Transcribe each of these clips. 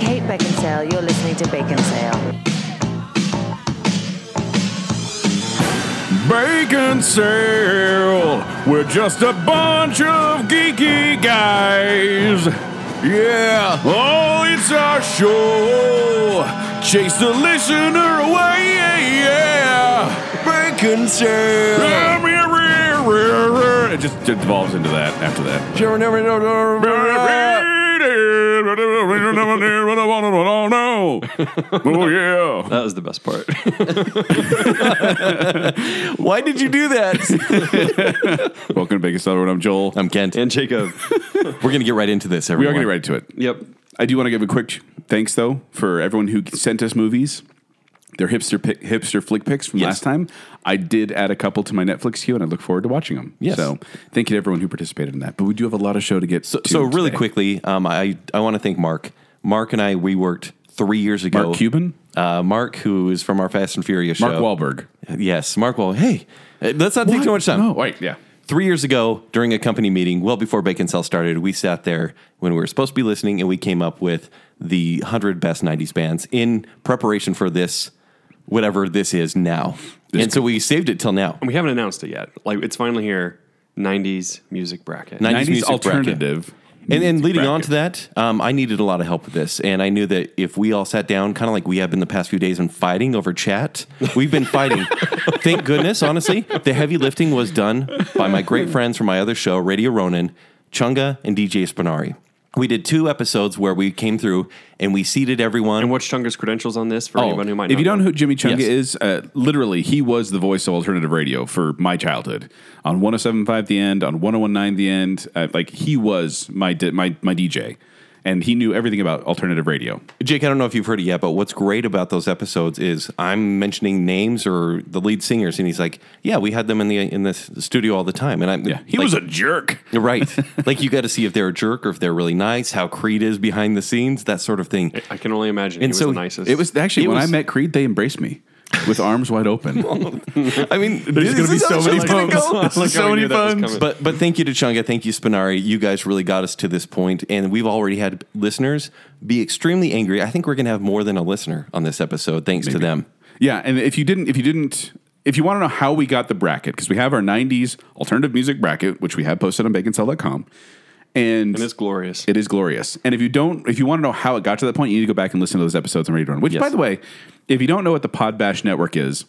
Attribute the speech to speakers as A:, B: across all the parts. A: Jake Beckinsale. You're listening to Beckinsale.
B: Bacon sale. We're just a bunch of geeky guys. Yeah. Oh, it's our show. Chase the listener away. Yeah.
C: Bacon sale.
B: yeah. It just it devolves into that after that.
C: Sure, never know- know- know-
B: Oh yeah.
D: That was the best part.
C: Why did you do that?
B: Welcome to Bacon Celebrate. I'm Joel.
C: I'm Kent.
D: and Jacob.
C: We're going to get right into this,
B: we
C: everyone.
B: are getting right to it.
D: yep.
B: I do want to give a quick thanks though for everyone who sent us movies. Their hipster pick, hipster flick picks from
C: Yes.
B: last time. I did add a couple to my Netflix queue, and I look forward to watching them.
C: Yes.
B: So thank you to everyone who participated in that. But we do have a lot of show to get.
C: So,
B: to
C: so really
B: today.
C: quickly, um, I, I want to thank Mark. Mark and I, we worked three years ago.
B: Mark Cuban?
C: Uh, Mark, who is from our Fast and Furious
B: Mark
C: show.
B: Wahlberg.
C: Yes, Mark Wahlberg. Hey, uh, let's not take too much time.
B: No, wait, yeah.
C: Three years ago, during a company meeting, well before Bacon Cell started, we sat there when we were supposed to be listening and we came up with the 100 best 90s bands in preparation for this, whatever this is now. and so we saved it till now. 90s,
D: We haven't announced it yet. Like it's finally here. 90s music bracket.
B: 90s
C: music bracket.
B: alternative.
C: And, and leading on
B: bracket.
C: to that, um, I needed a lot of help with this. And I knew that if we all sat down, kind of like we have been the past few days, and fighting over chat, we've been fighting. Thank goodness, honestly, the heavy lifting was done by my great friends from my other show, Radio Ronin, Chunga, and DJ Spinari. We did two episodes where we came through and we seated everyone.
D: And what's Chunga's credentials on this for anyone who might
B: Oh, If you don't
D: know
B: know who Jimmy Chunga
C: Yes.
B: is, uh, literally, he was the voice of alternative radio for my childhood on 107.5 The End, on 101.9 The End. Uh, like, he was my, di- my, my DJ, and he knew everything about alternative radio.
C: Jake, I don't know if you've heard it yet, but what's great about those episodes is I'm mentioning names or the lead singers, and he's like, "Yeah, we had them in the in this studio all the time." And I'm
B: Yeah, he
C: like-
B: was a jerk.
C: Right. like you got to see if they're a jerk or if they're really nice, how Creed is behind the scenes, that sort of thing.
D: I can only imagine.
C: And
D: he
C: so
D: was the nicest.
B: It was actually
C: It
B: when
C: was-
B: I met Creed, they embraced me with arms wide open.
C: I mean,
B: There's
C: this
B: going to be
C: is
B: so
C: how the
B: many
C: show's gonna
B: puns.
C: go.
B: There's
D: Like, how
B: so
D: we
B: many
D: knew that was
B: puns.
D: coming.
C: But but thank you to Chunga, thank you Spinari. You guys really got us to this point, and we've already had listeners be extremely angry. I think we're gonna have more than a listener on this episode, thanks to them.
B: Yeah, and if you didn't, if you didn't, if you want to know how we got the bracket, because we have our '90s alternative music bracket, which we have posted on BaconCell.com, and,
D: and it's glorious.
B: It is glorious. And if you don't, if you want to know how it got to that point, you need to go back and listen to those episodes on Radio Run. Which, by the way, if you don't know what the Podbash Network is,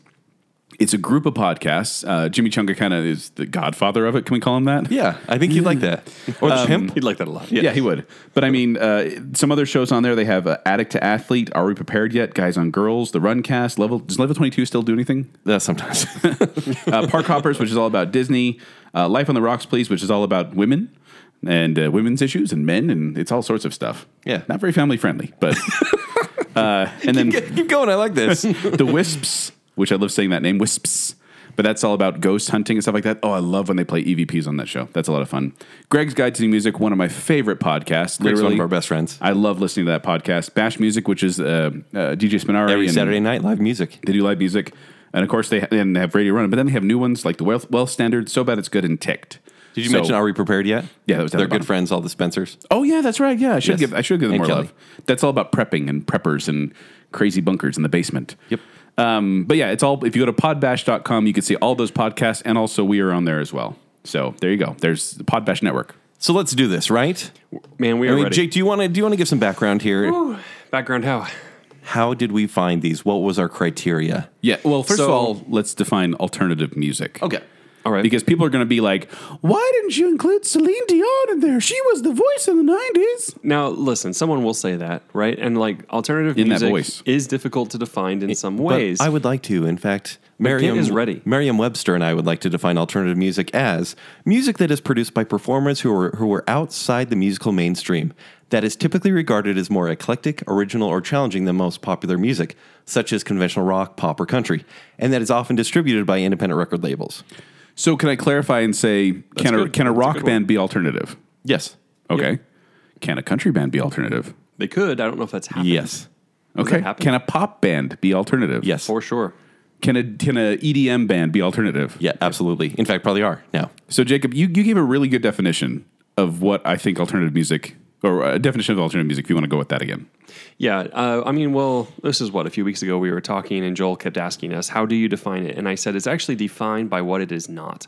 B: it's a group of podcasts. Uh, Jimmy Chunga kind of is the godfather of it. Can we call him that?
C: Yeah, I think you'd like that. Or the
B: Um,
C: pimp.
D: He'd like that a lot.
B: Yeah, he would. But I mean, uh, some other shows on there. They have uh, Addict to Athlete. Are we prepared yet? Guys on Girls. The Runcast. Level does Level Twenty Two still do anything?
C: Uh, sometimes.
B: uh, Park Hoppers, which is all about Disney, uh, Life on the Rocks, Please, which is all about women and uh, women's issues and men, and it's all sorts of stuff.
C: Yeah.
B: not very family friendly, but uh, and then
C: Keep going, I like this.
B: the Wisps, which I love saying that name, Wisps. But that's all about ghost hunting and stuff like that. Oh, I love when they play EVPs on that show. That's a lot of fun. Greg's Guide to New Music, one of my favorite podcasts.
C: Greg's one
B: literally.
C: of our best friends.
B: I love listening to that podcast. Bash Music, which is uh, uh, DJ Spinari
C: Every
B: and-
C: Saturday night, live music.
B: they do live music, and of course they ha- and they have radio running. But then they have new ones like the Wealth, wealth Standard, So Bad It's Good, and Ticked.
C: Did you
B: So-
C: mention Are We Prepared Yet?
B: Yeah, that was down
C: They're
B: the bottom.
C: good friends, all the Spencers.
B: Oh yeah, that's right. Yeah, I should
C: Yes.
B: give I should give them more
C: And Kelly.
B: love. That's all about prepping and preppers and crazy bunkers in the basement.
C: Yep.
B: Um, but yeah, it's all. If you go to podbash.com, you can see all those podcasts, and also we are on there as well. So there you go. There's the Podbash Network.
C: So let's do this, right?
D: Man, we
C: I
D: are
C: mean,
D: ready.
C: Jake, do you want to do you want to give some background here?
D: Background how?
C: How did we find these? What was our criteria?
B: Yeah. Well, first
D: So-
B: of all, let's define alternative music.
D: All right.
B: Because people are going to be like, why didn't you include Celine Dion in there? She was the voice in the 90s.
D: Now, listen, someone will say that, right? And like alternative
B: In that
D: music
B: voice.
D: is difficult to define in some
C: But
D: ways.
C: I would like to. In fact, Merriam
D: is ready.
C: Merriam Webster and I would like to define alternative music as music that is produced by performers who are who are outside the musical mainstream. That is typically regarded as more eclectic, original, or challenging than most popular music, such as conventional rock, pop, or country, and that is often distributed by independent record labels.
B: So can I clarify and say, can a,
D: good.
B: can a
D: That's a
B: rock
D: good one.
B: band be alternative?
C: Yes.
B: Okay. Can a country band be alternative?
D: they could. I don't know if that's happening.
C: Yes.
B: Okay.
D: that happen?
B: Can a pop band be alternative?
C: Yes.
D: For sure.
B: Can a can a EDM band be alternative?
C: Yeah, absolutely. In fact, probably are now.
B: So Jacob, you, you gave a really good definition of what I think alternative music or a definition of alternative music if you want to go with that again.
D: Yeah, uh, I mean, well, this is what a few weeks ago we were talking, and Joel kept asking us, "How do you define it?" And I said, "It's actually defined by what it is not."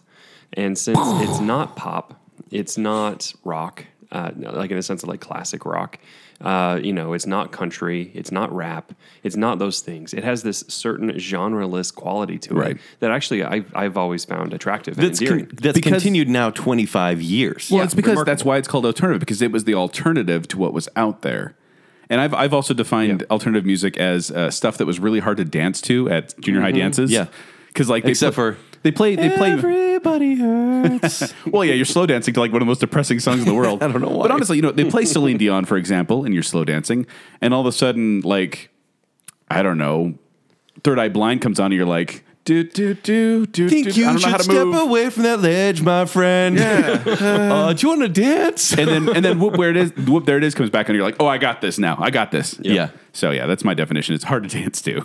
D: And since it's not pop, it's not rock, uh, no, like in the sense of like classic rock. Uh, you know, it's not country, it's not rap, it's not those things. It has this certain genreless quality to
B: Right.
D: it that actually I've, I've always found attractive.
C: That's
D: and endearing.
C: con- that's
B: Because-
C: continued now twenty five years.
B: Well, it's because
D: remarkable.
B: that's why it's called alternative because it was the alternative to what was out there. And I've I've also defined alternative music as uh, stuff that was really hard to dance to at junior
D: Mm-hmm.
B: high dances.
C: Yeah.
B: because like they
C: Except
B: pla-
C: for-
B: they play they play.
C: Everybody hurts.
B: well, yeah, you're slow dancing to like one of the most depressing songs in the world.
C: I don't know why.
B: But honestly, you know, they play Celine Dion for example, and you're slow dancing, and all of a sudden, like, I don't know, Third Eye Blind comes on, and you're like, do do do do. do.
C: Think
B: I
C: you
B: don't know how
C: should
B: to
C: step
B: move.
C: away from that ledge, my friend. Yeah. uh, do you want to dance?
B: and then and then whoop where it is whoop there it is comes back and you're like oh I got this now I got this
C: Yeah.
B: so yeah that's my definition it's hard to dance to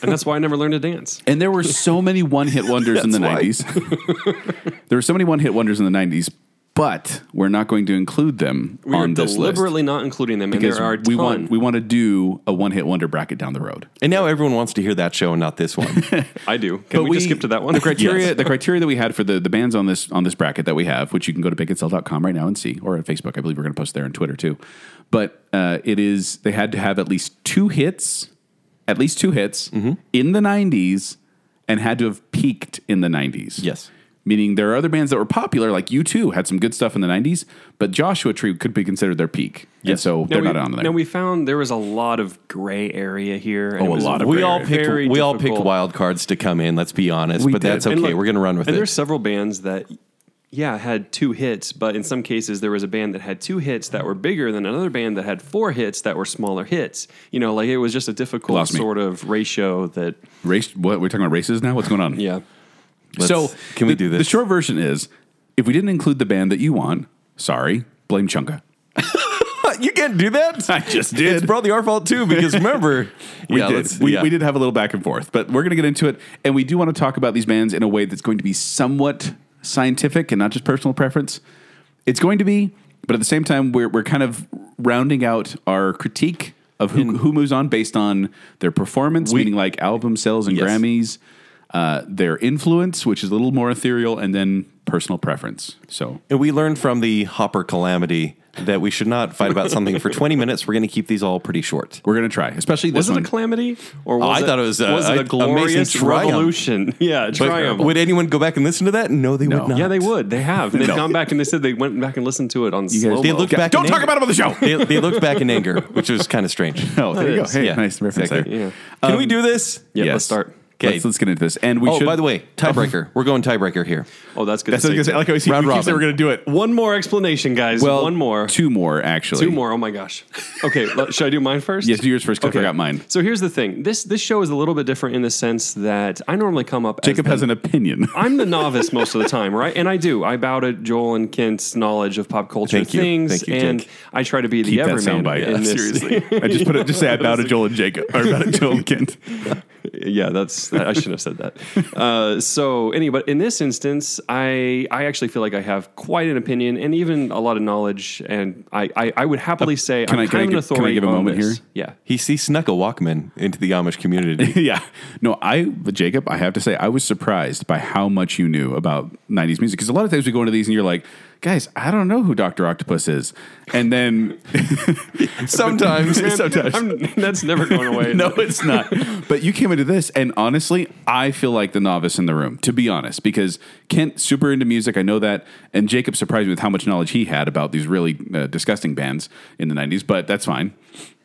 D: and that's why I never learned to dance.
B: and there were so many one hit wonders in the
C: That's why.
B: 90s there were so many one hit wonders in the 90s but we're not going to include them
D: We
B: on
D: are
B: this list
D: deliberately not including them,
B: because
D: and there are a
B: we
D: ton.
B: want we want to do a one hit wonder bracket down the road
C: And now everyone wants to hear that show and not this one.
D: I do. Can we, just skip to that one?
B: The criteria, the criteria that we had for the, the bands on this on this bracket that we have, which you can go to bigotsell.com right now and see, or at Facebook. I believe we're going to post there and Twitter too. But uh, it is they had to have at least two hits, at least two hits
D: Mm-hmm.
B: in the '90s, and had to have peaked in the '90s.
C: Yes.
B: meaning there are other bands that were popular, like you too, had some good stuff in the '90s, but Joshua Tree could be considered their peak, and so they're
D: we,
B: not on there.
D: Now we found there was a lot of gray area here. and
B: Oh,
D: it
B: a
D: was
B: lot of
C: we
B: Very,
C: all picked we
D: very
C: all picked
D: difficult.
C: wild cards to come in. Let's be honest,
B: We
C: but
B: did.
C: that's okay.
B: And
D: look,
C: We're gonna run with
D: and
C: it.
D: There's several bands that, yeah, had two hits, but in some cases there was a band that had two hits that were bigger than another band that had four hits that were smaller hits. You know, like it was just a difficult
B: Lost me.
D: sort of ratio that,
B: Race, what we're talking about races now? What's going on?
D: yeah.
C: Let's-
B: so
C: can we
B: the-
C: do this?
B: The short version is, if we didn't include the band that you want, sorry, blame Chunga.
C: you can't do that.
B: I just did.
C: It's probably our fault too because remember
B: we
C: Yeah,
B: did.
C: let's-
B: We,
C: yeah.
B: we did have a little back and forth, but we're going to get into it, and we do want to talk about these bands in a way that's going to be somewhat scientific and not just personal preference. It's going to be, but at the same time, we're we're kind of rounding out our critique of
C: Hmm.
B: who who moves on based on their performance, meaning like album sales and
C: Yes.
B: Grammys, uh, their influence, which is a little more ethereal, and then personal preference. So
C: And we learned from the Hopper calamity that we should not fight about something for 20 minutes. We're going to keep these all pretty short.
B: We're gonna try, especially this
D: Was it
B: one.
D: a calamity or was
C: I
D: it,
C: thought it was, uh,
D: was it
C: a-
D: a glorious
C: amazing triumph.
D: revolution? Yeah,
C: But
D: triumph.
C: would anyone go back and listen to that? No, they
B: No.
C: would not.
D: yeah, they would. They have. They've
B: No.
D: gone back and they said they went back and listened to it on
B: guys-
D: slow.
C: They looked back.
B: Don't
C: in
B: talk
C: anger-
B: about it on the show.
C: They, they looked back in anger, which was kind of strange.
B: oh, there you go.
D: is.
B: Hey,
C: Yeah,
B: nice reference
C: exactly.
B: there.
D: Yeah.
C: Can we do this?
D: Um, Yeah,
B: Yes.
D: let's start.
C: Okay.
B: Let's, let's get into this. And we
C: oh,
B: should.
C: by the way, tiebreaker. We're going tiebreaker here.
D: Oh, that's good.
B: that's
D: to
B: what I was
D: say,
B: gonna say. Like I was
C: Round
B: we keep saying
C: robin.
B: we're gonna do it.
D: too. One more explanation, guys. one more.
B: two more actually.
D: Two more. Oh my gosh. Okay, let- should I do mine first?
B: Yes, do yours first because I
D: Okay.
B: got mine.
D: So here's the thing. This this show is a little bit different in the sense that I normally come up.
B: Jacob
D: as
B: has
D: the,
B: an opinion.
D: I'm the novice most of the time, right? And I do. I bow to Joel and Kent's knowledge of pop culture
C: Thank you.
D: things,
C: Thank you,
D: and
C: Jake.
D: I try to be
B: Keep
D: the
B: that
D: everyman.
B: soundbite.
D: in this-
B: Seriously, I just put it. Just say I bow to Joel and Jacob, or bow to Joel and Kent.
D: yeah, that's I shouldn't have said that. Uh, so anyway, but in this instance, I I actually feel like I have quite an opinion and even a lot of knowledge, and I I, I would happily say
B: Uh, can
D: I'm
B: I-
D: kind
B: can I
D: of an
B: give- can I
D: authority.
B: give a
D: on
B: moment
D: this.
B: here?
D: Yeah.
C: He, he snuck a Walkman into the Amish community.
B: yeah, no, I Jacob. I have to say, I was surprised by how much you knew about '90s music because a lot of times we go into these and you're like, guys, I don't know who Doctor Octopus is, and then
C: Sometimes.
B: Sometimes.
D: I'm- that's never going away.
B: no, it's not. But you came into this, and honestly, I feel like the novice in the room, to be honest, because Kent super into music. I know that, and Jacob surprised me with how much knowledge he had about these really uh, disgusting bands in the '90s. But that's fine.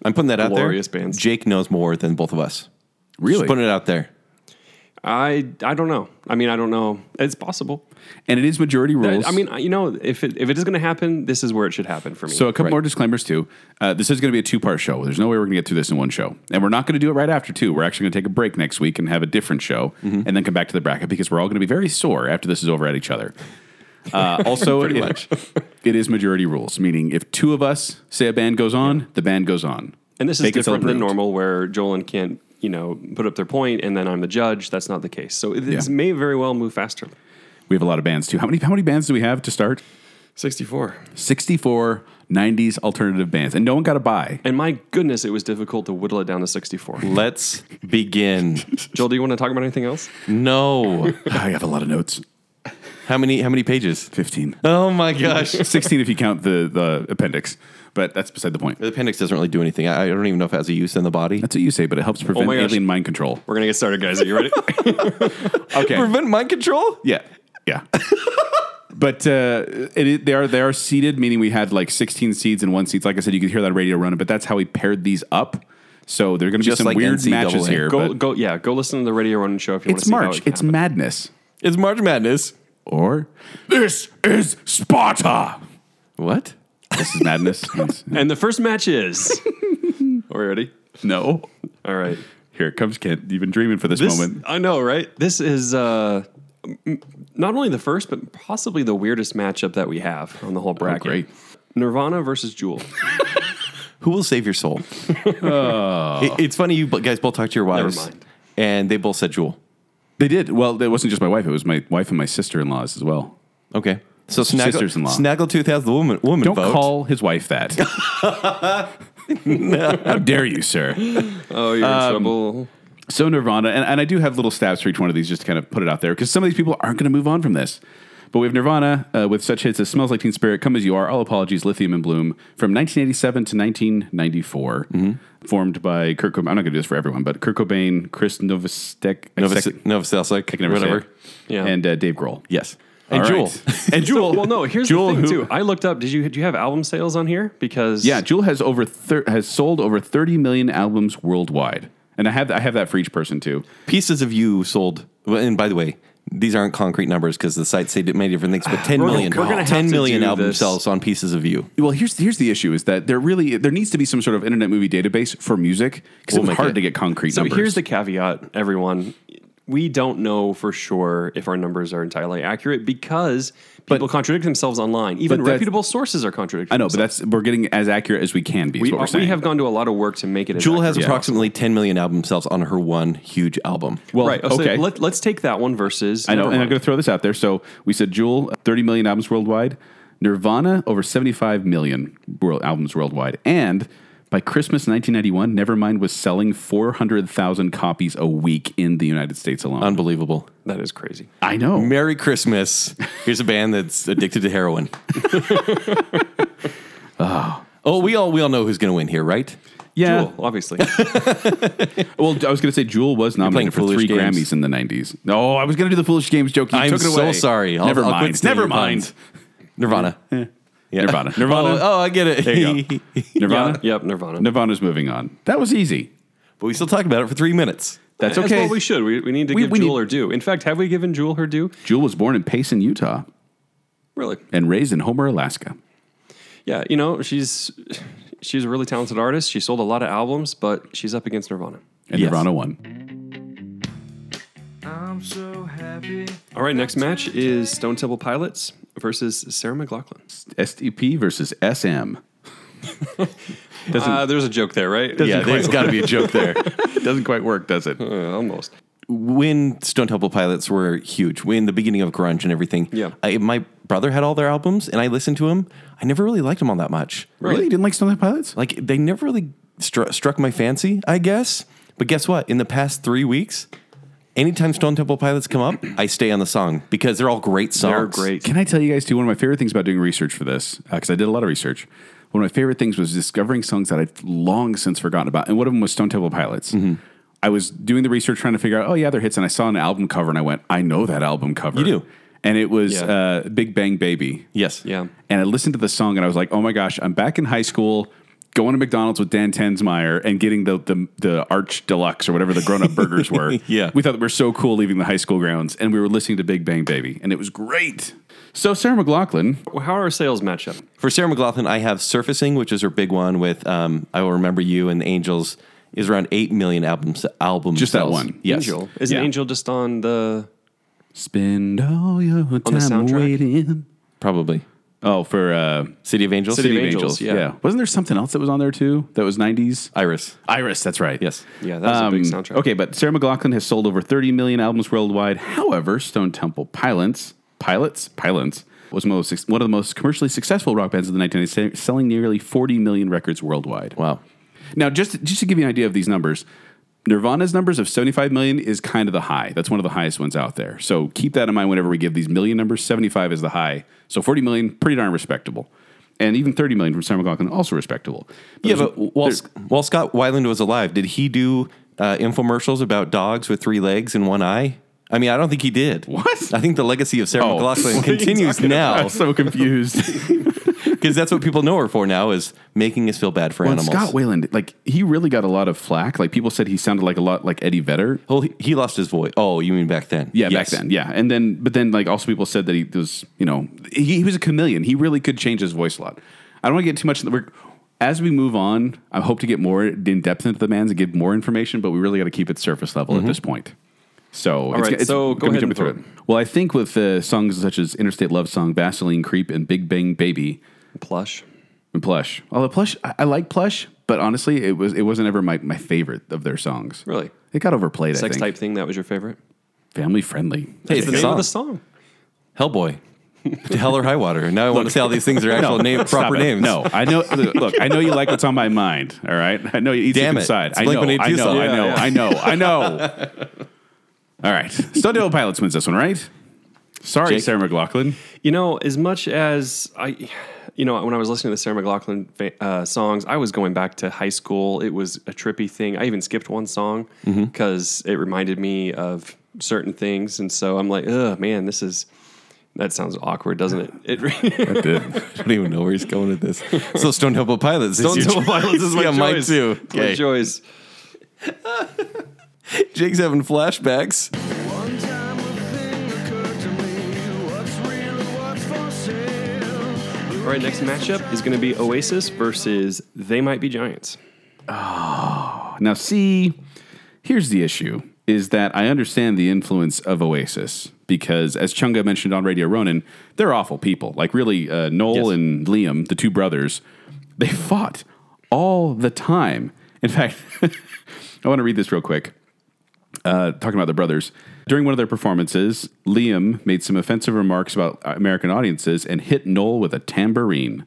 C: I'm putting that out
D: Glorious
C: there.
D: bands.
C: Jake knows more than both of us. Just putting it out there.
D: I I don't know. I mean, I don't know. It's possible.
B: and it is majority rules.
D: I mean, you know, if it, if it is going to happen, this is where it should happen for me.
B: So a couple more disclaimers too. Uh, this is going to be a two-part show. There's no way we're going to get through this in one show, and we're not going to do it right after too. We're actually going to take a break next week and have a different show,
D: Mm-hmm.
B: and then come back to the bracket because we're all going to be very sore after this is over at each other. Uh, also, it, it is majority rules, meaning if two of us say a band goes on, the band goes on.
D: and this is
B: Bacon
D: different than
B: Celebrant.
D: normal, where Joel and Kent, you know, put up their point, and then I'm the judge. That's not the case. So it this
B: Yeah.
D: may very well move faster.
B: We have a lot of bands too. How many? How many bands do we have to start?
D: Sixty four.
B: Sixty-four 90s alternative bands, and no one got a buy.
D: And my goodness, it was difficult to whittle it down to 64.
C: Let's begin.
D: Joel, do you want to talk about anything else?
C: No.
B: I have a lot of notes.
C: How many how many pages?
B: 15.
C: Oh my gosh.
B: 16 if you count the, the appendix, but that's beside the point.
C: The appendix doesn't really do anything. I, I don't even know if it has a use in the body.
B: That's what you say, but it helps prevent
D: my gosh.
B: alien mind control.
D: We're going to get started, guys. Are you ready?
B: Okay.
C: Prevent mind control?
B: Yeah, yeah. but uh, it, it- they are they are seated, meaning we had like 16 seeds and one seeds. Like I said, you could hear that radio running, but that's how we paired these up. So there are going to be
C: Just
B: some
C: like
B: weird
C: NCAA.
B: matches here.
D: go,
B: but
D: go, yeah, go listen to the Radio Ronin show if you want to
B: it's
D: see how
B: March.
D: it
B: It's
D: happened.
B: madness.
C: It's March Madness.
B: Or this is Sparta.
C: What?
B: This is madness. It's-
D: And the first match is. Are we ready?
B: no.
D: All right.
B: Here it comes, Kent. You've been dreaming for this,
D: This,
B: moment.
D: I know, right? This is uh, m- not only the first, but possibly the weirdest matchup that we have on the whole bracket.
B: Oh, great.
D: Nirvana versus Jewel.
C: Who will save your soul?
B: Oh.
C: It- it's funny you bu- guys both talked to your wives,
D: mind.
C: and they both said Jewel.
B: They did. Well, it wasn't just my wife. It was my wife and my sister-in-laws as well.
C: Okay, so snaggle,
B: Sisters-in-law.
C: Snaggletooth has the woman woman
B: Don't
C: vote.
B: call his wife that. How dare you, sir?
D: Oh, you're
B: Um,
D: in trouble.
B: So Nirvana, and, and I do have little stabs for each one of these just to kind of put it out there because some of these people aren't going to move on from this. But we have Nirvana uh, with such hits as Smells Like Teen Spirit, Come As You Are, All Apologies, Lithium and Bloom from 1987 to 1994, formed by Kurt Cobain. I'm not going to do this for everyone, but Kurt Cobain, Chris Novostek,
C: Nova
B: Sec-
C: Nova Selsic,
B: I can never say
C: whatever.
B: it,
D: Yeah.
B: and uh, Dave Grohl.
C: Yes,
B: All right.
C: and Jewel.
B: and Jewel.
D: well, no. Here's
B: Jewel
D: the thing,
B: who-
D: too. I looked up. Did you do you have album sales on here? Because
B: Yeah, Jewel has over thir- has sold over 30 million albums worldwide, and I have I have that for each person too.
C: Pieces of you sold. well, And by the way, these aren't concrete numbers because the sites say many different things. But 10
D: We're-
C: million,
D: we're gonna have
C: 10
D: to
C: million
D: do
C: album
D: this.
C: sells on pieces of you.
B: Well, here's here's the issue: is that there really there needs to be some sort of internet movie database for music because
C: We'll
B: it was
C: make
B: hard
C: it.
B: to get concrete
D: So
B: numbers.
D: here's the caveat, everyone. We don't know for sure if our numbers are entirely accurate because people contradict themselves online. Even
B: that's-
D: reputable sources are contradicting.
B: I know, but that's we're getting as accurate as we can be. Is
D: we,
B: what we're
D: are-
B: saying.
D: we have gone to a lot of work to make it. as
C: Jewel has
D: accurate as possible.
C: approximately 10 million album sales on her one huge album.
B: well,
D: right. so
B: okay.
D: let, us take that one versus.
B: I know, and I'm
D: Nevermind.
B: going to throw this out there. So we said Jewel, 30 million albums worldwide. Nirvana, over 75 million world albums worldwide, and by Christmas 1991, Nevermind was selling 400,000 copies a week in the United States alone.
C: Unbelievable.
D: that is crazy.
B: I know.
C: Merry Christmas. Here's a band that's addicted to heroin. oh. we all we all know who's going to win here, right?
B: yeah.
D: Jewel, obviously.
B: Well, I was going to say Jewel was
C: playing
B: nominated for
C: Foolish
B: three
C: Games.
B: Grammys in the '90s. No, I was going to do the Foolish Games joke. You
C: I'm
B: took it
C: so
B: away.
C: sorry. I'll-
B: Never
C: I'll quit
B: mind.
C: stealing
B: Never
C: your
B: mind.
C: puns. Nirvana. Yeah.
B: Nirvana. Nirvana.
C: Oh, oh, I get it.
B: There you go. Nirvana.
D: Yeah, yep, Nirvana.
B: Nirvana's moving on. That was easy.
C: but we still talk about it for three minutes.
B: That's
D: As
B: okay.
D: well we should. We, we need to
B: We-
D: give
B: we
D: Jewel
B: need-
D: her due. In fact, have we given Jewel her due?
B: Jewel was born in Payson, Utah,
D: Really?
B: and raised in Homer, Alaska.
D: Yeah. You know, she's she's a really talented artist. She sold a lot of albums, but she's up against Nirvana.
B: And
C: Yes.
B: Nirvana won.
D: All right. Next match is Stone Temple Pilots versus Sarah McLaughlin.
B: SDP versus SM.
D: Uh, there's a joke there, right?
C: Yeah, there's got to be a joke there.
B: Doesn't quite work, does it?
D: Uh, almost.
C: when Stone Temple Pilots were huge, when the beginning of grunge and everything,
D: Yeah.
C: I, my brother had all their albums, and I listened to them. I never really liked them all that much.
B: Really? You didn't like Stone Temple Pilots?
C: Like they never really stru- struck my fancy, I guess. But guess what? In the past three weeks, anytime Stone Temple Pilots come up, I stay on the song because they're all great
D: They're
C: songs.
D: great.
B: Can I tell you guys too? One of my favorite things about doing research for this, because I did a lot of research. One of my favorite things was discovering songs that I'd long since forgotten about, and one of them was Stone Temple Pilots.
C: Mm-hmm.
B: I was doing the research trying to figure out, oh yeah, they're hits, and I saw an album cover, and I went, I know that album cover.
C: You do.
B: and it was
D: Yeah.
B: uh, Big Bang Baby.
C: Yes.
D: Yeah.
B: And I listened to the song and I was like, oh my gosh, I'm back in high school, going to McDonald's with Dan Tensmeyer and getting the the, the Arch Deluxe or whatever the grown up burgers were.
C: Yeah.
B: We thought we were so cool leaving the high school grounds and we were listening to Big Bang Baby and it was great. So Sarah McLaughlin,
D: Well, How are our sales match up?
C: For Sarah McLaughlin, I have Surfacing, which is her big one with um, I Will Remember You and the Angels, is around 8 million albums. albums
B: Just that one.
C: Yes.
D: Angel. Isn't
B: Yeah.
D: Angel just on the.
B: spend all your time
D: soundtrack?
B: waiting.
C: Probably.
B: Oh, for uh,
C: City of Angels?
D: City of
B: City of Angels.
D: Angels, yeah.
B: Wasn't there something else that was on there too that was 90s?
C: Iris.
B: Iris, that's right. Um,
C: Yes.
D: Yeah, that was a big soundtrack.
B: Okay, but Sarah McLaughlin has sold over 30 million albums worldwide. However, Stone Temple Pilots, pilots, pilots was most, one of the most commercially successful rock bands of the 1990s, selling nearly 40 million records worldwide.
C: Wow.
B: Now, just just to give you an idea of these numbers, Nirvana's numbers of 75 million is kind of the high. That's one of the highest ones out there. So keep that in mind whenever we give these million numbers. 75 is the high. So 40 million, pretty darn respectable. And even 30 million from Sarah McLaughlin, also respectable. But
C: Yeah,
B: there's-
C: but while,
B: there-
C: while Scott Weiland was alive, did he do uh, infomercials about dogs with three legs and one eye? I mean, I don't think he did.
B: What?
C: I think the legacy of Sarah
B: Oh.
C: McLaughlin
B: What are you
C: continues
B: talking about?
C: now
B: I'm so confused.
C: because that's what people know her for now is making us feel bad for
B: Well,
C: animals.
B: Scott Wayland, like he really got a lot of flack. Like people said he sounded like a lot like Eddie Vedder.
C: well, he, he lost his voice. Oh, you mean back then?
B: Yeah,
C: Yes.
B: back then. Yeah, and then but then like also people said that he was you know he, he was a chameleon. He really could change his voice a lot. I don't want to get too much. We're, as we move on, I hope to get more in depth into the man's and give more information, but we really got to keep it surface level at this point. So, it's,
D: Mm-hmm. right,
B: it's-
D: so
B: we're
D: go
B: gonna be
D: ahead and
B: jumping
D: vote.
B: Well, I think with uh, songs such as Interstate Love Song, Vaseline Creep, and Big Bang Baby,
D: Plush.
B: and Plush. Although Plush, I, I like Plush, but honestly, it was it wasn't ever my, my favorite of their songs.
D: Really?
B: It got overplayed.
D: Sex
B: I think.
D: type thing, that was your favorite?
B: family friendly.
C: Hey,
D: That's
C: it's
D: the
C: a
D: name
C: song.
D: of the song.
C: Hellboy. to hell or high water. Now I want to say all these things are actual name, proper
B: Stop it.
C: names.
B: No, I know. Look, I know you like what's on my mind. All right, I know you eat
C: Damn
B: Damn
C: it.
B: inside.
C: It's
B: I know. I
C: Blink-182
B: know. I know.
D: song.
B: I know. I know. all right, Stone Devil Pilots wins this one, right? Sorry,
C: Jake.
B: Sarah McLaughlin.
D: You know, as much as I, you know, when I was listening to the Sarah McLaughlin fa- uh, songs, I was going back to high school. It was a trippy thing. I even skipped one song
C: Mm-hmm.
D: because it reminded me of certain things, and so I'm like, oh man, this is that sounds awkward, doesn't it? It re-
C: I don't even know where he's going with this. So Stone Temple Pilots. is
D: Stone
C: your
D: Temple
C: choice.
D: Pilots is my
C: yeah, mine
D: choice.
C: too.
D: It's my choice.
C: Jake's having flashbacks.
E: One time a thing occurred to me what's real and what's for sale.
D: All right, next matchup is going to be Oasis versus They Might Be Giants.
B: Now, see, here's the issue is that I understand the influence of Oasis because, as Chunga mentioned on Radio Ronin, they're awful people. Like, really, uh, Noel
D: Yes.
B: and Liam, the two brothers, they fought all the time. In fact, I want to read this real quick uh, talking about the brothers. During one of their performances, Liam made some offensive remarks about American audiences and hit Noel with a tambourine.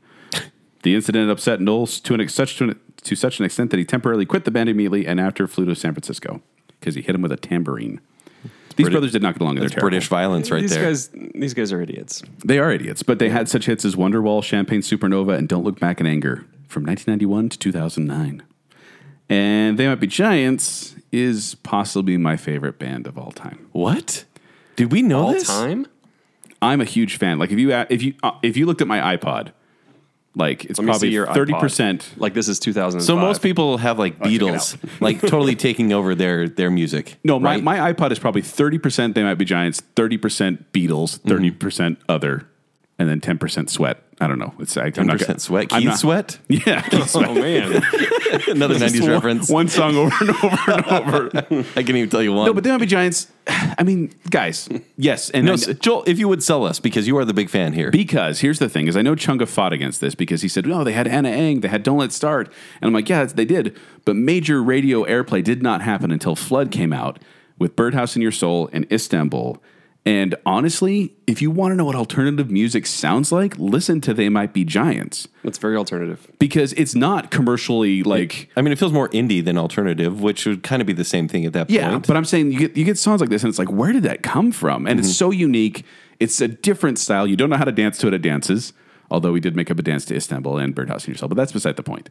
B: The incident upset Noel to an ex- such to, an, to such an extent that he temporarily quit the band immediately and after flew to San Francisco because he hit him with a tambourine. These brothers did not get along. They're terrible.
C: British violence right
D: these
C: there.
D: guys, these guys are idiots.
B: They are idiots, but they had such hits as Wonderwall, Champagne Supernova, and Don't Look Back in Anger from 1991 to 2009. And They Might Be Giants is possibly my favorite band of all time.
C: what? Did we know
D: All
C: this?
D: time.
B: I'm a huge fan. Like if you if you uh, if you looked at my iPod, like it's
D: Let me see
B: probably
D: your iPod.
B: thirty percent.
D: Like this is 2000.
C: So most people have like
B: check it
C: Beatles, like totally taking over their their music.
B: No, my,
C: right?
B: my iPod is probably thirty percent. They might be Giants, thirty percent Beatles, 30 percent other, and then ten percent Sweat. I don't know. It's I, I'm not
C: 10%
B: gonna-
C: Sweat.
B: I'm
C: Keith
B: not-
C: Sweat?
B: Yeah, Keith Sweat.
D: Oh man.
C: another nineties
B: One-
C: reference.
B: One song over and over and over.
C: I can even tell you one.
B: no, but they might be Giants. I mean, guys. Yes, and
C: no,
B: I-
C: s- Joel, if you would sell us because you are the big fan here.
B: Because here's the thing: is I know Chunga fought against this because he said, "No, they had Anna Ang, they had Don't Let Start," and I'm like, "Yeah, they did." But major radio airplay did not happen until Flood came out with Birdhouse in Your Soul and Istanbul. And honestly, if you want to know what alternative music sounds like, listen to They Might Be Giants
D: That's very alternative.
B: because it's not commercially like.
C: I mean, it feels more indie than alternative, which would kind of be the same thing at that
B: Yeah,
C: point.
B: but I'm saying you get you get songs like this, and it's like, where did that come from? And it's so unique. It's a different style. You don't know how to dance to it at dances. Although we did make up a dance to Istanbul and Birdhouse in Yourself, but that's beside the point.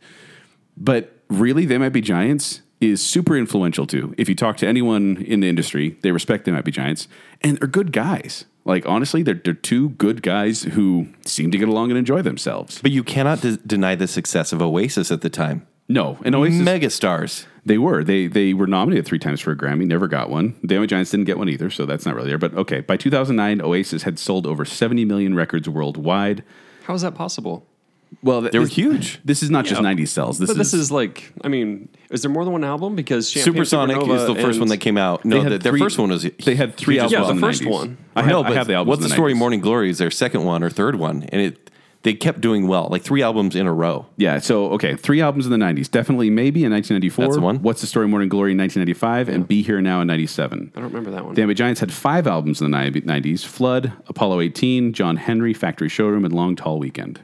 B: But really, They Might Be Giants is super influential too. If you talk to anyone in the industry, they respect They Might Be Giants, and they're good guys. Like honestly, they're they're two good guys who seem to get along and enjoy themselves.
C: But you cannot de- deny the success of Oasis at the time.
B: No, and Oasis
C: Megastars.
B: They were. They they were nominated three times for a Grammy, never got one. The Damage Giants didn't get one either, so that's not really there. But okay, by 2009, Oasis had sold over 70 million records worldwide.
D: How is that possible?
B: Well, they
C: were huge.
B: This is not just
D: Yeah.
B: 90s sales. This
D: But
B: is,
D: this is like, I mean, is there more than one album? Because Champagne
C: Supersonic is
D: Supernova
C: the first
D: and-
C: one that came out.
B: they
C: No,
B: had
C: the, their
B: three-
C: first one was
B: They had three
C: huge
B: albums.
C: as
D: Yeah,
B: in
D: the first
B: 90s.
D: one.
B: I have,
C: no,
B: I
C: but
B: have the albums.
C: What's
B: in
C: the story?
B: 90s.
C: Morning Glory is their second one or third one, and it they kept doing well, like three albums in a row.
B: Yeah, so okay, three albums in the '90s, definitely, maybe in 1994.
C: That's the one.
B: What's the story? Morning Glory in 1995, and Be Here Now in '97.
D: I don't remember that one.
B: The Ambient Giants had five albums in the ni- '90s: Flood, Apollo 18, John Henry, Factory Showroom, and Long Tall Weekend.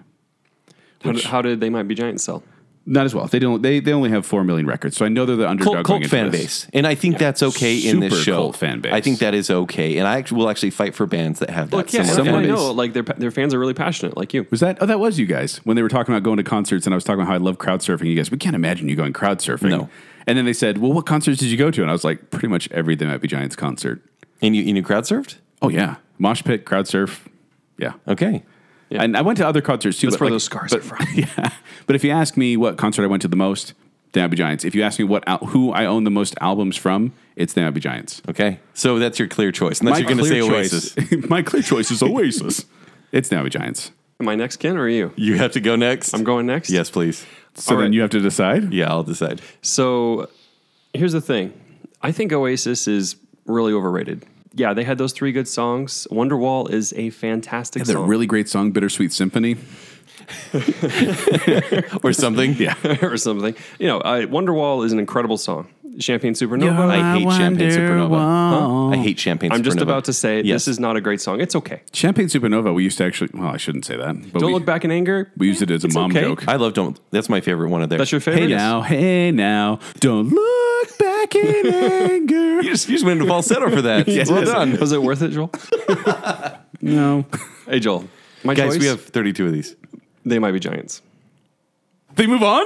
D: how, did, how did they might be giants sell?
B: Not as well. They don't. They, they only have four million records, so I know they're the underdog.
C: Cult,
B: going
C: cult
B: into
C: fan
B: this.
C: base, and I think that's okay in this
B: Super
C: show.
B: cult fan base.
C: I think that is okay, and I actually, will actually fight for bands that have that.
D: Look, yeah,
C: similar
B: someone
D: someone
C: fan
D: I
B: is-
C: base.
D: know, like their pa- their fans are really passionate, like you.
B: Was that? Oh, that was you guys when they were talking about going to concerts, and I was talking about how I love crowd surfing. You guys, we can't imagine you going crowd surfing.
C: No.
B: And then they said, "Well, what concerts did you go to?" And I was like, "Pretty much every They Might Be Giants concert."
C: And you, and you crowd surfed?
B: Oh yeah, mosh pit, crowd surf. Yeah.
C: Okay.
D: Yeah.
B: And I went to other concerts too.
D: That's
B: but
D: where
B: like-
D: those scars are
B: but-
D: from.
B: Yeah. But if you ask me what concert I went to the most, the Abbey Giants. If you ask me what al- who I own the most albums from, it's the Abbey Giants.
C: Okay. So that's your clear choice. Unless you're going to say
B: clear
C: Oasis.
B: choice- my clear choice is Oasis. it's the Abbey Giants.
D: Am I next, Ken, or are you?
C: You have to go next.
D: I'm going next.
C: Yes, please.
B: So
D: All
B: then
D: right.
B: you have to decide.
C: Yeah, I'll decide.
D: So here's the thing. I think Oasis is really overrated. Yeah, they had those three good songs. Wonderwall is a fantastic
B: The
D: song.
B: really great song, Bittersweet Symphony.
C: Or something. yeah.
D: or something. You know, uh, Wonderwall is an incredible song. Champagne Supernova.
C: I hate Champagne Supernova. I hate Champagne Supernova.
D: I'm just about to say
C: Yes.
D: this is not a great song. It's okay.
B: Champagne Supernova. We used to actually. Well, I shouldn't say that. But
D: Don't
B: we,
D: look back in anger.
B: We used it as a
D: It's
B: mom
D: okay.
B: joke.
C: I love Don't. That's my favorite one of theirs.
D: That's your favorite.
B: Hey now, hey now, don't look back in anger.
C: You just, you just went into falsetto for that. well done.
D: Was it worth it, Joel?
B: No.
D: hey, Joel. My
C: Guys,
D: choice.
C: we have 32 of these.
D: They might be giants.
B: They move on?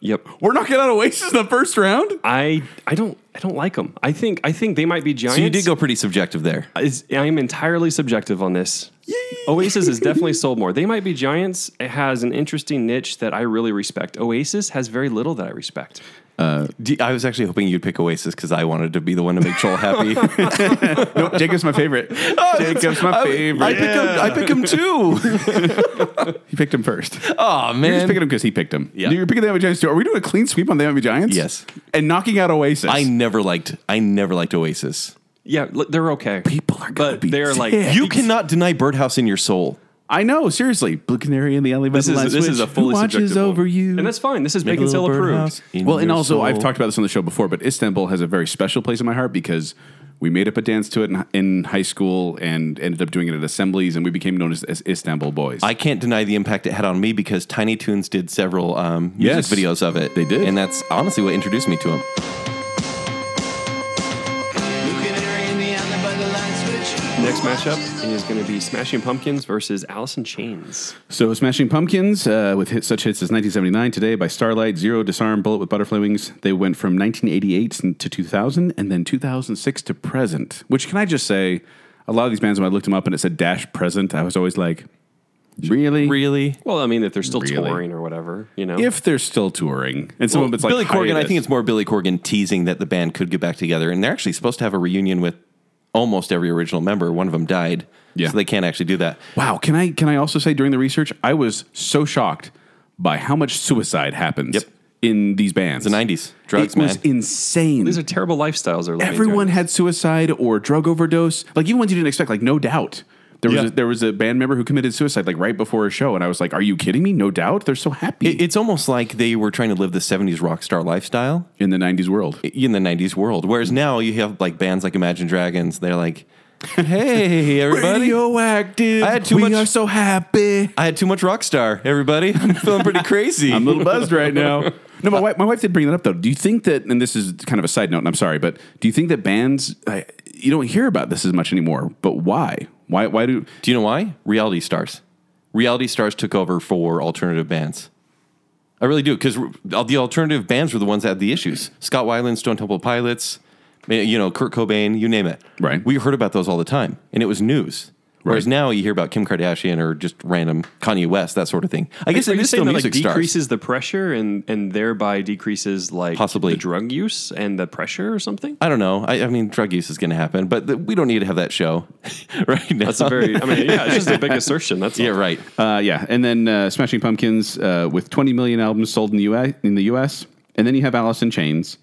D: Yep.
B: We're knocking out Oasis in the first round?
D: I I don't I don't like them. I think I think they might be giants.
C: So you did go pretty subjective there.
D: is I'm entirely subjective on this. Oasis has definitely sold more. They might be giants. It has an interesting niche that I really respect. Oasis has very little that I respect.
C: D- I was actually hoping you'd pick Oasis because I wanted to be the one to make Joel happy.
B: Nope, Jacob's my favorite. Jacob's my favorite.
C: I pick him. I pick him too.
B: He picked him first. You're
C: Oh
B: just picking
C: man.
B: him because he picked him.
C: Yeah.
B: You're picking the Miami Giants too. Are we doing a clean sweep on the Miami Giants?
C: Yes.
B: And knocking out Oasis.
C: I never liked. I never liked Oasis.
D: Yeah, li- they're okay.
B: People are gonna
D: but
B: be
D: they're like
B: ticked.
C: You cannot deny Birdhouse in your soul.
B: I know, seriously. Blue Canary and the LA
D: This is this is a fully
B: Who watches
D: subjective one.
B: over you.
D: and that's fine. This is Bacon Sale approved.
B: well, and also I've talked about this on the show before, but Istanbul has a very special place in my heart because we made up a dance to it in, in high school and ended up doing it at assemblies, and we became known as, as Istanbul Boys.
C: I can't deny the impact it had on me because Tiny Toons did several um, music
B: Yes.
C: videos of it.
B: They did.
C: and that's honestly what introduced me to him.
D: Next matchup is going to be Smashing Pumpkins versus Alice in Chains.
B: So, Smashing Pumpkins, uh, with hit, such hits as 1979, Today by Starlight, Zero, Disarm, Bullet with Butterfly Wings, they went from 1988 to 2000 and then 2006 to present. Which, can I just say, a lot of these bands, when I looked them up and it said dash present, I was always like, really?
C: Really?
D: Well, I mean, if they're still
B: Really?
D: touring or whatever, you know.
B: If they're still touring. And some of it's like,
C: Billy Corgan. I
B: hiatus.
C: think it's more Billy Corgan teasing that the band could get back together, and they're actually supposed to have a reunion with almost every original member. One of them died,
B: Yeah.
C: so they can't actually do that.
B: Wow, can I can I also say during the research I was so shocked by how much suicide happens
C: Yep.
B: in these bands.
C: The '90s drugs,
B: it was
C: man.
B: insane.
D: These are terrible lifestyles they're living.
B: Everyone
D: during
B: had suicide or drug overdose. Like even ones you didn't expect. Like no doubt. There was
C: Yeah.
B: a, there was a band member who committed suicide like right before a show, and I was like, "Are you kidding me? No doubt. They're so happy
C: It- it's almost like they were trying to live the '70s rock star lifestyle
B: in the '90s world."
C: in the '90s world. Whereas now you have like bands like Imagine Dragons. They're like, "Hey, everybody."
B: Radioactive.
C: I had too
B: we
C: much-
B: are so happy.
C: I had too much rock star, everybody. I'm feeling pretty crazy.
B: I'm a little buzzed right now. No, my wife, my wife did bring that up though. Do you think that, and this is kind of a side note, and I'm sorry, but do you think that bands, I, you don't hear about this as much anymore? But why? Why? Why do?
C: Do you know why? Reality stars. Reality stars took over for alternative bands. I really do because the alternative bands were the ones that had the issues. Scott Weiland, Stone Temple Pilots, eh, you know, Kurt Cobain, you name it.
B: Right.
C: We heard about those all the time, and it was news. Whereas
B: Right.
C: now you hear about Kim Kardashian or just random Kanye West, that sort of thing. I guess
D: Are
C: it
D: you
C: is still
D: saying that like
C: music stars.
D: decreases the pressure and and thereby decreases like
C: Possibly.
D: the drug use and the pressure or something?
C: I don't know. I, I mean, drug use is going to happen, but th- we don't need to have that show right now.
D: That's a very I mean yeah, it's just a big assertion. That's all.
C: yeah, right.
B: Uh, yeah, and then uh, Smashing Pumpkins uh, with 20 million albums sold in the U.S. in the U.S. And then you have Alice in Chains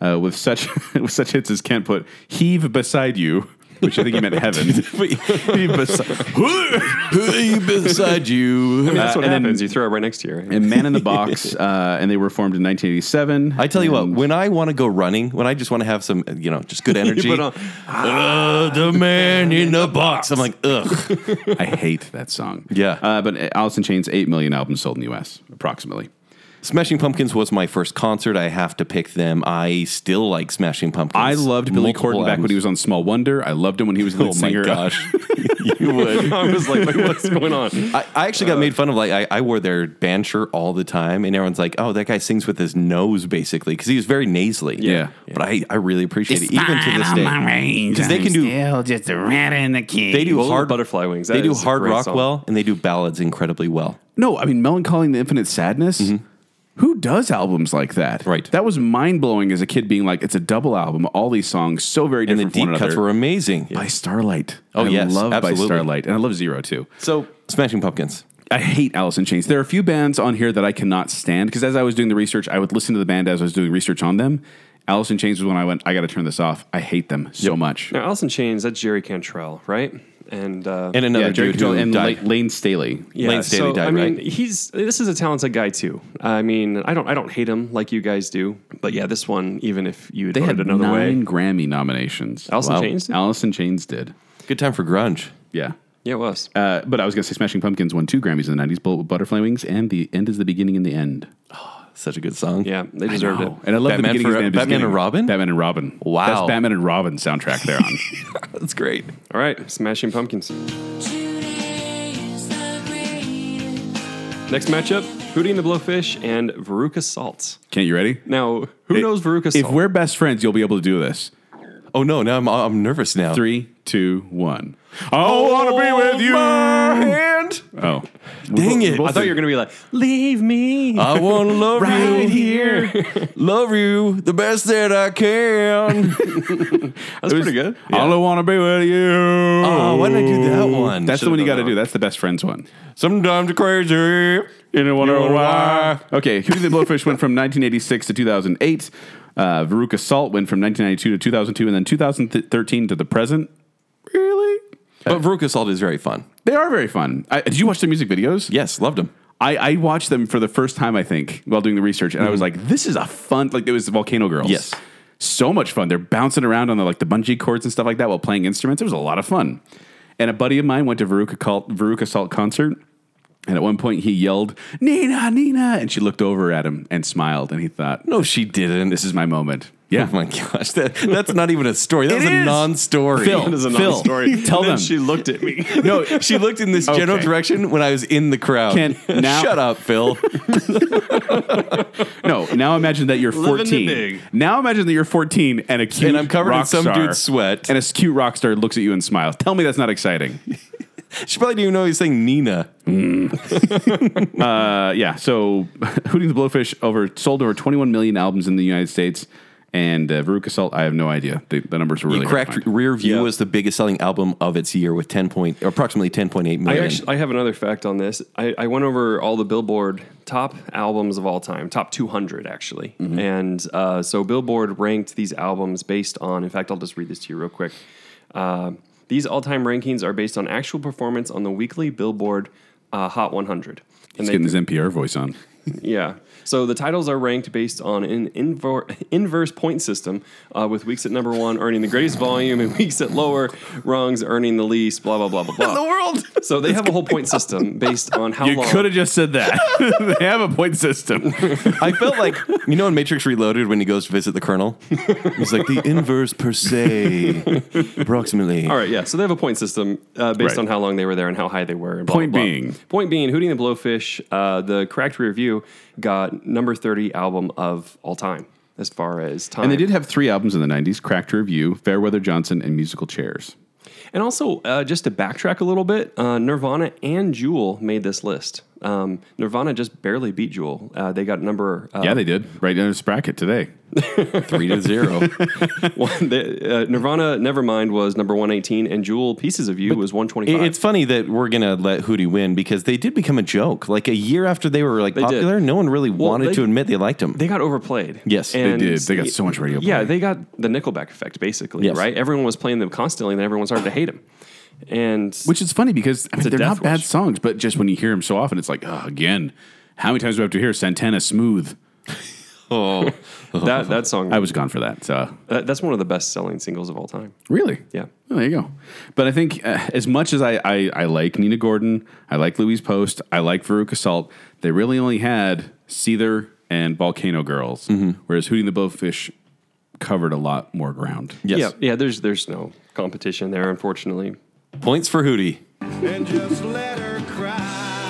B: uh, with such with such hits as "Can't Put Heave Beside You." which I think he meant heaven.
C: Who beside you?
D: that's what
B: and then-
D: happens. you throw it right next to you. Right?
B: and Man in the Box, uh, and they were formed in 1987.
C: I tell you what,
B: And-
C: when I want to go running, when I just want to have some, you know, just good energy,
D: put on-
C: uh,
B: Ah,
C: the man in the box. I'm like, ugh.
B: I hate that song.
C: Yeah.
B: Uh, but Alice in Chains, 8 million albums sold in the US, approximately.
C: Smashing Pumpkins was my first concert. I have to pick them. I still like Smashing Pumpkins.
B: I loved Billy
C: Multiple
B: Corgan back when
C: albums.
B: he was on Small Wonder. I loved him when he was the lead
C: Oh my
B: singer.
C: gosh, you would.
D: I was like, what's going on?
C: I, I actually got
B: Uh.
C: made fun of. Like I, I wore their band shirt all the time, and everyone's like, "Oh, that guy sings with his nose, basically," because he was very nasally.
B: Yeah.
C: but I, I really appreciate it, even to this day.
B: Because
C: they can do-
B: just a rat in the cage.
C: They do
D: Golden
C: hard
D: Butterfly Wings. That
C: They do
D: is a
C: hard
D: great
C: rock
D: song.
C: well, and they do ballads incredibly well.
B: No, I mean Melancholy and the Infinite Sadness. Who does albums like that?
C: Right.
B: That was mind blowing as a kid, being like, it's a double album. All these songs so very
C: And
B: different from
C: the deep
B: one
C: cuts
B: another.
C: were amazing.
B: by Starlight.
C: Oh,
B: I
C: yes,
B: love
C: absolutely.
B: by Starlight, and I love Zero too.
C: So Smashing Pumpkins.
B: I hate Alice in Chains. There are a few bands on here that I cannot stand because as I was doing the research, I would listen to the band as I was doing research on them. Alice in Chains was when I went. I got to turn this off. I hate them so much.
D: Now, Alice in Chains, that's Jerry Cantrell, right? And, uh,
C: And another
B: Yeah, Jerry
C: dude who
B: Cantrell and
C: died.
B: La- Lane Staley.
C: Lane Staley died,
D: I mean,
C: right?
D: he's this is a talented guy too. I mean, I don't I don't hate him like you guys do, but yeah, this one, even if you had
B: They
D: voted
B: had
D: another
B: nine
D: way,
B: Grammy nominations.
D: Alice in Chains did?
B: Alice in Chains did.
C: Good time for grunge.
B: Yeah.
D: yeah, it was.
B: Uh, but I was going to say Smashing Pumpkins won two Grammys in the 90s, Bullet with Butterfly Wings, and The End is the Beginning and the End.
C: Such a good song.
D: yeah, they deserved it.
B: Oh, and I love
C: Batman
B: the beginning
C: for-
B: of the End is the
C: Batman and
B: Beginning.
C: Robin?
B: Batman and Robin.
C: Wow.
B: That's Batman and Robin soundtrack they're on.
C: That's great.
D: All right, Smashing Pumpkins. Next matchup: Hootie and the Blowfish and Veruca Salt.
B: Can't you ready?
D: Now, who knows Veruca Salt?
B: If we're best friends, you'll be able to do this.
C: Oh no, now I'm I'm nervous now.
B: Three, two, one. I
D: Oh,
B: want to be with you.
C: hand.
B: Oh,
C: Oh, Dang it!
D: I thought you were gonna be like, leave me.
C: I want to love you
D: here.
C: love you the best that I can.
D: That's pretty good.
B: I don't want to be with you.
C: oh, why did I do that one?
B: That's the
D: Should've
B: one you got
D: done
B: to
D: that
B: do.
D: one.
B: That's the best friends one.
C: sometimes you're crazy.
B: You know
C: You know why.
B: Okay, Hootie and the Blowfish went from 1986 to 2008. Uh, Veruca Salt went from 1992 to 2002, and then 2013 to the present. Really?
C: But Veruca Salt is very fun.
B: They are very fun. I, did you watch their music videos?
C: Yes, loved him.
B: I, I watched them for the first time, I think, while doing the research, and I
D: Mm-hmm.
B: was like, "This is a fun like it was the Volcano Girls."
C: Yes.
B: so much fun. They're bouncing around on the like the bungee cords and stuff like that while playing instruments. It was a lot of fun. And a buddy of mine went to Veruca Cult, Veruca Salt concert, and at one point he yelled, "Nina, Nina!" and she looked over at him and smiled, and he thought,
C: No, she didn't.
B: "This is my moment." Yeah,
C: Oh my gosh, that, that's not even a story. That was a
B: is.
C: non-story.
B: Phil,
D: That is a
B: Phil,
D: non-story.
B: tell
D: And then
B: them.
D: she looked at me.
B: no,
C: She looked in this general
B: Okay.
C: direction when I was in the crowd.
B: Can- now-
C: Shut up, Phil.
B: no. Now imagine that you're
D: Living
B: 14.
D: the big.
B: Now imagine that you're 14 and a cute
C: and I'm covered in
B: rock
C: some
B: star-
C: dude's sweat.
B: and a cute rock star looks at you and smiles. Tell me that's not exciting.
C: she probably didn't even know he was saying Nina.
B: Uh, yeah. So, Hooting the Blowfish over sold over 21 million albums in the United States, and uh, Veruca Salt. I have no idea. The, the numbers were really hard to
C: Cracked
B: find.
C: Rear View
D: Yeah.
C: was the biggest selling album of its year with 10 point, approximately 10.8
D: I
C: million.
D: actually I have another fact on this. I, I went over all the Billboard top albums of all time, top 200 actually,
B: Mm-hmm.
D: and uh, so Billboard ranked these albums based on. In fact, I'll just read this to you real quick. Uh, these all-time rankings are based on actual performance on the weekly Billboard uh, Hot 100. And
B: He's
D: they,
B: getting his NPR voice on.
D: yeah. So the titles are ranked based on an invor- inverse point system, uh, with weeks at number one earning the greatest volume and weeks at lower rungs earning the least, blah, blah, blah, blah, blah.
C: the world.
D: So they have a whole point system based on how
B: You
D: long.
B: could have just said that. they have a point system.
C: I felt like you know in Matrix Reloaded when he goes to visit the Colonel, he's like the inverse per se, approximately.
D: All right, yeah. So they have a point system uh, based
B: Right.
D: on how long they were there and how high they were. And blah,
B: Point
D: blah, blah.
B: being.
D: point being, Hootie and the Blowfish, uh, the Cracked Rear View got number thirty album of all time as far as time.
B: and they did have three albums in the 90s: Cracked Review, Fairweather Johnson, and Musical Chairs.
D: And also, uh, just to backtrack a little bit, uh, Nirvana and Jewel made this list Um, Nirvana just barely beat Jewel. Uh, they got number uh,
B: yeah, they did. Right in this bracket today.
C: Three to zero.
D: one, the, uh, Nirvana Nevermind was number 118, and Jewel Pieces of You was
C: It-
D: 125.
C: It's funny that we're gonna let Hootie win because they did become a joke. Like a year after they were like
D: did.
C: popular, no one really
D: Well,
C: wanted
D: they-
C: to admit they liked him.
D: they got overplayed.
C: Yes, they
B: did. They got so much radio
D: Yeah,
B: play.
D: they got the Nickelback effect, basically,
C: Yes.
D: right? Everyone was playing them constantly, and then everyone started to hate them. And
B: Which is funny because I mean,
D: a
B: they're not
D: death
B: bad
D: wish.
B: songs, but just when you hear them so often, it's like, oh, again, how many times do we have to hear Santana Smooth?
C: Oh.
D: that, that song,
B: I was gone for that. So
D: that, that's one of the best selling singles of all time.
B: really,
D: Yeah.
B: Well, there you go. But I think uh, as much as I, I I like Nina Gordon, I like Louise Post, I like Veruca Salt. They really only had Seether and Volcano Girls, whereas Hooting the Blowfish covered a lot more ground.
C: yes.
D: Yeah, yeah, there's there's no competition there, unfortunately.
C: Points for Hootie.
E: and just let her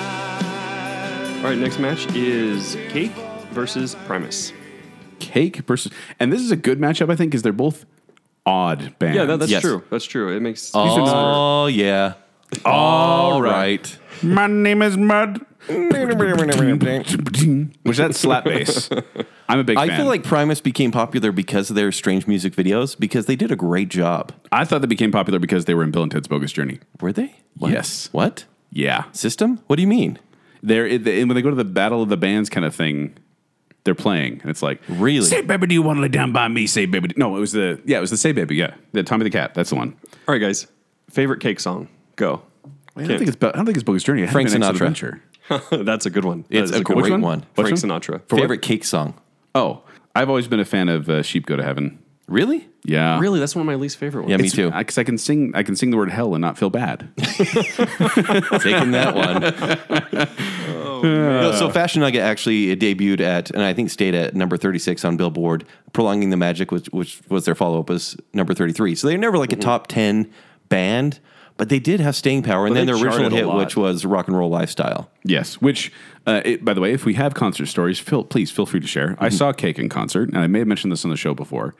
E: cry.
D: All right, next match is Cake versus Primus.
B: Cake versus, and this is a good matchup, I think, because they're both odd bands.
D: Yeah, that, that's
C: Yes.
D: true. That's true. It makes
C: Oh yeah. All right.
B: My name is Mud. Which that slap bass. I'm a big
C: I
B: fan.
C: feel like Primus became popular because of their strange music videos because they did a great job.
B: I thought they became popular because they were in Bill and Ted's Bogus Journey.
C: Were they? What?
B: Yes.
C: What?
B: Yeah,
C: System? What do you mean?
B: they're it- and when they go to the Battle of the Bands kind of thing, they're playing, and it's like
C: Really?
B: say baby, do you want to lay down by me? Say baby, do-" no, it was the yeah, it was the say baby, yeah, the Tommy the Cat, that's the one.
D: All right, guys. Favorite Cake song? Go.
B: I don't think it's Bo- I don't think it's Bogus Journey. It had
C: Frank
B: to be an
C: Sinatra.
B: adventure.
D: that's a good one. That
C: It's
D: is
C: a
D: good
B: Which
C: great one.
B: Which
D: Frank
B: one?
D: Sinatra.
B: For what?
C: Favorite cake song?
B: Oh, I've always been a fan of uh, Sheep Go to Heaven.
C: Really?
B: Yeah,
D: Really, that's one of my least favorite ones.
C: Yeah, me
B: It's-
C: too.
B: I, 'cause I can sing. I can sing the word hell and not feel bad.
C: Taking that one.
D: Oh,
C: No, so Fashion Nugget actually debuted at, and I think stayed at number 36 on Billboard. Prolonging the Magic, which, which was their follow up, was number 33. So they were never like
D: Mm-hmm.
C: a top 10 band, but they did have staying power. And
D: But
C: then
D: they
C: their original
D: charted a
C: hit,
D: lot.
C: which was Rock and Roll Lifestyle.
B: Yes. Which, uh, it, by the way, if we have concert stories, feel, please feel free to share.
C: Mm-hmm.
B: I saw Cake in concert, and I may have mentioned this on the show before,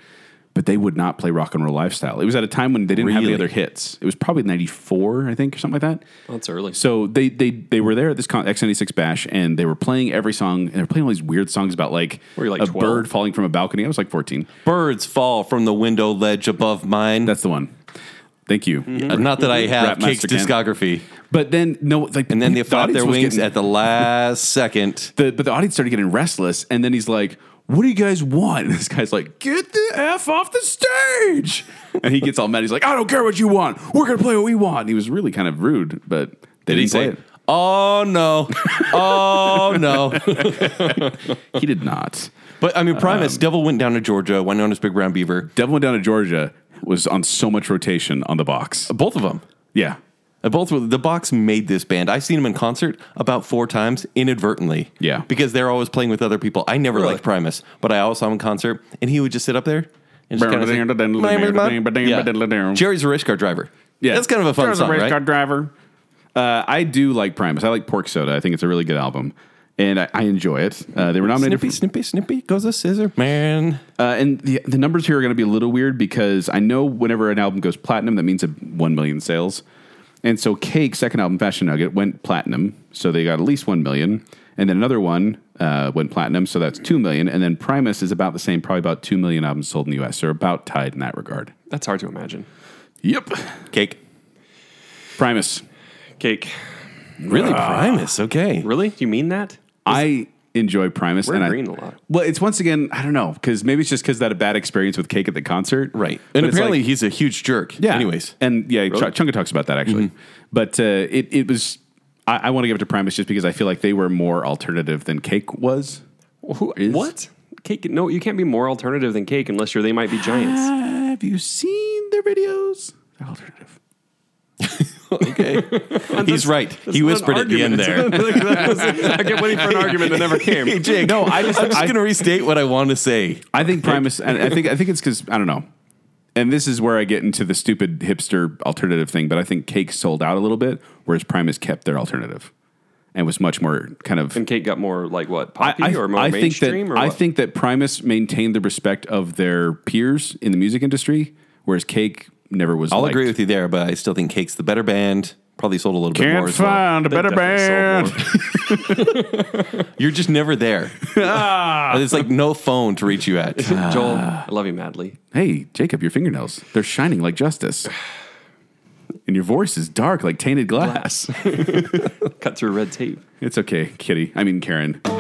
B: but they would not play rock and roll lifestyle. It was at a time when they didn't have any
C: Really? Oh.
B: other hits. It was probably '94, I think, or something like that.
D: That's early.
B: So they they they were there at this con- X96 bash, and they were playing every song, and they were playing all these weird songs about like,
D: Were you, like,
B: a
D: 12?
B: bird falling from a balcony. I was like 14.
C: Birds fall from the window ledge above mine.
B: That's the one. Thank you.
C: Uh, Not that I have
B: Rapmaster
C: Cake's
B: Kent.
C: discography.
B: But then no, like,
C: And then they flapped their wings
B: at the. audience was getting-
C: at the last second.
B: the but the audience started getting restless, and then he's like, "What do you guys want?" And this guy's like, "Get the f off the stage!" And he gets all mad. He's like, "I don't care what you want. We're gonna play what we want." And he was really kind of rude, but they
C: He
B: didn't play
C: said, Oh no. Oh no.
B: it. He did not.
C: But I mean, Primus, Devil went down to Georgia, went on as Big Brown Beaver.
B: Devil went down to Georgia was on so much rotation on the box.
C: Both of them.
B: Yeah,
C: Uh, Both were, the box made this band. I've seen them in concert about four times inadvertently.
B: Yeah.
C: because they're always playing with other people. I never liked Primus, but I always saw him in concert, and he would just sit up there and just kind of yeah. Jerry's a race car driver.
B: yeah.
C: that's kind of a fun
B: Charles
C: song,
B: race car
C: right?
B: driver. Uh, I do like Primus. I like Pork Soda. I think it's a really good album, and I, I enjoy it. Uh, they were nominated
C: Snippy, snippy, snippy goes the scissor man.
B: Uh, and the the numbers here are going to be a little weird because I know whenever an album goes platinum, that means a one million sales. And so, Cake second album, Fashion Nugget, went platinum, so they got at least one million. And then another one uh, went platinum, so that's two million. And then Primus is about the same, probably about two million albums sold in the U.S. They're about tied in that regard.
D: That's hard to imagine.
B: Yep,
C: Cake,
B: Primus.
D: Cake.
C: really?
D: Ah.
C: Primus, okay.
D: Really? You mean that?
B: I enjoy Primus.
D: We're
B: and
D: agreeing
B: I,
D: a lot.
B: Well, it's once again, I don't know, because maybe it's just because that a bad experience with Cake at the concert,
C: Right,
B: But
C: and
B: it's
C: apparently
B: like-
C: he's a huge jerk.
B: Yeah.
C: Anyways,
B: and yeah, Ch- Chunga talks about that actually. But uh, it it was. I, I want to give it to Primus just because I feel like they were more alternative than Cake was.
D: Who,
B: Is-
D: what? Cake? No, you can't be more alternative than Cake unless you're They Might Be Giants.
B: Have you seen their videos? They're alternative.
C: he's right. He whispered at the end there.
D: I kept waiting for an argument that never
C: Hey,
D: came.
C: Jake, no, I just, I'm just going to restate what I want to say.
B: I think Primus, and I think I think it's because I don't know. And this is where I get into the stupid hipster alternative thing. But I think Cake sold out a little bit, whereas Primus kept their alternative and was much more kind of
D: And Cake got more like what poppy or more
B: think
D: mainstream
B: that
D: or
B: I
D: what?
B: think that Primus maintained the respect of their peers in the music industry, whereas Cake never was.
C: I'll agree with you there, but I still think Cake's the better band. probably sold a little bit more
B: Can't
C: as well.
B: find a better band.
C: You're just never there.
D: Ah.
C: It's like no phone to reach you at.
D: Joel, I love you madly.
B: Hey, Jacob, your fingernails, they're shining like justice. And your voice is dark like tainted glass.
D: Cut through red tape.
B: It's okay, Kitty. I mean, Karen.
D: All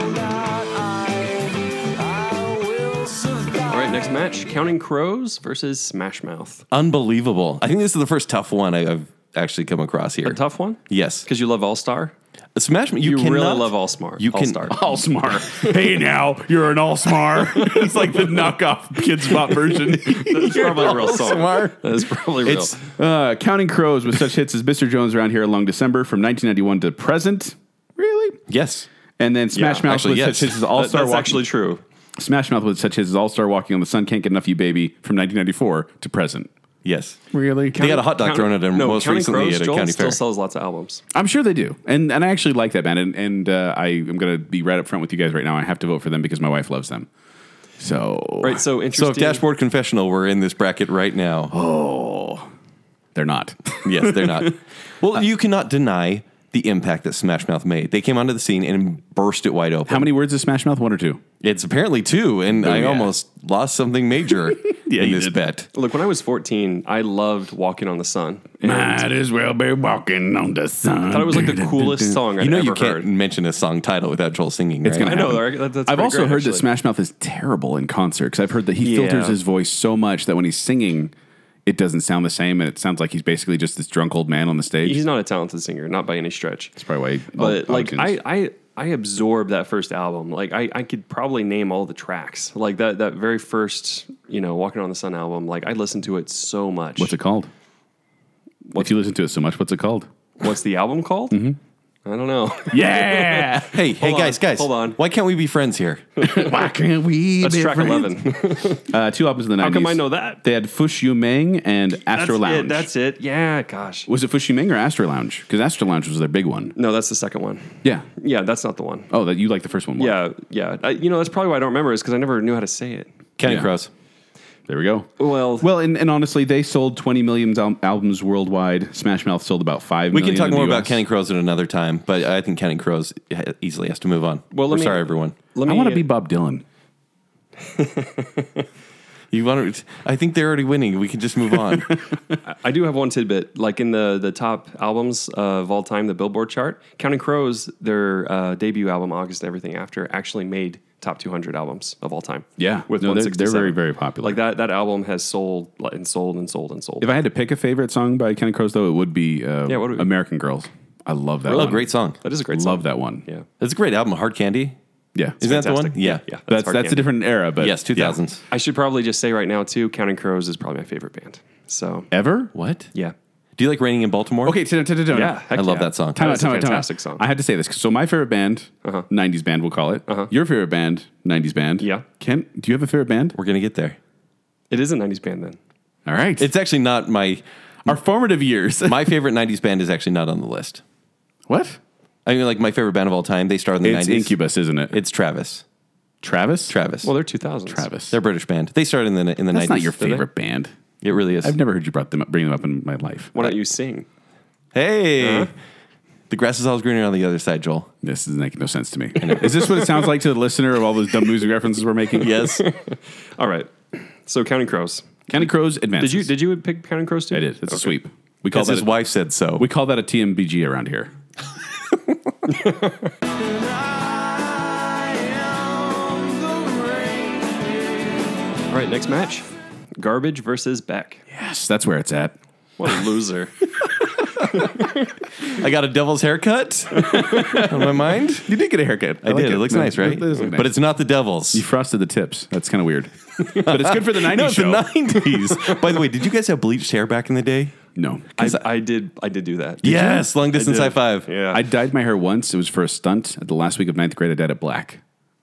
D: right, next match Counting Crows versus Smash Mouth.
C: Unbelievable. I think this is the first tough one I- I've actually come across here.
D: A tough one?
C: Yes.
D: Because you love All Star?
C: Smash Mouth. You,
D: You
C: cannot,
D: really love All Smart.
C: You
D: All
C: can-
D: Star.
B: All smart. hey, now you're an all smart. it's like the knockoff Kids Bop version.
D: That's probably a real song.
C: Smart.
D: That is probably real.
C: It's
B: Uh, Counting Crows with such hits as Mr. Jones around here along December from 1991 to present. Really?
C: yes.
B: And then Smash
D: Yeah,
B: Mouth
C: actually,
B: with
C: yes.
B: such hits as All
D: That-
B: Star
D: that's
B: Walking.
D: actually true.
B: Smash Mouth with such hits as All Star Walking on the Sun Can't Get Enough of You Baby from 1994 to present.
C: Yes.
B: Really?
C: They got a hot dog thrown at them
D: no,
C: most
D: Counting
C: recently
D: Crows,
C: at a
D: Joel
C: county
D: still
C: fair.
D: sells lots of albums.
B: I'm sure they do, and and I actually like that band, and and uh, I am gonna be right up front with you guys right now. I have to vote for them because my wife loves them. So
D: Right, so
C: so
D: interesting.
C: if Dashboard Confessional were in this bracket right now,
B: oh, they're not.
C: yes, they're not. Well, you cannot deny the impact that Smash Mouth made. They came onto the scene and burst it wide open.
B: How many words is Smash Mouth? One or two?
C: It's apparently two, and I
B: yeah.
C: almost lost something major in
B: you
C: this
B: did.
C: bet.
D: Look, when I was 14, I loved Walking on the Sun. And I
B: Might as well be walking on the sun.
D: thought it was like the coolest song I'd
C: You know
D: ever
C: you can't
D: heard.
C: mention a song title without Joel singing.
B: It's
C: right?
B: gonna
D: I know,
B: happen.
D: right? That- that's
B: I've
D: pretty
B: also
D: great,
B: heard that
D: actually.
B: Smash Mouth is terrible in concert because I've heard that he filters
D: Yeah.
B: his voice so much that when he's singing, it doesn't sound the same, and it sounds like he's basically just this drunk old man on the stage.
D: He's not a talented singer, not by any stretch.
B: That's probably why. he-
D: but
B: all- all
D: like
B: tunes.
D: I, I I absorbed that first album. Like I, I could probably name all the tracks. Like that that very first, you know, Walking on the Sun album, like I listened to it so much.
B: what's it called? If you listen to it so much, what's it called? Mm-hmm.
D: What's the album called? I don't know.
B: Yeah.
C: Hey, hey,
D: Hold
C: guys,
D: on,
C: guys,
D: hold on.
C: Why can't we be friends here?
B: Why can't we?
D: That's
B: be
D: track
B: friends?
D: 11.
B: Uh, two albums in the 90s.
D: How come I know that?
B: They had Fushyu Meng and
D: That's
B: Astro Lounge.
D: it. That's it. Yeah, gosh.
B: was it Fushyu Meng or Astro Lounge? Because Astro Lounge was their big one.
D: No, that's the second one.
B: Yeah.
D: Yeah, that's not the one.
B: Oh, that you like the first one more.
D: Yeah, yeah. I, you know, that's probably why I don't remember is because I never knew how to say it.
C: Counting
B: Yeah.
C: Crows.
B: There we go.
D: Well-
B: well, and, and honestly, they sold 20 million al- albums worldwide. Smash Mouth sold about 5
C: We can talk more about
B: Kenny.
C: Counting Crows at another time, but I think Counting Crows ha- easily has to move on.
D: Well, let
C: We're
D: me-
C: sorry, everyone.
D: Let
B: I
D: me uh,
B: want to be Bob Dylan.
C: You want to? I think they're already winning. We can just move on.
D: I do have one tidbit. Like in the the top albums of all time, the Billboard chart, Counting Crows, their uh, debut album, August and Everything After, actually made top 200 albums of all time.
B: Yeah.
D: with
B: No, they're- they're
D: 167.
B: very, very popular.
D: Like that that album has sold like, and sold and sold and sold.
B: If I had to pick a favorite song by Kenny Crows, though, it would be, uh,
D: Yeah, what would it be?
B: American Girls. I love that
C: oh,
B: one.
C: great song.
D: that is a great
B: Love
D: song.
B: that one.
D: Yeah,
C: That's a great album. Hard Candy.
B: Yeah.
C: Isn't that the one?
D: Fantastic.
C: Yeah,
D: yeah.
B: that's that's,
D: hard
B: a
D: candy.
B: different era, but.
C: Yes, two thousands.
D: I should probably just say right now too, Counting Crows is probably my favorite band. So
B: Yeah. Ever?
C: What?
D: yeah,
C: Do you like Raining in Baltimore?
B: Okay, t- t- t- t-
D: yeah,
C: I
D: heck
C: love
D: yeah.
C: that song.
B: Time out,
D: That's a
B: time out, time out.
D: fantastic song.
B: I had to say this. So my favorite band, 90s band, we'll call it. Your favorite band, 90s band.
D: Uh-huh. Yeah.
B: Kent, do you have a favorite band?
C: We're gonna get there.
D: It is a '90s band then.
B: All right.
C: It's actually not my
B: our formative years.
C: my favorite '90s band is actually not on the list.
B: what?
C: I mean, like my favorite band of all time. They started in the
B: It's
C: 90s.
B: Incubus, isn't it?
C: It's Travis.
B: Travis?
C: Travis.
D: Well, they're 2000s.
B: Travis.
C: They're a British band. They started in the in the
B: That's
C: 90s.
B: not your
C: did they?
B: favorite band.
C: It really is.
B: I've never heard you brought them up, bring them up in my life.
D: Why don't you sing?
C: hey,
B: Uh-huh.
C: the grass is always greener on the other side, Joel.
B: This is making no sense to me. Is this what it sounds like to the listener of all those dumb music references we're making?
C: Yes.
D: All right. So Counting Crows.
B: County Crows advances.
D: Did you did you pick Counting Crows too?
B: It is. It's a
D: Okay.
B: sweep. We call
C: Because
B: that
C: his
B: a,
C: wife said so.
B: we call that a TMBG around here.
D: All right, next match. Garbage versus Beck.
B: Yes, that's where it's at.
D: What a loser.
C: I got a devil's haircut on my mind.
B: You did get a haircut.
C: I, did. It, looks nice, right? But it's not the devil's.
B: You frosted the tips. That's kind of weird. but it's good for the 90s
C: no, it's the
B: show.
C: nineties. By the way, did you guys have bleached hair back in the day?
B: no.
D: I, I did I did do that.
C: yes, long distance high five.
D: Yeah.
B: I dyed my hair once. It was for a stunt at the last week of ninth grade. I dyed it black.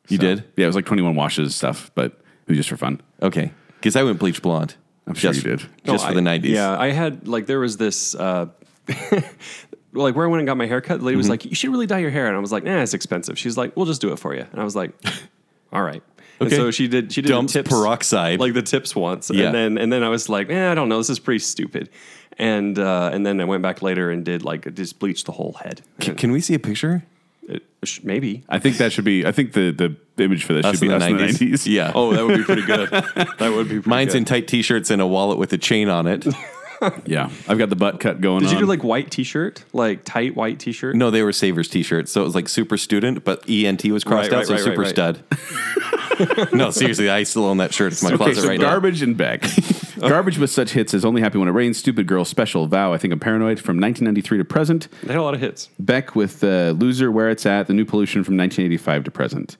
C: You did?
B: Yeah, it was like 21 washes stuff, but it was just for fun.
C: Okay. Because I went bleach blonde.
B: I'm sure
C: Just-
B: you did.
D: No,
C: Just
D: I-
C: for the nineties.
D: Yeah, I had like there was this uh like where I went and got my hair cut, the lady was like, You should really dye your hair. And I was like, nah, it's expensive. She's like, We'll just do it for you. And I was like, All right. And
C: Okay.
D: so she did. She did the
C: Dumps
D: tips,
C: peroxide.
D: like the tips once,
C: Yeah.
D: and then and then I was like, eh, I don't know, this is pretty stupid. And uh, and then I went back later and did like just bleached the whole head.
C: C- Can we see a picture?
D: It- sh- maybe
B: I think that should be. I think the the image for that
C: Us
B: should be
C: in the
B: us in the
C: 90s.
B: nineties.
C: Yeah.
D: Oh, that would be pretty good. that would be. Pretty
C: Mine's
D: good.
C: in tight t-shirts and a wallet with a chain on it.
B: yeah. I've got the butt cut going.
D: Did you
B: on.
D: do like white t-shirt, like tight white t-shirt?
C: No, they were Savers t-shirts, so it was like super student, but ENT was crossed
D: Right, right,
C: out, so
D: right,
C: super
D: right,
C: stud. no, seriously, I still own that shirt. It's my
B: Okay,
C: closet
B: so
C: right now.
B: garbage and back. garbage with such hits as Only Happy When It Rains, Stupid Girl, Special, Vow, I Think I'm Paranoid from 1993 to present.
D: They had a lot of hits.
B: Beck with uh, Loser, Where It's At, The New Pollution from 1985 to present.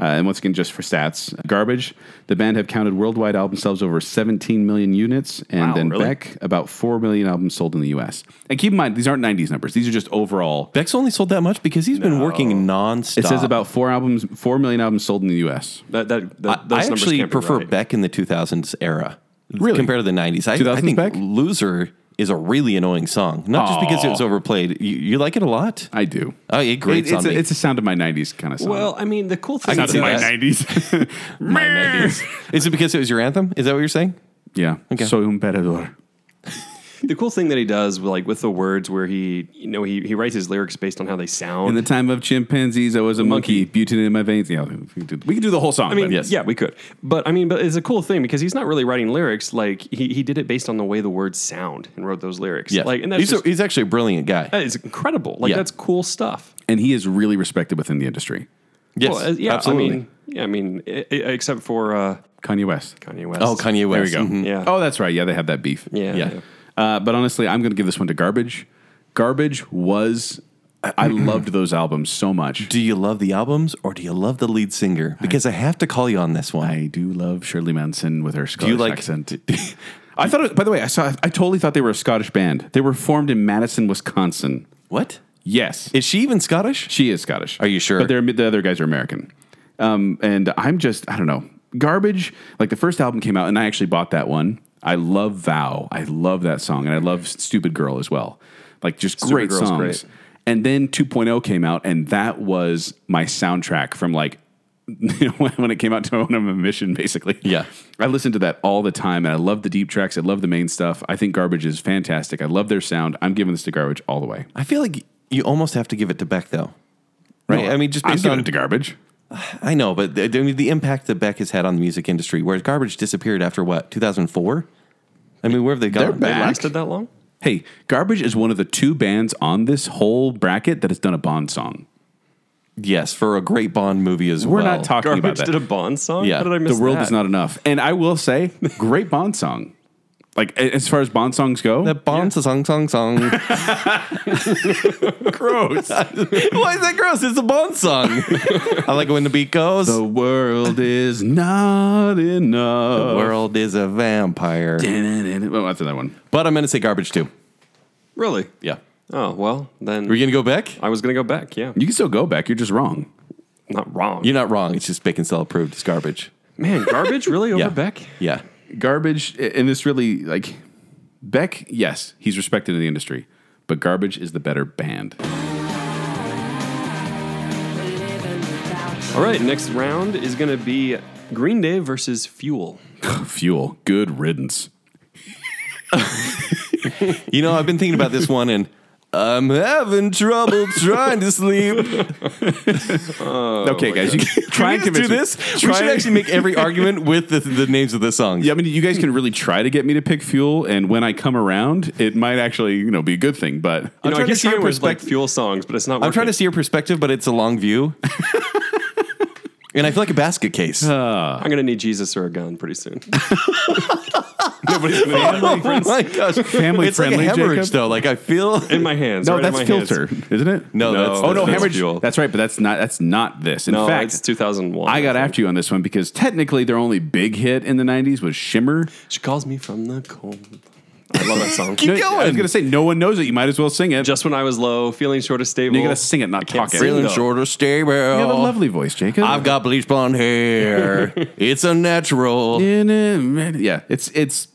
B: Uh, and once again, just for stats, Garbage, the band have counted worldwide album sales over 17 million units, and
D: Wow,
B: then
D: really?
B: Beck, about 4 million albums sold in the US. And keep in mind, these aren't 90s numbers, these are just overall.
C: Beck's only sold that much because he's been working nonstop.
B: It says about four albums, four million albums sold in the U.S.
D: That that, that
C: I,
D: those
C: I
D: numbers
C: actually
D: can't be
C: prefer
D: right.
C: Beck in the 2000s era,
B: Really?
C: compared to the 90s. I, I
B: 2000s
C: think
B: Beck?
C: "Loser" is a really annoying song, not just because it was
B: Aw.
C: overplayed. You, you like it a lot.
B: I do.
C: Oh, it grates
B: It- Uh, it's,
C: on
B: a,
C: me.
B: it's a sound of my '90s kind of song.
D: Well,
C: Um,
D: I mean, the cool thing
C: can
B: sound
D: is
B: of
C: see
B: my
C: that.
D: that,
B: '90s.
C: My 90s. Is it because it was your anthem? Is that what you're saying?
B: Yeah.
C: Okay.
B: Soy un perdedor.
D: the cool thing that he does, like with the words, where he you know he, he writes his lyrics based on how they sound.
B: In the time of chimpanzees, I was a monkey. Butane in my veins. Yeah, we can do, we can do the whole song.
D: I mean,
B: but-
D: yeah, we could, but I mean, but it's a cool thing because he's not really writing lyrics. Like he, he did it based on the way the words sound and wrote those lyrics.
C: Yeah.
D: like and that's
C: he's,
D: just, Uh,
C: a, he's actually a brilliant guy.
D: that is incredible. Like
C: Yeah.
D: that's cool stuff.
B: And he is really respected within the industry.
C: yes,
D: uh, yeah,
C: absolutely.
D: I mean, yeah, I mean, i i except for uh,
B: Kanye West.
D: Kanye West.
C: oh,
B: There
C: Kanye West.
B: we go.
C: Mhm.
D: Yeah.
B: Oh, that's right. Yeah, they had that beef.
D: Yeah.
C: yeah.
B: Uh, but honestly, I'm going to give this one to Garbage. Garbage was. I I loved those albums so much.
C: Do you love the albums or do you love the lead singer? Because I, have to call you on this one.
B: I do love Shirley Manson with her Scottish
C: you like-
B: accent. I thought. It, by the way, I saw. I totally thought they were a Scottish band. They were formed in Madison, Wisconsin.
C: what?
B: Yes,
C: Is she even Scottish?
B: She is Scottish.
C: Are you sure?
B: But they're, the other guys are American. Um, and I'm just, I don't know, garbage. Like the first album came out, and I actually bought that one. I love Vow. I love that song, and I love Stupid Girl as well. Like just great
D: Girl's
B: songs.
D: great.
B: And then 2.0 came out, and that was my soundtrack from like you know, when it came out to when I'm a mission, basically.
C: Yeah.
B: I listened to that all the time, and I love the deep tracks. I love the main stuff. I think Garbage is fantastic. I love their sound. I'm giving this to Garbage all the way.
C: I feel like you almost have to give it to Beck though. Right? I mean, just
B: I'm
C: based
B: giving
C: on
B: it to Garbage.
C: I know, but the, the- I mean, the impact that Beck has had on the music industry, whereas Garbage disappeared after what, 2004? I mean, where have they gone?
B: They're
D: They
B: back.
D: lasted that long.
B: Hey, Garbage is one of the two bands on this whole bracket that has done a Bond song.
C: Yes, for a great Bond movie as
B: We're
C: well.
B: not talking about
D: Garbage
B: that.
D: did a Bond song.
C: Yeah.
D: How did I
B: the
D: miss
B: world
D: that?
B: is not enough. And I will say, great Bond song. Like a- as far as Bond songs go,
C: That Bond song, song, song. Why
B: gross.
C: is that gross? It's a Bond song. I like it when the beat goes.
B: the
C: The
B: world is not enough.
C: world is a vampire.
B: Well, that's another one.
C: But I'm going to say Garbage too.
D: really.
C: Yeah.
D: Oh well, then
C: Are you going to go Beck?
D: I was gonna go back. Yeah,
B: You can still go back. You're just wrong.
D: not wrong.
C: You're not wrong. It's just Bacon Cell approved. It's garbage.
D: Man, garbage really over
C: Yeah.
D: Beck?
C: Yeah.
B: Garbage, and this really like Beck. Yes, he's respected in the industry, but Garbage is the better band.
D: All right, next round is going to be Green Day versus Fuel.
B: Fuel, good riddance.
C: You know, I've been thinking about this one and I'm having trouble trying to sleep.
B: okay, guys, you Oh can try
C: Trying
B: and
C: to do
B: convince
C: this?
B: Me.
C: we
B: Try
C: should
B: and-
C: actually make every argument with the, the names of the songs.
B: Yeah, I mean, you guys can really try to get me to pick fuel, and when I come around, it might actually, you know, be a good thing. But
D: You know, I
C: trying to
D: guess
C: see
D: you
C: your
D: with like
C: perspect-
D: Fuel songs, but it's not.
C: I'm trying to see your perspective, but it's a long view. and I feel like a basket case.
D: I'm going to need Jesus or a gun pretty soon.
B: nobody's family,
C: oh my gosh.
B: Family
C: it's like a
B: friendly,
C: hemorrhage,
B: Jacob?
C: though. Like I feel.
D: In my hands.
B: No,
D: right in
B: that's
D: my
B: filter,
D: Hands.
B: isn't it?
C: No, that's-
B: oh no,
D: that's
B: hemorrhage.
D: Fuel.
B: That's right, but that's not that's not this. In
D: No,
B: fact,
D: it's 2001.
B: I got
D: think.
B: after you on this one because technically their only big hit in the '90s was "Shimmer."
D: She calls me from the cold. I love that song.
B: No,
C: Keep
B: I was
C: going.
B: going to say no one knows it. You might as well sing it.
D: Just when I was low, feeling short of stable.
B: you got to sing it, not talk it.
D: sing,
B: You
C: Feeling
D: though.
C: shorter, stable.
B: have a lovely voice, Jacob.
C: I've got bleach blonde hair. it's unnatural.
B: In a- Yeah, it's it's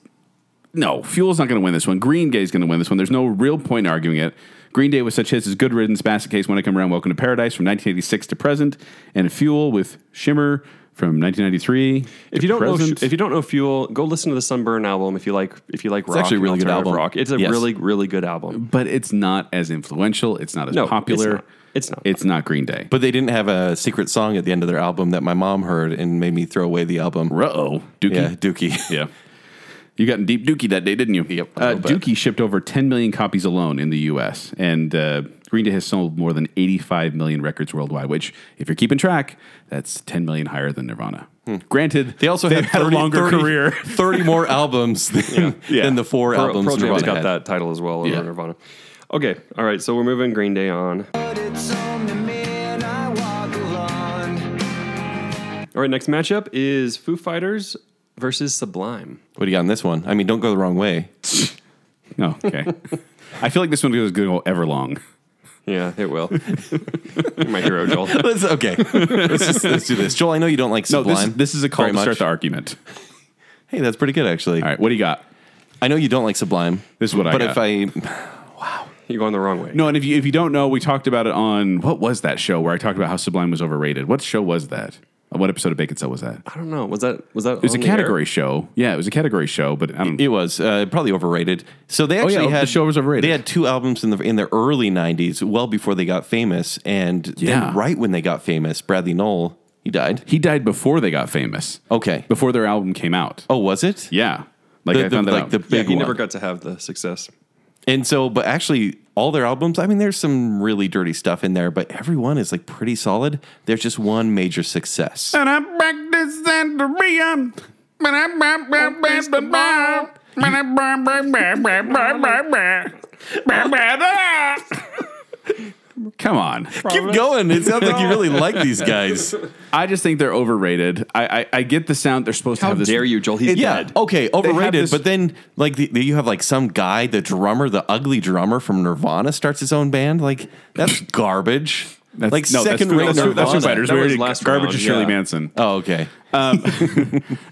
B: no fuel's not going to win this one. Green Day's going to win this one. There's no real point in arguing it. Green Day with such hits as "Good Riddance," "Basket Case," "When I Come Around," "Welcome to Paradise" from 1986 to present, and Fuel with "Shimmer," from 1993.
D: If
B: to
D: you don't know,
B: present.
D: if you don't know Fuel, go listen to the Sunburn album. If you like, if you like rock,
C: actually a
D: and
C: really good
D: alternative
C: album.
D: Rock, it's a
C: Yes.
D: really, really good album.
B: but it's not as influential. It's not as
D: No, it's
B: popular.
D: not. It's not.
B: It's not Green Day.
C: But they didn't have a secret song at the end of their album that my mom heard and made me throw away the album.
B: oh, Dookie.
C: Yeah, Dookie.
B: Yeah. You got in deep Dookie that day, didn't you? Yep.
C: a
B: Uh,
C: little bit.
B: Dookie shipped over 10 million copies alone in the U.S. and uh, Green Day has sold more than 85 million records worldwide. Which, if you're keeping track, that's 10 million higher than Nirvana. Granted,
C: They also
B: they've
C: had, 30,
B: a longer
C: 30
B: career.
C: 30 more albums than,
B: Yeah.
C: than the four
D: Pearl,
C: albums
D: Pearl Jam's
C: Nirvana
D: got
C: had.
D: that title as well over
B: Yeah.
D: Nirvana. Okay, all right. So we're moving Green Day on.
E: But it's only me and I walk alone.
D: All right, next matchup is Foo Fighters versus Sublime.
C: What do you got on this one? I mean, don't go the wrong way.
B: Oh, okay. I feel like this one is going to go ever long.
D: Yeah, it will. You're my hero, Joel.
C: Let's, okay, let's, just, let's do this. Joel, I know you don't like
B: No,
C: Sublime.
B: this, this is a call
C: very
B: to
C: much.
B: start the argument.
C: Hey, that's pretty good actually.
B: All right, what do you got?
C: I know you don't like Sublime.
B: This is what I
C: but
B: got.
C: if I
D: You're going the wrong way.
B: No, and if you if you don't know, we talked about it on what was that show where I talked about how Sublime was overrated. What show was that? What episode of Bacon Cell was that?
D: I don't know. Was that was that?
B: It was a category show. Yeah, it was a category show, but um, I don't
C: It was uh, probably overrated. So they actually
B: yeah,
C: had
B: the show was overrated.
C: They had two albums in the in the early '90s, well before they got famous, and
B: Yeah.
C: then right when they got famous, Bradley Knoll he died.
B: He died before they got famous. Oh,
C: Okay.
B: Before their album came out.
C: Oh, was it?
B: Yeah. Like
C: The-
B: I
C: the-
B: found that
C: like
B: out.
C: the
D: Yeah,
C: big
D: he
C: one.
D: never got to have the success.
C: and so, but actually, all their albums. I mean, there's some really dirty stuff in there, but every one is like pretty solid. There's just one major success.
B: and I practice and the rhythm. Come on.
C: Keep going. It sounds like you really like these guys.
B: I just think they're overrated. I, I, I get the sound they're supposed to
D: How
B: have this.
D: dare you, Joel? He's
C: Yeah. Oh,
D: dead.
C: Okay. Overrated.
B: this-
C: but then, like, the, you have like some guy, the drummer, the ugly drummer from Nirvana, starts his own band. Like, that's garbage.
B: That's,
C: like
B: no, that's
C: second
B: Foo-
C: rate
B: that's, Foo-
C: Nirvana.
B: that's Foo Fighters.
D: That
B: We
D: was
B: already-
D: last
B: garbage
D: round,
B: is Shirley
D: yeah.
B: Manson.
C: oh, okay.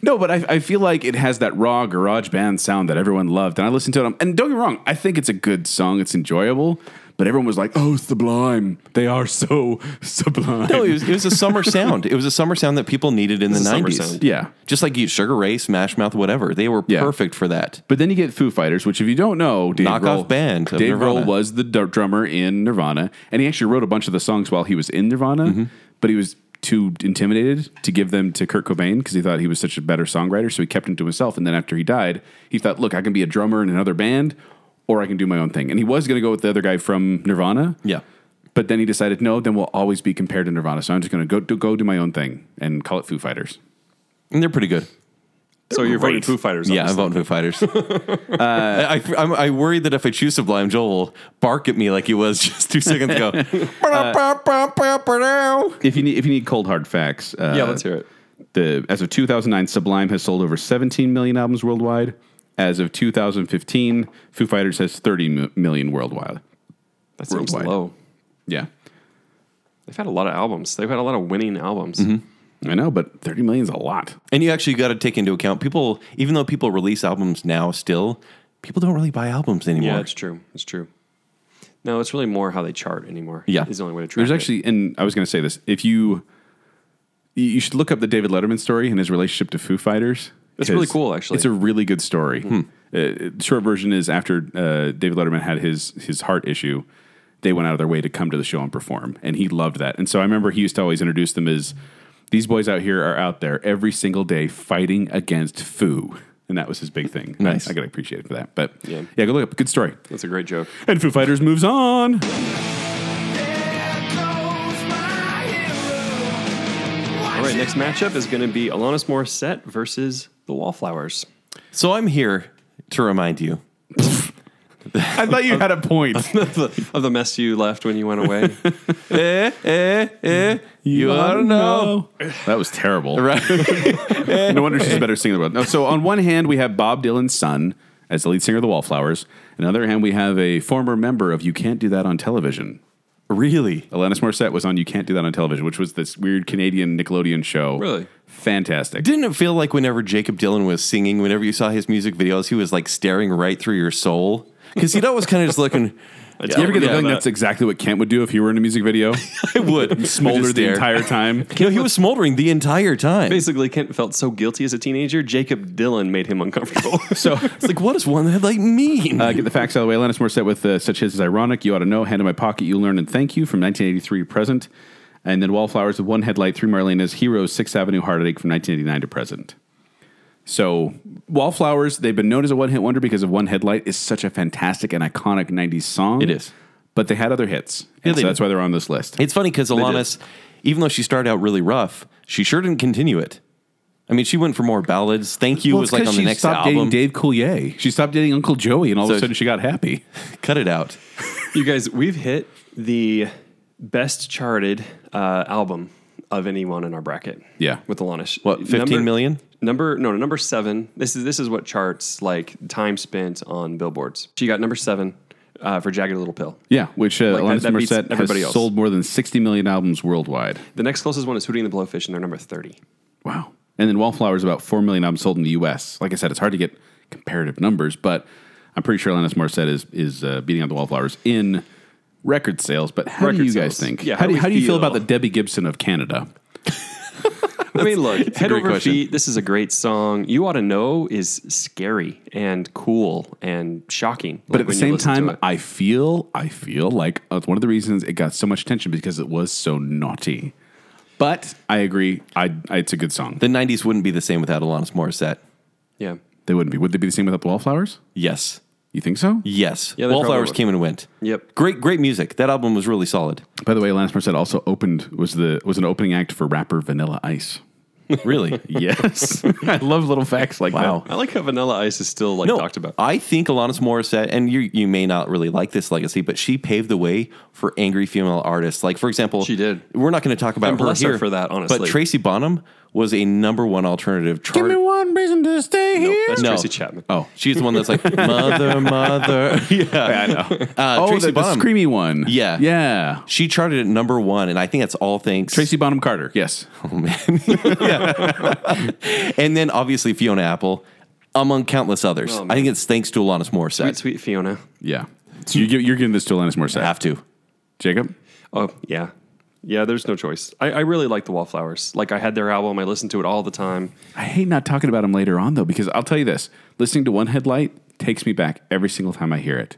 B: No, but I, I feel like it has that raw garage band sound that everyone loved, and I listened to it. And don't get me wrong, I think it's a good song; it's enjoyable. But everyone was like, "Oh, Sublime! They are so sublime."
C: no, it was, it was a summer sound. It was a summer sound that people needed in the
D: It's a summer
C: nineties.
D: sound.
B: yeah.
C: Just like you, Sugar Ray, Smash Mouth, whatever. They were
B: Yeah.
C: perfect for that.
B: But then you get Foo Fighters, which, if you don't know, Dave
C: Knockoff
B: Grohl,
C: band of
B: Dave
C: Nirvana.
B: Grohl was the d- drummer in Nirvana, and he actually wrote a bunch of the songs while he was in Nirvana. But he was too intimidated to give them to Kurt Cobain because he thought he was such a better songwriter, so he kept them to himself. And then after he died, he thought, "Look, I can be a drummer in another band, or I can do my own thing." And he was going to go with the other guy from Nirvana,
C: Yeah.
B: But then he decided, no, then we'll always be compared to Nirvana, so I'm just going to go go do my own thing and call it Foo Fighters.
C: And they're pretty good.
D: So you're voting
B: great.
D: Foo Fighters.
C: Yeah, I'm
D: obviously.
C: voting Foo Fighters. I, I, I'm, I worry that if I choose Sublime, Joel will bark at me like he was just two seconds ago.
B: If you need if you need cold hard facts, uh,
D: Yeah, let's hear it.
B: the as of 2009, Sublime has sold over 17 million albums worldwide. As of 2015, Foo Fighters has 30 mi- million worldwide.
D: That seems
B: Worldwide.
D: low.
B: Yeah,
D: They've had a lot of albums. They've had a lot of winning albums.
B: I know, but 30 million is a lot.
C: And you actually got to take into account people, even though people release albums now, still people don't really buy albums anymore.
D: Yeah, it's true. It's true. No, it's really more how they chart anymore.
C: Yeah.
D: is the only way to track.
B: There's
D: it.
B: actually, and I was going to say this: if you you- you should look up the David Letterman story and his relationship to Foo Fighters.
D: That's really
B: 'cause
D: cool, actually. Hmm.
B: it's a really good story. Uh, the short version is after uh, David Letterman had his his heart issue, they went out of their way to come to the show and perform, and he loved that. And so I remember he used to always introduce them as these boys out here are out there every single day fighting against Foo. And that was his big thing. And I-
C: Nice.
B: I, got appreciated for that. But
D: Yeah.
B: yeah. go look up. Good story.
D: that's a great joke.
B: And Foo Fighters moves on.
E: There goes my hero.
D: All right, next matchup is going to be Alanis Morissette versus the Wallflowers.
C: So I'm here to remind you.
B: I thought you had a point.
D: of the mess you left when you went away.
C: eh, eh, eh, you ought to know.
B: That was terrible. Right. no wonder she's a better singer than the world. No, so on one hand, we have Bob Dylan's son as the lead singer of the Wallflowers. On the other hand, we have a former member of You Can't Do That on Television.
C: Really?
B: Alanis Morissette was on You Can't Do That on Television, which was this weird Canadian Nickelodeon show.
D: Really?
B: Fantastic.
C: Didn't it feel like whenever Jacob Dylan was singing, whenever you saw his music videos, he was like staring right through your soul? Because he'd always kind of just looking.
B: Do you ever get the feeling that's exactly what Kent would do if he were in a music video?
C: I would
B: Smolder the entire time.
C: No, he was smoldering the entire time.
D: Basically, Kent felt so guilty as a teenager. Jacob Dylan made him uncomfortable.
B: So
C: It's like, what does one headlight mean?
B: Uh, get the facts out of the way. Alanis Morissette with uh, Such Hits as Ironic, You Ought to Know, Hand in My Pocket, You Learn and Thank You from 1983 to present. And then Wallflowers with One Headlight, Three Marlena's Heroes, Sixth Avenue Heartache from 1989 to present. So, Wallflowers, they've been known as a one hit wonder because of One Headlight is such a fantastic and iconic 90s song.
C: It is.
B: But they had other hits. And
C: they
B: so that's
C: did.
B: why they're on this list.
C: It's funny because Alanis, even though she started out really rough, she sure didn't continue it. I mean, she went for more ballads. Thank you
B: Well,
C: was
B: it's
C: like
B: 'cause
C: on the
B: she
C: next
B: stopped dating
C: album.
B: Dave Coulier. She stopped dating Uncle Joey, and all of
C: So-
B: a sudden she got happy.
C: Cut it out.
D: you guys, we've hit the best charted uh, album of anyone in our bracket.
B: Yeah.
D: with Alanis.
C: What, 15
D: Number-
C: million?
D: Number no, no, number seven. This is this is what charts like time spent on billboards. She got number seven uh, for Jagged Little Pill.
B: Yeah, which uh,
D: Like, that-
B: Alanis
D: that beats
B: Morissette
D: everybody
B: has
D: else.
B: sold more than 60 million albums worldwide.
D: The next closest one is Hootie and the Blowfish, and they're number thirty.
B: Wow. And then Wallflowers about 4 million albums sold in the US. Like I said, it's hard to get comparative numbers, but I'm pretty sure Alanis Morissette is, is uh, beating out the Wallflowers in record sales. But how do
D: Record
B: you guys
D: sales.
B: think?
D: Yeah,
B: how,
D: how
B: do,
D: do we
B: how do you feel
D: feel?
B: about the Debbie Gibson of Canada?
D: I mean, look, head
C: great
D: over
C: question.
D: feet. This is a great song. You ought to know is scary and cool and shocking.
B: But at the same time, I feel I feel like that's one of the reasons it got so much attention because it was so naughty. But I agree, I, I it's a good song.
C: The 90s wouldn't be the same without Alanis Morissette.
D: yeah,
B: They wouldn't be. Would they be the same without the Wallflowers?
C: Yes.
B: You think so?
C: Yes.
D: Yeah, they probably
C: Wallflowers
D: would.
C: came and went.
D: yep.
C: Great, great music. That album was really solid.
B: By the way, Alanis Morissette also opened was the was an opening act for rapper Vanilla Ice.
C: Really.
B: Yes. I love little facts like
C: Wow.
D: I like how Vanilla Ice is still like
C: no,
D: talked about.
C: I think Alanis Morissette, and you you may not really like this legacy, but she paved the way for angry female artists. Like for example,
D: She did.
C: We're not going to talk about
D: And
C: her
D: bless her
C: here
D: for that, honestly.
C: But Tracy Bonham was a number one alternative chart.
B: one reason to stay
D: Nope, that's
C: No.
D: Tracy Chapman.
B: Oh.
C: She's the one that's like mother, mother. yeah, Uh,
B: oh,
C: Tracy
B: the, the
C: Bonham.
B: screamy one.
C: Yeah.
B: Yeah.
C: She charted at number one, and I think that's all thanks
B: Tracy Bonham Carter. Yes.
C: And then obviously Fiona Apple, among countless others.
D: Oh, man.
C: I think it's thanks to Alanis Morissette.
D: Sweet, sweet Fiona.
B: Yeah. So you, you're giving this to Alanis Morissette.
C: I have to.
B: Jacob?
D: Oh yeah, yeah. There's no choice. I, I really like the Wallflowers. Like I had their album. I listened to it all the time.
B: I hate not talking about him later on, though, because I'll tell you this listening to One Headlight takes me back every single time I hear it.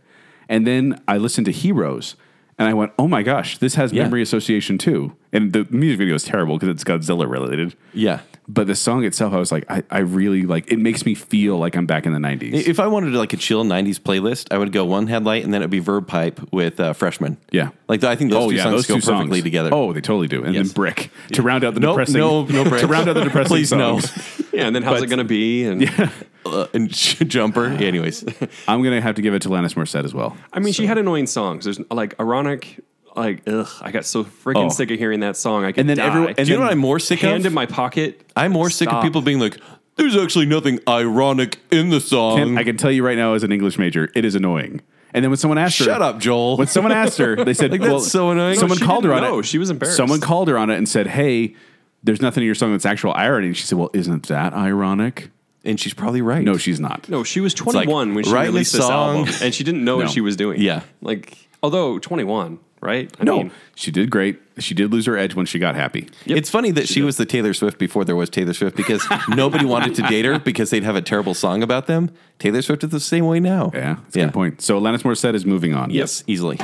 B: And then I listened to Heroes and I went, oh my gosh, this has
C: Yeah.
B: memory association too. And the music video is terrible because it's Godzilla related.
C: Yeah.
B: But the song itself, I was like, I, I really like it, makes me feel like I'm back in the 90s.
C: If I wanted to like a chill '90s playlist, I would go one headlight, and then it'd be Verb Pipe with uh, Freshman.
B: Oh, Yeah.
C: like I think those two songs go perfectly together.
B: Oh, they totally do. And
C: Yes.
B: then Brick to round out the
C: Nope,
B: depressing.
C: no, no Brick.
B: to round out the depressing.
C: Please, no.
B: songs.
D: Yeah, and then how's
B: But-
D: it gonna be? And
C: Uh, and Jumper. Anyways,
B: I'm gonna have to give it to Lannis Morissette as well.
D: I mean, she had annoying songs. There's like ironic. Like ugh, I got so freaking
B: Oh.
D: sick of hearing that song. I could
B: And then
D: die.
B: everyone- and
C: do you know
B: then
C: what I'm more sick
D: hand
C: of?
D: in my pocket.
C: I'm more sick of
D: Stop.
C: people being like, "There's actually nothing ironic in the song."
B: And I can tell you right now, as an English major, it is annoying. And then when someone asked her,
C: Shut up, Joel.
B: When someone asked her, they said,
C: Like, that's
B: well,
C: so annoying.
B: Someone
D: No, she
B: called her on
D: didn't
B: it.
D: know. She was embarrassed.
B: Someone called her on it and said, "Hey, there's nothing in your song that's actual irony." And she said, "Well, isn't that ironic?"
C: and she's probably right.
B: No, she's not.
D: No, she was
C: like,
D: 21 when she
C: write me
D: released this
C: song.
D: album, and she didn't know
B: No.
D: what she was doing.
C: Yeah.
D: like although 21, right? I
B: no.
D: mean,
B: she did great. She did lose her edge when she got happy.
C: It's funny that she was the Taylor Swift before there was Taylor Swift because nobody wanted to date her because they'd have a terrible song about them. Taylor Swift is the same way now.
B: Yeah, that's a good point. So Alanis Morissette is moving on.
C: Yes, easily.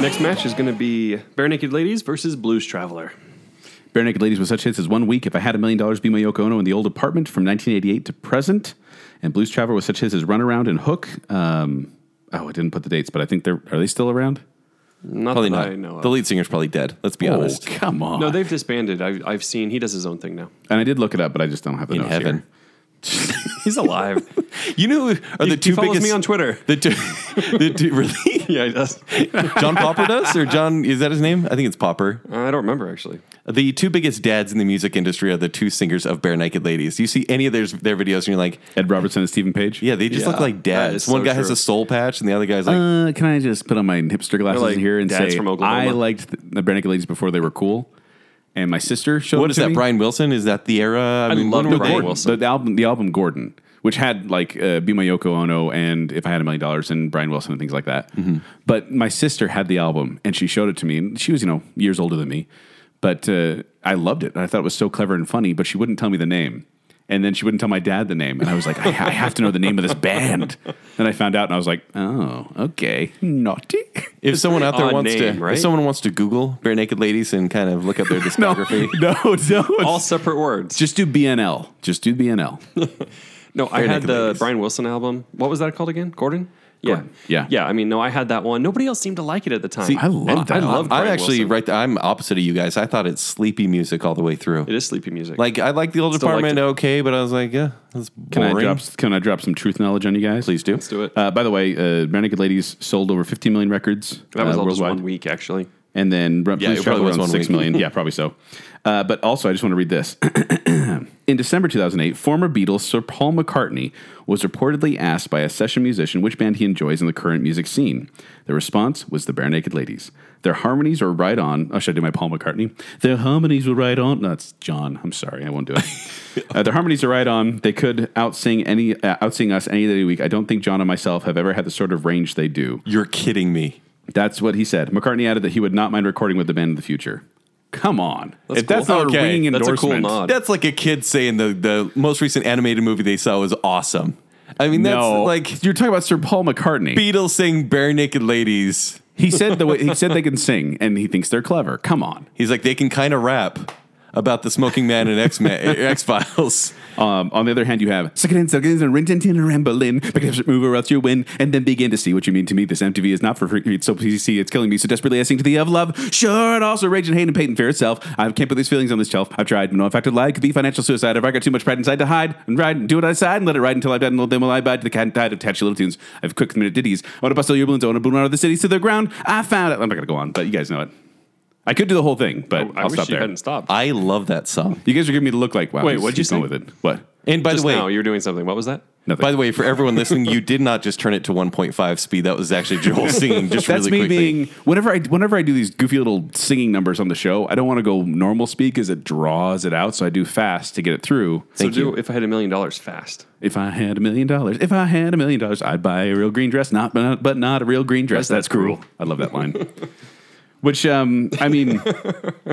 D: next match is going to be Bare Naked Ladies versus Blues Traveler.
B: Bare Naked Ladies with such hits as One Week, If I Had a Million Dollars, Be My Yoko Ono, and The Old Apartment from 1988 to present, and Blues Traveler with such hits as Runaround and Hook. Um, oh, I didn't put the dates, but I think they're are they still around?
D: Not
C: Probably
D: that
C: not.
D: I know.
C: the
D: of.
C: lead singer's probably dead. Let's be honest.
B: Oh, come on!
D: No, they've disbanded. I've, I've seen he does his own thing now.
B: and I did look it up, but I just don't have the
C: In
B: notes
C: heaven.
B: here.
D: He's alive.
C: You know, who are the
D: he
C: two
D: follows
C: biggest
D: me on Twitter.
C: The two, the two really?
D: yeah, he does.
C: John Popper does, or John is that his name? I think it's Popper.
D: I don't remember actually.
C: The two biggest dads in the music industry are the two singers of Bare Naked Ladies. You see any of their their videos, and you're like,
B: Ed Robertson and Stephen Page.
C: yeah, they just
D: Yeah,
C: look like
D: that
C: dads.
D: is
C: One
D: so
C: guy has
D: true.
C: a soul patch, and the other guy's like,
B: Uh, can I just put on my hipster glasses
D: like
B: in here and
D: dads
B: say
D: from Oklahoma.
B: I liked the, the Bare Naked Ladies before they were cool, and my sister showed
C: What
B: it
C: is
B: to
C: that?
B: me.
C: Brian Wilson? Is that the era? I,
D: love
C: when were they-
D: Brian
B: Gordon,
D: Wilson.
B: The, the album, the album Gordon, which had like uh, "Be My Yoko Ono" and "If I Had a Million Dollars" and Brian Wilson and things like that. But my sister had the album and she showed it to me, and she was you know years older than me, but uh, I loved it and I thought it was so clever and funny. But she wouldn't tell me the name. And then she wouldn't tell my dad the name, and I was like, I, ha- I have to know the name of this band. Then I found out, and I was like, Oh, okay, naughty.
C: If someone out there
D: Odd
C: wants
D: name,
C: to,
D: right?
C: if someone wants to Google bare naked ladies and kind of look up their discography,
B: no, no, it's-
D: All separate words.
B: just do BNL. Just do BNL.
D: No, I
C: Very
D: had
C: Naked
D: the
C: Ladies.
D: Brian Wilson album. What was that called again? Gordon?
B: Gordon. Yeah.
D: Yeah. I mean, no, I had that one. Nobody else seemed to like it at the time.
B: I love
D: I
B: that.
D: love Brian
C: I'm actually
D: Wilson.
C: right. There, I'm opposite of you guys. I thought it's sleepy music all the way through.
D: It is sleepy music.
C: Like I like the old
D: Still liked
C: department,
D: it.
C: okay, but I was like, yeah, that's
B: Can
C: boring.
B: I drop? Can I drop some truth knowledge on you guys?
C: Please do.
D: Let's do it.
B: Uh, by the way, uh, Bare Naked Ladies sold over 15 million records
D: that was
B: uh,
D: all just
B: worldwide,
D: one week, actually.
B: and then Run-
C: Yeah,
B: Police
C: it probably
B: Travel
C: was
B: around
C: one
B: 6
C: week.
B: million. yeah, probably so. Uh, but also, I just want to read this. In December 2008, former Beatles Sir Paul McCartney was reportedly asked by a session musician which band he enjoys in the current music scene. The response was the Bare Naked Ladies. Their harmonies were right on. Oh, should I do my Paul McCartney? Their harmonies were right on. No, that's John. I'm sorry, I won't do it. uh, their harmonies are right on. They could outsing any, uh, outsing us any day of the week. I don't think John and myself have ever had the sort of range they do.
C: You're kidding me.
B: That's what he said. McCartney added that he would not mind recording with the band in the future. Come on.
D: That's
B: if that's
D: cool.
B: not a
C: Okay,
B: ringing
D: that's a cool
B: endorsement.
D: nod.
C: That's like a kid saying the the most recent animated movie they saw was awesome. I mean, that's
B: No,
C: like
B: like you're talking about Sir Paul McCartney.
C: Beatles saying bare naked ladies.
B: he said the way, he said they can sing, and he thinks they're clever. Come on.
C: He's like they can kind of rap about the smoking man eh, in X Men X Files.
B: Um, on the other hand, you have second and second and rentin and ramblin, because move or else you win, and then begin to see what you mean to me. This MTV is not for free. It's so PC, it's killing me. So desperately, I sing to thee of love. Sure, and also rage and hate and pain and fear itself. I can't put these feelings on this shelf. I've tried, no effect to lie. It Could be financial suicide. If I got too much pride inside to hide and ride and do what I decide and let it ride until I've died, and then will I bide to the cat and tide of tatchy little tunes. I've quick minute ditties. I want to bust all your balloons. I want to bloom out of the cities to the ground. I found it. I'm not gonna go on, but you guys know it. I could do the whole thing, but
D: Oh, I
B: I'll
D: wish
B: stop
D: you
B: there.
D: hadn't stopped.
C: I love that song.
B: You guys are giving me the look like, wow.
D: Wait,
B: he's-
D: what'd you
B: he's going
D: say?
B: with it? What?
C: And by
D: Just
C: the way,
D: now, you were doing something. What was that?
B: Nothing.
C: by the way, for everyone listening, you did not just turn it to 1.5 speed. That was actually Joel singing just
B: That's
C: really
B: me
C: quickly.
B: being whenever I whenever I do these goofy little singing numbers on the show, I don't want to go normal speed because it draws it out. So I do fast to get it through.
D: so do if I had a million dollars fast.
B: If I had a million dollars, if I had a million dollars, I'd buy a real green dress, not but not, but not a real green dress.
D: That's-
B: That's, cruel. I love that line. Which um, I mean,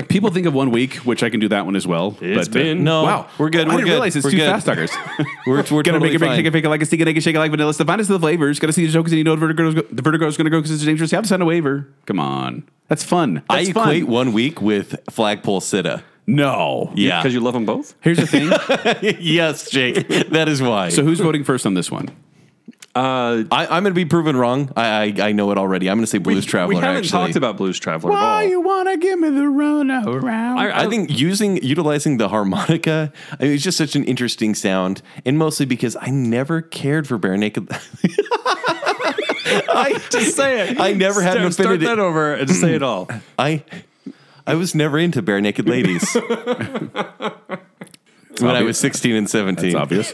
B: people think of one week, which I can do that one as well.
D: It's
B: uh,
D: been-
C: No,
B: wow,
C: we're good.
B: I
C: we're
B: didn't
C: good.
B: realize it's
C: we're
B: two
C: good.
B: fast talkers.
C: We're, we're
B: Gonna
C: totally
B: make it,
C: fine.
B: make it, make it, like a stick, it, like a shake, it, like vanilla. It's the finest of the flavors. Gotta see the jokes, and you know the vertigo's go- the vertigo's gonna go because it's dangerous. You have to sign a waiver. Come on, that's fun.
C: I
B: That's fun.
C: equate one week with flagpole sitta.
B: No.
C: Yeah.
D: Because you love them both?
B: Here's the thing.
C: yes, Jake. That is why.
B: so who's voting first on this one?
D: Uh,
C: I, I'm going to be proven wrong. I, I I know it already. I'm going to say Blues Traveler.
D: we haven't
C: actually.
D: talked about Blues Traveler at all.
B: wanna give me the run around?
C: I think using utilizing the harmonica, I mean, it's just such an interesting sound, and mostly because I never cared for bare naked. I
D: just say it.
C: I never had an
D: Start-
C: affinity.
D: Start that over and say it all.
C: I I was never into bare naked ladies. when I
B: obvious.
C: was 16 and 17.
B: it's obvious.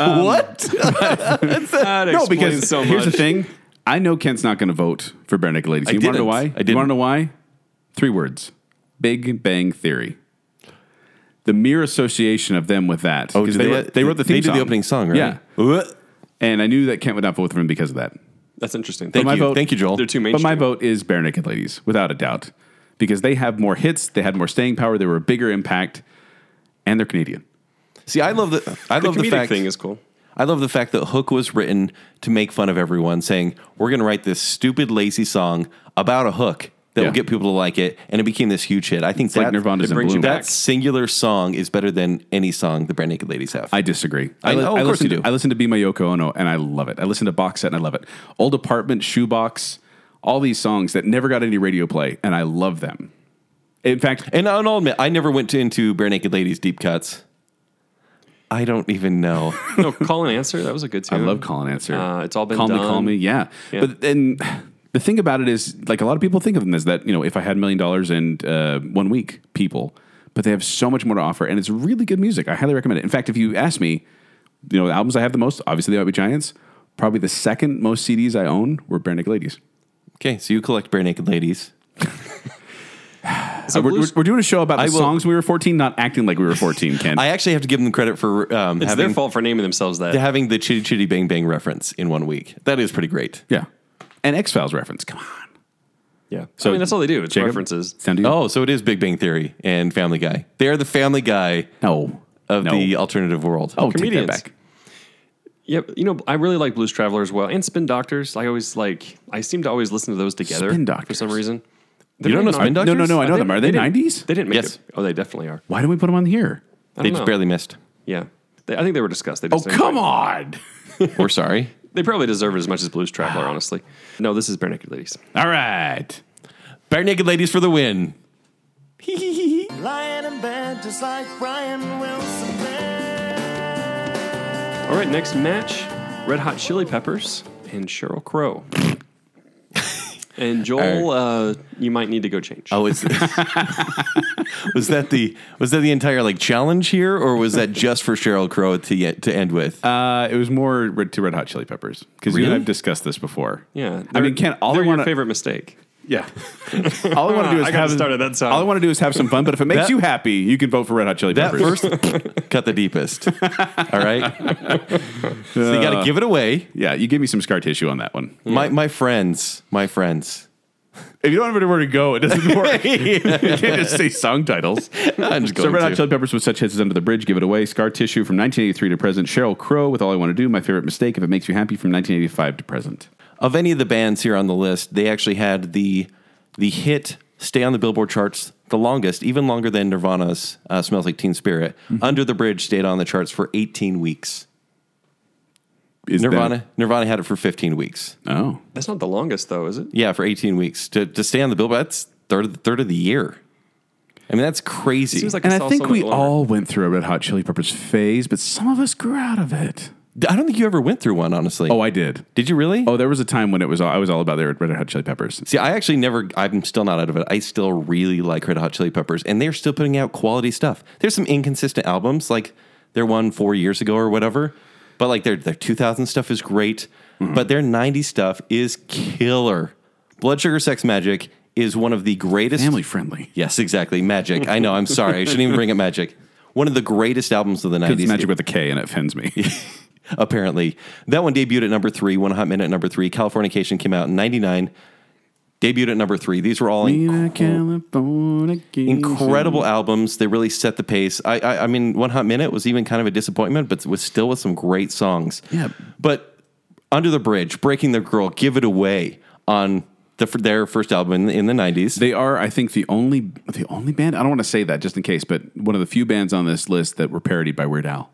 D: Um,
C: what?
D: That
B: no,
D: explains
B: because
D: so much.
B: here's the thing. I know Kent's not gonna vote for Bare Naked Ladies.
C: I
B: you wanna know
C: didn't.
B: why?
C: I
B: You wanna
C: didn't.
B: know why? Three words. Big Bang Theory. The mere association of them with that.
C: Oh,
B: 'Cause
C: did
B: they,
C: they-
B: wrote, they wrote the
C: they
B: theme
C: did the
B: song.
C: opening song, right?
B: Yeah.
C: What?
B: And I knew that Kent would not vote for him because of that.
D: That's interesting.
C: Thank
B: my
C: you.
B: vote-
C: Thank you, Joel.
D: They're too
B: But
D: mainstream.
B: my vote is Bare Naked Ladies, without a doubt, because they have more hits, they had more staying power, they were a bigger impact, and they're Canadian.
C: See, I love the I
D: the
C: love the,
D: comedic
C: fact
D: thing is cool.
C: I love the fact that Hook was written to make fun of everyone, saying we're going to write this stupid lazy song about a hook that
B: Yeah.
C: will get people to like it, and it became this huge hit. I think
B: Like
C: that-
B: Nirvana's
D: it
B: in
D: brings you
B: Bloom.
D: back.
C: that singular song is better than any song the Bare Naked Ladies have.
B: I disagree.
C: I-
B: li-
C: oh, of course
B: listen
C: you
B: to-
C: do.
B: I listen to Be My Yoko Ono, and I love it. I listen to Box Set, and I love it. Old Apartment, Shoebox, all these songs that never got any radio play, and I love them. In fact,
C: and I'll admit, I never went into Bare Naked Ladies deep cuts. I don't even know.
D: No, call and answer. That was a good
B: I
D: tune.
B: love call and answer.
D: Uh, it's all been
B: call me, call
D: done.
B: me. Yeah.
D: Yeah.
B: But and the thing about it is, like a lot of people think of them as that. You know, if I had a million dollars and uh, one week, people. But they have so much more to offer, and it's really good music. I highly recommend it. In fact, if you ask me, you know, the albums I have the most, obviously they might be Giants. Probably the second most CDs I own were Bare Naked Ladies.
C: okay, so you collect Bare Naked Ladies.
D: So
B: Uh, we're,
D: blues-
B: we're doing a show about the
C: I will-
B: songs we were 14, not acting like we were 14, Ken.
C: I actually have to give them credit for um,
D: It's
C: having,
D: their fault for naming themselves that.
C: having the Chitty Chitty Bang Bang reference in one week. That is pretty great.
B: yeah. An X Files reference. Come on.
D: yeah. So
B: So,
D: I mean, that's all they do. It's
B: Jacob?
D: references.
B: Sound to you?
C: Oh, so it is Big Bang Theory and Family Guy. They are the Family Guy
B: no.
C: of
B: no.
C: the alternative world.
B: oh,
D: comedians.
B: take that back.
D: Yep. You know, I really like Blues Traveler as well, and Spin Doctors. I always like. I seem to always listen to those together.
B: Spin
D: for
B: Doctors.
D: some reason.
C: You don't know
D: They're
C: Spin
D: not-
B: No, no, no. I know
D: they-
B: them. Are they,
D: didn't-
B: 90s?
D: They didn't make
C: Yes.
D: it. Oh, they definitely are.
B: Why do we put them on here?
C: they
D: I don't
C: just
D: know.
C: barely missed.
D: Yeah. They, I think they were discussed. They
B: Oh,
D: just didn't-
B: come on.
C: We're sorry.
D: They probably deserve it as much as Blues Traveler, honestly. No, this is Bare Naked Ladies.
B: All right.
C: Bare Naked Ladies for the win.
E: Lying in bed just like Brian Wilson.
D: All right, next match Red Hot Chili Peppers and Cheryl Crow. and Joel, uh, you might need to go change.
C: Oh, it's was that the was that the entire like challenge here, or was that just for Cheryl Crow to yet to end with?
B: Uh, it was more red, to Red Hot Chili Peppers because you and
C: Really?
B: I've discussed this before.
D: yeah.
B: I mean, Ken, all I
D: they're
B: want
D: your
B: to
D: favorite mistake.
B: yeah, all I want to do is
D: I got
B: have
D: started that song.
B: All I want to do is have some fun. But if it makes
C: That-
B: you happy, you can vote for Red Hot Chili
C: that
B: Peppers.
C: first cut the deepest. All right, so you got
B: Uh,
C: to give it away.
B: yeah, you gave me some scar tissue on that one.
C: My my friends, my friends.
B: If you don't have anywhere to go, it doesn't work. you can't just say song titles.
C: I'm just
B: So
C: going
B: Red Hot
C: to.
B: Chili Peppers with such hits as Under the Bridge, Give It Away, Scar Tissue from 1983 to present, Cheryl Crow with All I Want to Do, My Favorite Mistake, If It Makes You Happy from 1985 to present.
C: of any of the bands here on the list, they actually had the the hit stay on the Billboard charts the longest, even longer than Nirvana's uh, "Smells Like Teen Spirit."
B: Mm-hmm.
C: "Under the Bridge" stayed on the charts for 18 weeks.
B: Is that-
C: Nirvana Nirvana had it for 15 weeks.
B: oh,
D: That's not the longest, though, is it?
C: Yeah, for 18 weeks to to stay on the Billboard. That's third of the, third of the year. I mean, that's crazy.
D: Seems like
B: and I
D: I saw
B: think
D: someone
B: we
D: longer.
B: all went through a Red Hot Chili Peppers phase, but some of us grew out of it.
C: I don't think you ever went through one, honestly.
B: Oh, I did.
C: did you really?
B: Oh, there was a time when it was all, I was all about the Red Hot Chili Peppers.
C: See, I actually never. I'm still not out of it. I still really like Red Hot Chili Peppers, and they're still putting out quality stuff. There's some inconsistent albums, like their one four years ago or whatever, but like their their 2000 stuff is great,
B: Mm-hmm.
C: but their 90s stuff is killer. Blood Sugar Sex Magic is one of the greatest
B: Family friendly.
C: Yes, exactly. Magic. I know. I'm sorry. I shouldn't even bring up Magic. One of the greatest albums of the 90s.
B: It's magic with a K, and it offends me.
C: apparently. That one debuted at number three, One Hot Minute at number three. Californication came out in 99, debuted at number three. These were all
B: Nina Californication.
C: incredible albums. They really set the pace. I, I, I mean, One Hot Minute was even kind of a disappointment, but was still with some great songs.
B: Yeah.
C: But Under the Bridge, Breaking the Girl, Give It Away on the, their first album in the, in the 90s.
B: They are, I think, the only the only band. I don't want to say that just in case, but one of the few bands on this list that were parodied by Weird Al.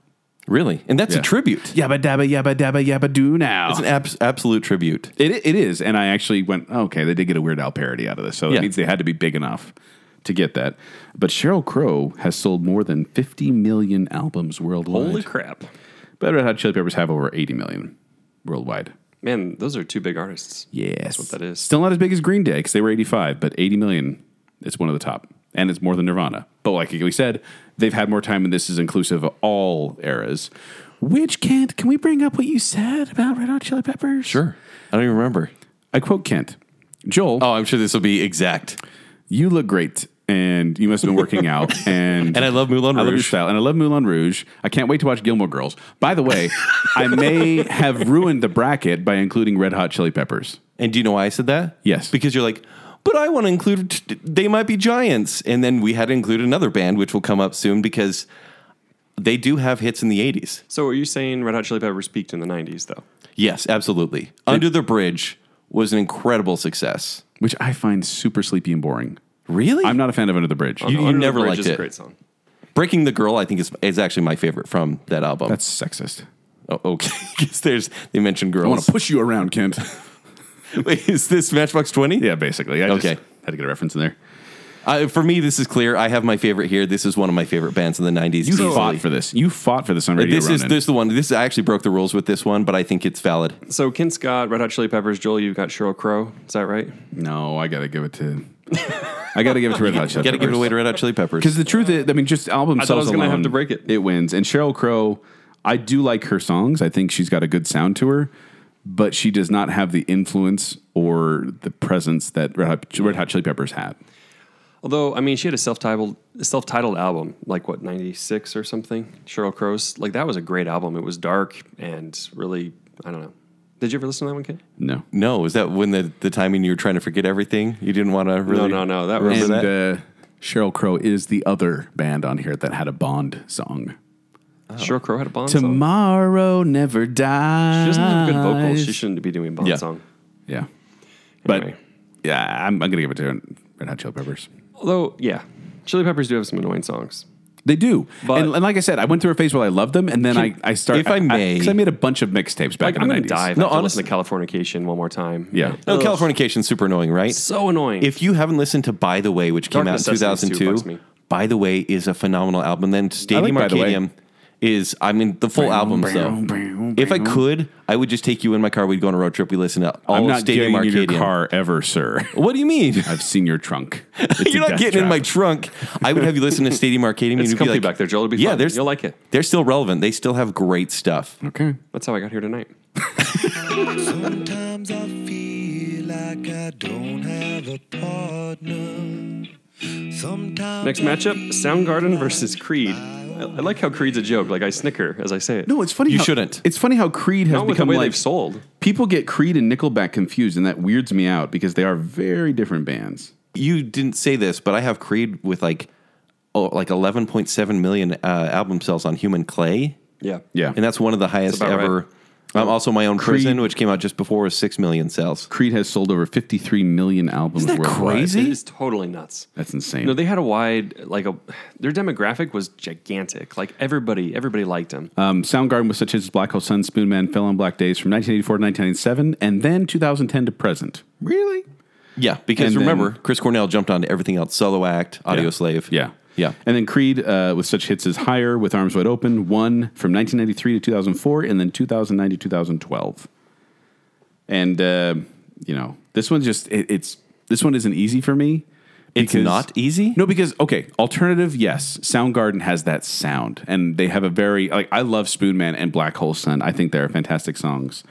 C: really? And that's
B: Yeah.
C: a tribute.
B: Yabba dabba yabba dabba yabba do now.
C: It's an abs- absolute tribute.
B: It, it is, and I actually went, oh, okay, they did get a Weird Al parody out of this, so
C: Yeah.
B: it means they had to be big enough to get that. But Cheryl Crow has sold more than 50 million albums worldwide.
D: Holy crap.
B: But Red Hot Chili Peppers have over 80 million worldwide.
D: Man, those are two big artists. That's what that is.
B: Still not as big as Green Day because they were 85, but 80 million, it's one of the top. And it's more than Nirvana. But like we said, they've had more time, and this is inclusive of all eras. Which, Kent, can we bring up what you said about Red Hot Chili Peppers?
C: Sure. I don't even remember.
B: I quote Kent. Joel,
C: Oh, I'm sure this will be exact.
B: you look great, and you must have been working out. And
C: And I love Moulin
B: I love your
C: Rouge.
B: style, and I love Moulin Rouge. I can't wait to watch Gilmore Girls. By the way, I may have ruined the bracket by including Red Hot Chili Peppers.
C: And do you know why I said that?
B: Yes.
C: Because you're like, but I want to include t- They Might Be Giants. And then we had to include another band, which will come up soon because they do have hits in the 80s.
D: So, are you saying Red Hot Chili Peppers peaked in the 90s, though?
C: Yes, absolutely. Under the Bridge was an incredible success.
B: which I find super sleepy and boring.
C: Really?
B: I'm not a fan of Under the Bridge.
C: You-
D: Under the
C: never
D: Bridge
C: liked
D: is a
C: it.
D: great song.
C: Breaking the Girl, I think, is, is actually my favorite from that album.
B: That's sexist.
C: oh, okay. Because there's, they mentioned
B: I want
C: girls.
B: to push you around, Kent.
C: Wait, is this Matchbox 20?
B: yeah, basically. I
C: Okay.
B: just had to get a reference in there.
C: Uh, for me, this is clear. I have my favorite here. This is one of my favorite bands in the 90s.
B: You
C: easily.
B: fought for this. You fought for this on Radio
C: This is
B: Ronin.
C: this is the one. This I actually broke the rules with this one, but I think it's valid.
D: So, Ken Scott, Red Hot Chili Peppers, Joel, you've got Cheryl Crow. Is that right?
B: no, I got to give it to. I got to give it to Red Hot Chili
C: Got to give it
B: Peppers.
C: away to Red Hot Chili
B: Because
C: Peppers.
B: the truth is, I mean, just album
D: Uh, I thought I was
B: sales
D: gonna have
B: alone,
D: to break it.
B: It wins. And Cheryl Crow, I do like her songs. I think she's got a good sound to her, but she does not have the influence or the presence that Red Hot, Red Hot Chili Peppers had.
D: Although, I mean, she had a self-titled self-titled album, like what '96 or something. Cheryl Crow's like that was a great album. It was dark and really, I don't know. Did you ever listen to that one, Ken?
B: No.
C: No, is that when the, the timing you were trying to forget everything? You didn't want to really.
D: no, no, that
C: remember
D: was-
B: And
C: that?
B: uh, Cheryl Crow is the other band on here that had a Bond song.
C: Oh.
D: Cheryl Crow had a Bond song.
B: Tomorrow never
D: She
B: dies.
D: doesn't have good vocals. She shouldn't be doing Bond
C: Yeah.
D: song.
B: Yeah. But
D: Anyway.
B: yeah, I'm, I'm going to give it to Red Hot Chili Peppers.
D: Although, yeah, Chili Peppers do have some annoying songs.
B: They do.
D: But-
B: and, and like I said, I went through a phase where I loved them, and then
C: Can-
B: I, I started.
C: if I may-
B: Because I, made a bunch of mixtapes back
D: Like,
B: in
D: I'm
B: the
D: gonna
B: 90s.
D: die if
C: No,
D: I have to
C: honestly-
D: listen to Californication one more time.
B: Yeah.
C: No, Californication's super annoying, right?
D: so annoying.
C: If you haven't listened to By the Way, which came
D: Dark
C: out in
D: Necessities too
C: 2002,
D: bugs me.
C: By the Way is a phenomenal album. Then Stadium
B: By the Way.
C: Arcadium is, I mean, the full album, though. If I could, I would just take you in my car. We'd go on a road trip. We listen to all
B: I'm
C: of
B: not
C: Stadium
B: getting
C: Arcadium.
B: in your car ever, sir.
C: What do you mean?
B: I've seen your trunk. It's a
C: You're not
B: death
C: getting in
B: trap.
C: my trunk. I would have you listen to Stadium Arcadium. and
D: it's
C: you'd be
D: comfy
C: like,
D: back there, Joel. It'll be
C: Yeah,
D: fun.
C: there's-
D: You'll like it.
C: They're still relevant. They still have great stuff.
B: Okay.
D: That's how I got here tonight.
E: Sometimes I feel like I don't have a partner. Sometimes
D: Next matchup: Soundgarden versus Creed. I, I like how Creed's a joke. Like I snicker as I say it.
B: No, it's funny.
C: You
B: how-
C: shouldn't.
B: It's funny how Creed has
D: not with the
B: become
D: way
B: like
D: they've sold.
B: people get Creed and Nickelback confused, and that weirds me out because they are very different bands.
C: You didn't say this, but I have Creed with like, oh, like 11.7 million uh, album sales on Human Clay.
D: Yeah,
B: Yeah,
C: and that's one of the highest
D: about
C: ever.
D: right.
C: Um, also, my own
B: Creed.
C: prison, which came out just before, was six million sales.
B: Creed has sold over 53 million albums
C: Isn't that
B: worldwide.
C: crazy?
D: It is totally nuts.
B: That's insane.
D: No, they had a wide like a their demographic was gigantic. Like everybody, everybody liked them.
C: Uh.
B: um, Soundgarden was such as Black Hole Sun, Spoon Man, Fell on Black Days from 1984 to 1997, and then 2010 to present. Really?
C: Yeah, because
B: And
C: remember,
B: then-
C: Chris Cornell jumped onto everything else: solo act, Audio
B: Yeah.
C: Slave.
B: Yeah.
C: yeah.
B: And then Creed uh, with such hits as Higher, With Arms Wide Open, One from 1993 to 2004, and then 2009 to 2012. And, uh, you know, this one just, it, it's, this one isn't easy for me.
C: It's
B: because-
C: not easy?
B: No, because, okay, alternative, yes. Soundgarden has that sound, and they have a very, like, I love Spoon Man and Black Hole Sun. I think they're fantastic songs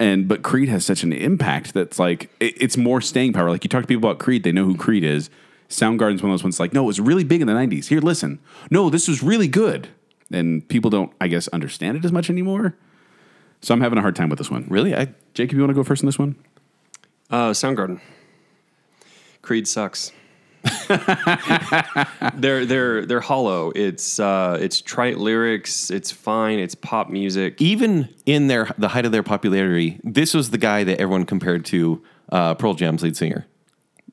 B: and but Creed has such an impact that's like it, it's more staying power. Like you talk to people about Creed, they know who Creed is. Soundgarden's one of those ones like, no, it was really big in the '90s. Here, listen. No, this was really good, and people don't, I guess, understand it as much anymore. So I'm having a hard time with this one.
C: really, I
B: Jacob, you want to go first on this one?
D: Uh, Soundgarden. Creed sucks. they're they're they're hollow. It's uh, it's trite lyrics. It's fine. It's pop music.
C: even in their the height of their popularity, this was the guy that everyone compared to uh, Pearl Jam's lead singer.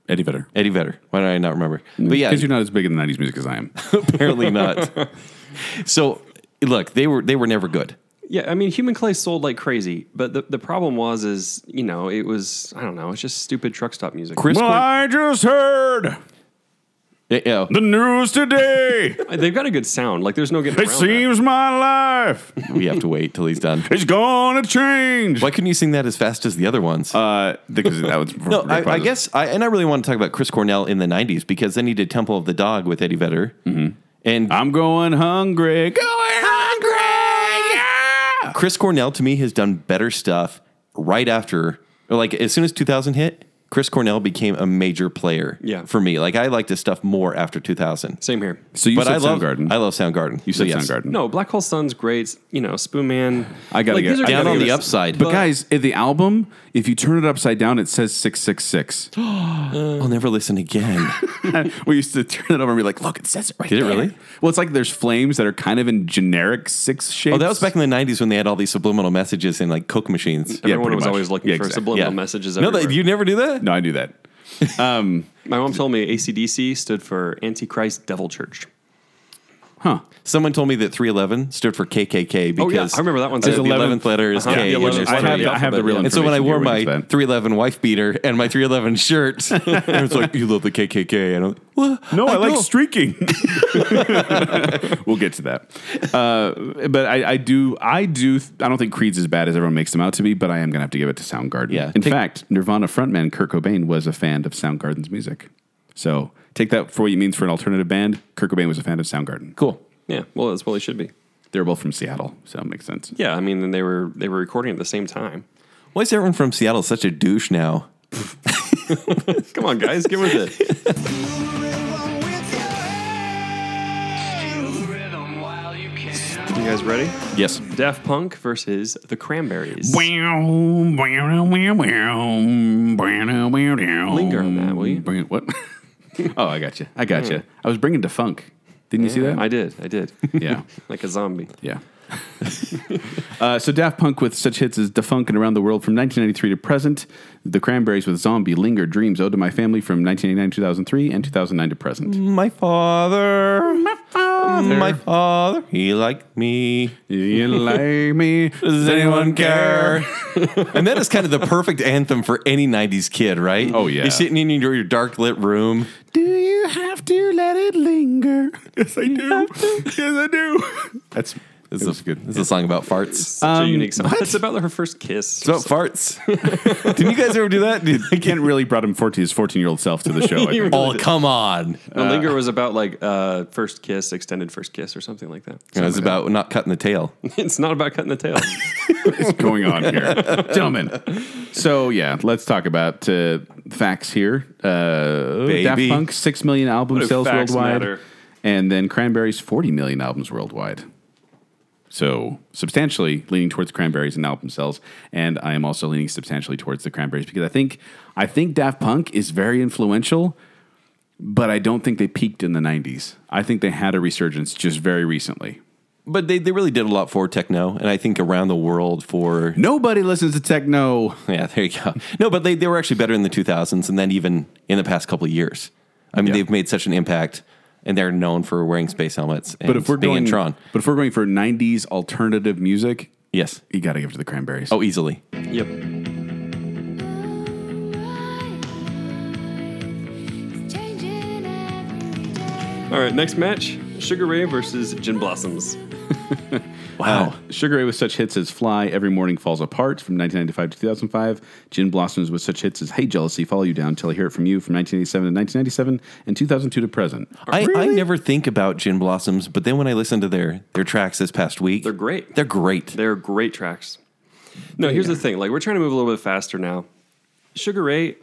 B: Eddie Vedder.
C: Eddie Vedder. Why do I not remember? But yeah,
B: because you're not as big in the '90s music as I am.
C: apparently not. so, look, they were they were never good.
D: Yeah, I mean, Human Clay sold like crazy, but the, the problem was is you know it was I don't know it's just stupid truck stop music.
C: Chris, Corn-
B: I just heard
C: yeah, yeah.
B: the news today.
D: They've got a good sound. Like there's no getting around that.
B: my life
C: we have to wait till he's done.
B: is gonna change.
C: Why couldn't you sing that as fast as the other ones?
B: Uh, because that was
C: No, I, I guess, I, and I really want to talk about Chris Cornell in the '90s because then he did Temple of the Dog with Eddie Vedder,
B: Mm-hmm.
C: and
B: I'm going hungry. Going hungry. Yeah.
C: Chris Cornell to me has done better stuff right after, or like as soon as 2000 hit. Chris Cornell became a major player
D: Yeah.
C: for me. Like I liked his stuff more after 2000.
D: Same here.
B: So you
C: but
B: said
C: I love
B: Soundgarden.
C: I love Soundgarden.
B: you said
C: So, yes.
B: Soundgarden.
D: No, Black Hole Sun's great. You know, Spoon Man.
B: I gotta get-
D: these are
B: I gotta
D: good
C: Down on the
D: artists.
C: upside,
B: but guys, in the album, if you turn it upside down, it says six six six.
C: I'll never listen again.
B: We used to turn it over and be like, "Look, it says it right
C: Did it
B: there."
C: really?
B: Well, it's like there's flames that are kind of in generic six shapes.
C: oh, that was back in the '90s when they had all these subliminal messages in like Coke machines.
B: Yeah,
D: Everyone
B: pretty
D: was
B: much.
D: always looking
B: Yeah,
D: for
B: exactly.
D: subliminal messages.
C: No,
D: Everywhere.
C: that, you never do that.
B: No, I knew that.
D: My mom told me ACDC stood for Antichrist Devil Church.
B: Huh?
C: Someone told me that 311 stood for KKK
D: Oh, yeah,
C: because
D: I remember that one
C: The
D: too.
C: 11th letter is
D: Uh-huh,
C: K.
D: the
C: which is
D: 11th
B: I
D: letter.
C: three.
B: have, I have the real.
C: And so when I
B: information
C: wore
B: here,
C: my
B: we can use that.
C: 311 wife beater and my 311 shirt, everyone's like, "You love the KKK." And I'm like, "What?
B: No, I, like
C: know."
B: streaking. we'll get to that. Uh, but I, I do, I do, I don't think Creed's as bad as everyone makes them out to be. But I am gonna have to give it to Soundgarden.
C: Yeah.
B: In
C: Take-
B: fact, Nirvana frontman Kurt Cobain was a fan of Soundgarden's music. So take that for what it means for an alternative band. Kurt Cobain was a fan of Soundgarden.
C: Cool.
D: Yeah, well, that's what they should be.
B: They're both from Seattle, so it makes sense.
D: Yeah, I mean, then they were they were recording at the same time.
C: Why is everyone from Seattle such a douche now?
D: Come on, guys, get with it. You guys ready?
C: Yes.
D: Daft Punk versus the Cranberries.
B: Linger
D: on that, will you?
B: what? oh, I got you. I got you. I was bringing to funk. Didn't you see that?
D: I did, I did.
B: yeah,
D: like a zombie.
B: yeah. uh, so Daft Punk with such hits as "Defunk" and "Around the World" from 1993 to present. The Cranberries with "Zombie," "Linger," "Dreams," "Ode to My Family" from 1989 to 2003, and 2009 to present.
C: My father, my father, my father, he liked me.
B: you like me?
C: Does anyone care? and that is kind of the perfect anthem for any 90s kid, right?
B: Oh, yeah.
C: You're sitting in your, your dark lit room.
B: Do you have to let it linger? Yes, I do. yes, I do. That's
C: This
B: it
C: is
B: was
C: a, This is a song about farts.
D: Such a unique song. It's about her first kiss.
C: It's about farts. Didn't you guys ever do that? Dude,
B: He can't really brought him forth his 14 year old self to the show. I think.
C: oh, come on.
D: the Linger was about like uh, first kiss, extended first kiss, or something like that.
C: It was about not cutting the tail.
D: It's not about cutting the tail.
B: What is going on here, gentlemen? So yeah, let's talk about uh, facts here. Uh, Daft
C: Baby.
B: Punk six million album
D: do
B: sales
D: facts
B: worldwide,
D: matter?
B: and then Cranberries 40 million albums worldwide. So substantially leaning towards Cranberries and album sales, and I am also leaning substantially towards the Cranberries because I think I think Daft Punk is very influential. But I don't think they peaked in the 90s. I think they had a resurgence just very recently.
C: But they, they really did a lot for techno, and I think around the world for
B: Nobody listens to techno.
C: Yeah, there you go. No, but they, they were actually better in the 2000s and then even in the past couple of years. I mean,
B: Yeah.
C: they've made such an impact and they're known for wearing space helmets and
B: But if we're
C: being
B: going
C: in Tron.
B: but if we're going for '90s alternative music,
C: Yes.
B: you got to give it to the Cranberries.
C: Oh, easily.
D: yep. All right, next match Sugar Ray versus Gin Blossoms.
C: Wow.
B: Sugar Ray with such hits as "Fly," "Every Morning Falls Apart" from 1995 to 2005. Gin Blossoms with such hits as "Hey Jealousy," "Follow You Down," "Till I Hear It From You" from 1987 to 1997, and 2002 to present.
C: I, I never think about Gin Blossoms, but then when I listen to their, their tracks this past week,
D: They're great.
C: They're great.
D: They're great tracks. No, here's the thing. Like we're trying to move a little bit faster now. Sugar Ray,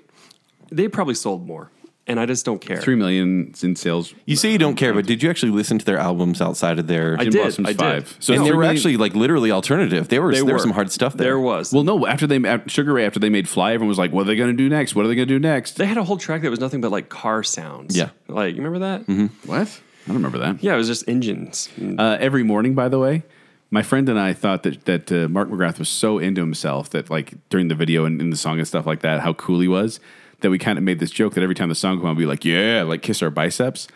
D: they probably sold more, and I just don't care.
B: Three million in sales.
C: you say you don't care, but did you actually listen to their albums outside of their?
D: I
B: Gin
D: did,
B: Blossoms
D: I did.
B: five.
C: So and
B: it's
C: they
B: three
C: were
B: million-
C: actually like literally alternative. There was
D: They
C: there
D: were.
C: was some hard stuff there.
D: There was.
B: Well,
D: Well,
B: no. After they after Sugar Ray, after they made "Fly," everyone was like, "What are they going to do next? What are they going to do next?"
D: they had a whole track that was nothing but like car sounds.
C: Yeah.
D: like you remember that? Mm-hmm.
B: What? I don't remember that.
D: Yeah, it was just engines.
B: Uh, every morning, by the way, my friend and I thought that that uh, Mark McGrath was so into himself that like during the video and in the song and stuff like that, how cool he was. That we kind of made this joke that every time the song came on, we'd be like, "Yeah, like kiss our biceps."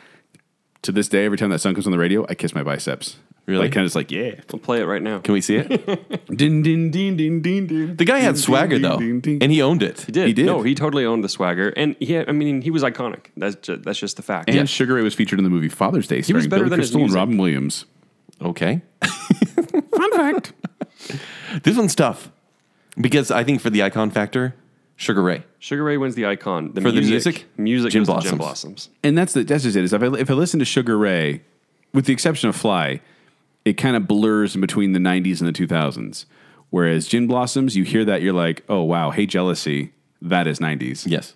B: To this day, every time that song comes on the radio, I kiss my biceps.
C: Really?
B: Like, kind of just like, yeah.
D: We'll play it right now.
C: Can we see it?
B: Din din din din din din.
C: The guy had swagger though, and he owned it.
D: He did.
B: He did.
D: No, he totally owned the swagger, and he. Had, I mean, he was iconic. That's just, that's just the fact.
B: and Sugar Ray was featured in the movie Father's Day, starring
D: was better
B: Billy
D: than his
B: Crystal and
D: music.
B: Robin Williams.
C: Okay.
B: Fun fact.
C: This one's tough because I think for the icon factor, Sugar Ray.
D: Sugar Ray wins the icon. The
C: For the
D: music,
C: music?
D: music
C: Gin
D: goes to Gin
C: Blossoms.
D: Blossoms.
B: and that's the that's just it. Is if I if I listen to Sugar Ray, with the exception of Fly, it kind of blurs in between the '90s and the 2000s. Whereas Gin Blossoms, you hear that you're like, oh wow, hey jealousy, that is '90s.
C: Yes.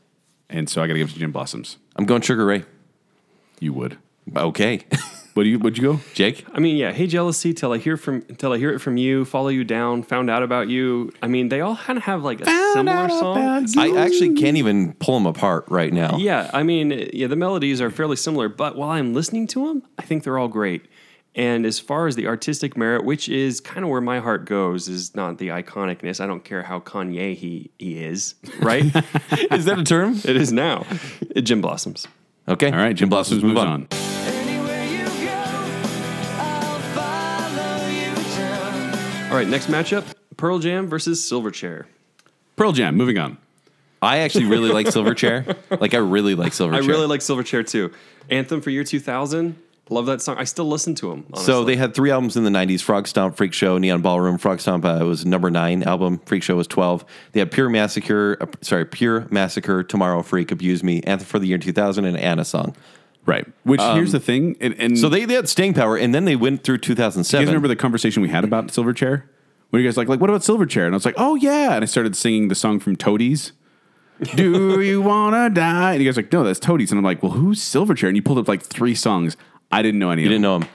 B: and so I got to give it to Gin Blossoms.
C: I'm going Sugar Ray.
B: You would.
C: Okay.
B: What do you? Would you go?
C: Jake?
D: I mean, yeah. Hey, jealousy. Till I hear from. Till I hear it from you. Follow you down. Found out about you. I mean, they all kind of have like a similar song.
C: I actually can't even pull them apart right now.
D: Yeah, I mean, yeah, the melodies are fairly similar, but while I'm listening to them, I think they're all great. And as far as the artistic merit, which is kind of where my heart goes, is not the iconicness. I don't care how Kanye he, he is, right?
C: Is that a term?
D: it is now. It Jim Blossoms.
C: Okay.
B: All right, Gin Blossoms moves on.
D: All right, next matchup Pearl Jam versus Silverchair.
B: Pearl Jam. Moving on.
C: I actually really like Silverchair. Like I really like Silverchair.
D: I really like Silverchair too. Anthem for year 2000. Love that song. I still listen to them.
C: So they had three albums in the '90s: Frog Stomp, Freak Show, Neon Ballroom. Frog Stomp uh, was number nine album. Freak Show was twelve. They had Pure Massacre, uh, sorry, Pure Massacre, Tomorrow Freak, Abuse Me, Anthem for the Year 2000, and Anna Song.
B: Right. Which here's the thing, and, and
C: So they, they had staying power, and then they went through
B: You
C: 2007.
B: guys remember the conversation we had about Silverchair? Where you guys like, like, what about Silverchair? And I was like, oh yeah. And I started singing the song from Toadies. Do you wanna die? And you guys are like, no, that's Toadies. And I'm like, well, who's Silverchair? And you pulled up like three songs. I didn't know any
C: You
B: of
C: didn't
B: them.
C: know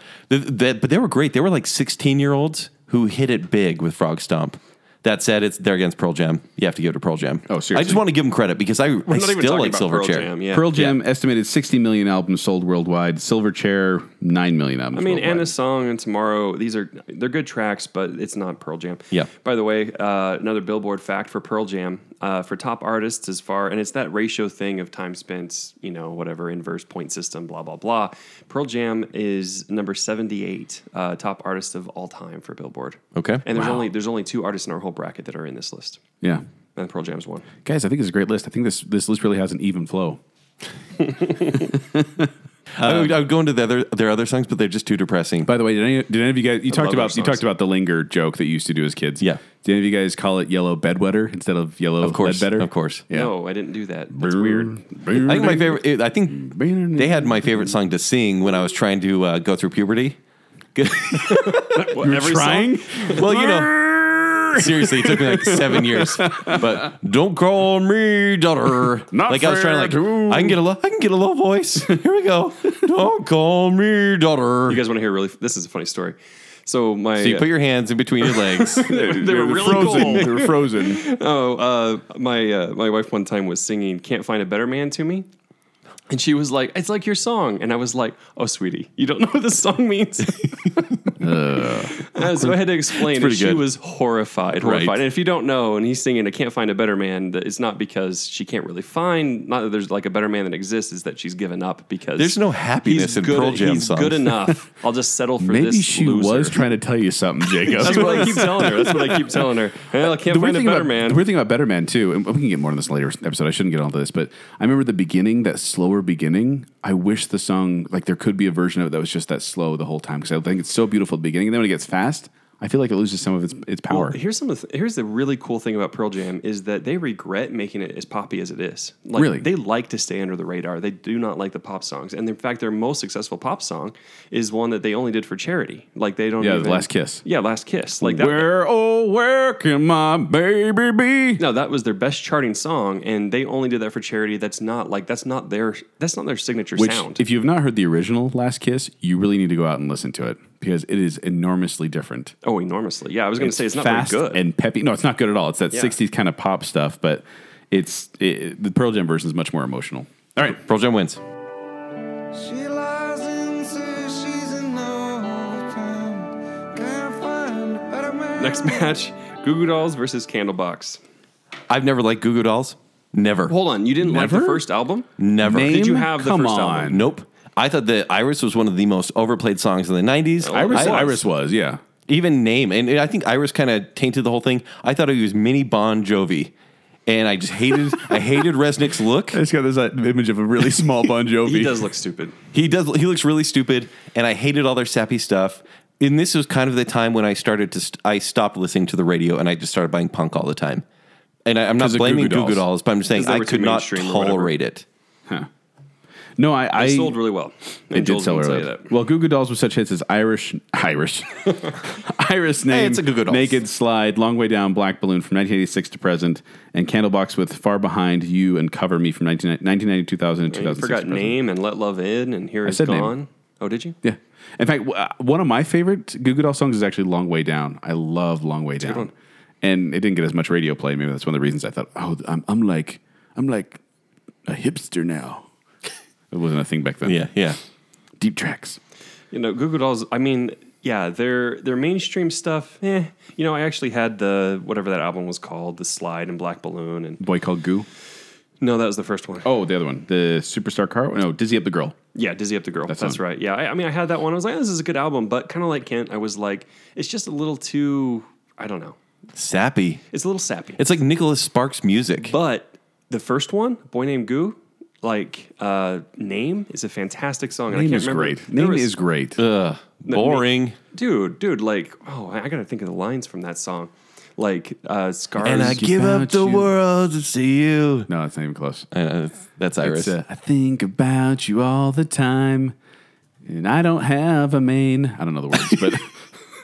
C: them. The, the, but they were great. They were like 16 year olds who hit it big with Frog Stomp. That said, it's they're against Pearl Jam. You have to give it to Pearl Jam.
B: Oh, seriously?
C: I just want to give them credit because I, I
D: not even
C: still
D: talking
C: like
D: about Pearl
C: Silverchair.
D: Jam, yeah.
B: Pearl Jam estimated 60 million albums sold worldwide. Silverchair, 9 million albums.
D: I mean,
B: worldwide.
D: and a song and tomorrow. These are they're good tracks, but it's not Pearl Jam.
C: Yeah.
D: By the way, uh, another Billboard fact for Pearl Jam uh, for top artists as far and it's that ratio thing of time spent, you know, whatever inverse point system, blah blah blah. Pearl Jam is number seventy eight uh, top artists of all time for Billboard.
C: Okay.
D: And there's only there's only two artists in our whole bracket that are in this list,
B: yeah.
D: and Pearl Jam's one.
B: Guys, I think it's a great list. I think this, this list really has an even flow.
C: I,
D: um,
C: would, I would go into the other, their other songs, but they're just too depressing.
B: By the way, did any, did any of you guys you talked
D: love our
B: about you
D: songs.
B: talked about the linger joke that you used to do as kids?
C: Yeah.
B: Did any of you guys call it yellow bedwetter instead of yellow
C: Of course,
B: lead better?
C: of course.
B: Yeah.
D: No, I didn't do that. That's weird.
C: I think my favorite. it- I think they had my favorite song to sing when I was trying to uh, go through puberty.
D: What, every song?
B: trying.
C: Well, you know, seriously, it took me like seven years. But don't call me daughter.
B: Not
C: like I was trying to
B: fair to-
C: like I can get a low, I can get a low voice. Here we go. Don't call me daughter.
D: You guys want to hear really? This is a funny story. So my
C: so you put your hands in between your legs.
D: they were really
B: frozen.
D: cold.
B: They were frozen.
D: Oh, uh, my uh, my wife one time was singing "Can't Find a Better Man" to me, and she was like, "It's like your song," and I was like, "Oh, sweetie, you don't know what this song means." Uh, so I had to explain. And
C: pretty
D: she
C: good.
D: was horrified, horrified. And if you don't know, and he's singing "I Can't Find a Better Man," that it's not because she can't really find. Not that there's like a better man that exists, is that she's given up because
C: There's no happiness
D: he's
C: in
D: good,
C: Pearl Jam
D: He's
C: songs.
D: good enough. I'll just settle for
B: Maybe
D: this.
B: she
D: loser.
B: was trying to tell you something, Jacob.
D: That's what I keep telling her. That's what I keep telling her. Well, I can't find a
B: thing
D: better
B: about,
D: man.
B: the weird thing about Better Man too, and we can get more on this later episode. I shouldn't get all this, but I remember the beginning, that slower beginning. I wish the song like there could be a version of it that was just that slow the whole time because I think it's so beautiful at the beginning, and then when it gets fast, I feel like it loses some of its its power.
D: Here's some of the, here's the really cool thing about Pearl Jam is that they regret making it as poppy as it is. Like,
B: Really?
D: they like to stay under the radar. They do not like the pop songs, and in fact, their most successful pop song is one that they only did for charity. Like they don't.
B: Yeah, The
D: even-
B: Last Kiss.
D: Yeah, last kiss. Like that.
B: Where oh where can my baby be?
D: no, that was their best charting song, and they only did that for charity. That's not like that's not their that's not their signature
B: Which,
D: sound.
B: if you have not heard the original Last Kiss, you really need to go out and listen to it because it is enormously different.
D: oh, enormously. Yeah, I was going to say it's not very
B: fast
D: good.
B: and peppy. No, it's not good at all. It's that
D: Yeah.
B: 60s kind of pop stuff, but it's it, the Pearl Jam version is much more emotional. All right.
C: Pearl Jam wins.
E: She lies and says she's in love. Can't find a better man.
D: Next match: Goo Goo Dolls versus Candlebox.
C: I've never liked Goo Goo Dolls. Never.
D: Hold on, you didn't like
B: Never?
D: the first album?
C: Never.
B: Name?
D: Did you have the
B: Come
D: first
B: on.
D: album?
C: Nope. I thought that Iris was one of the most overplayed songs in the 90s.
B: Iris,
C: I-
B: Iris was, yeah.
C: even name and i think iris kind of tainted the whole thing i thought he was mini bon jovi and i just hated i hated resnick's look
B: just got this image of a really small Bon Jovi.
D: He does look stupid.
C: he does he looks really stupid and i hated all their sappy stuff and this was kind of the time when i started to st- i stopped listening to the radio and i just started buying punk all the time and I, i'm not
B: 'Cause of
C: blaming
B: Goo Goo
C: Goo Goo
B: Dolls.
C: dolls but i'm just saying
D: they
C: i
D: were
C: could
D: too
C: not
D: mainstream or whatever.
C: tolerate it
B: No, I, I
D: It sold really well.
B: It did sell
D: really
B: early. Well, Goo Goo Dolls with such hits as Irish, Irish, Irish name,
C: it's a Goo Goo Dolls.
B: Naked Slide, Long Way Down, Black Balloon from 1986 to present, and Candlebox with Far Behind You and Cover Me from 1990 1990, 2000, and
D: You
B: 2006. to
D: forgot
B: present.
D: name and let love in and here is
B: said name.
D: gone. Oh, did you?
B: Yeah. In fact, w- uh, one of my favorite Goo Goo Doll songs is actually "Long Way Down." I love "Long Way Down,"
D: one.
B: and it didn't get as much radio play. Maybe that's one of the reasons I thought, "Oh, I'm, I'm like, I'm like a hipster now." It wasn't a thing back then.
C: yeah yeah
B: deep tracks.
D: You know, Google Dolls. I mean, yeah, their their mainstream stuff. Eh. You know, I actually had the whatever that album was called, the Slide and Black Balloon, and
B: Boy called Goo.
D: no, that was the first one.
B: Oh, the other one, the superstar car. No, Dizzy Up the Girl.
D: Yeah, Dizzy Up the Girl. That's,
B: on.
D: right. Yeah, I, I mean, I had that one. I was like, "Oh, this is a good album, but kind of like Kent, I was like, it's just a little too. I don't know.
C: sappy
D: It's a little sappy.
C: it's like nicholas sparks music
D: But the first one, Boy Named Goo, like uh, Name is a fantastic song. and I
B: Name
D: can't
B: is
D: remember.
B: great.
D: there
B: Name
D: was-
B: is great.
C: Ugh, boring
D: dude, dude, like, oh, I, I gotta think of the lines from that song. Like, uh, scars.
C: and i
B: Just
C: give up
B: about
C: the
B: you.
C: world to see you
B: no, that's not even close.
C: Uh, that's iris
B: It's, uh, I think about you all the time, and I don't have a mane. I don't know the words, but.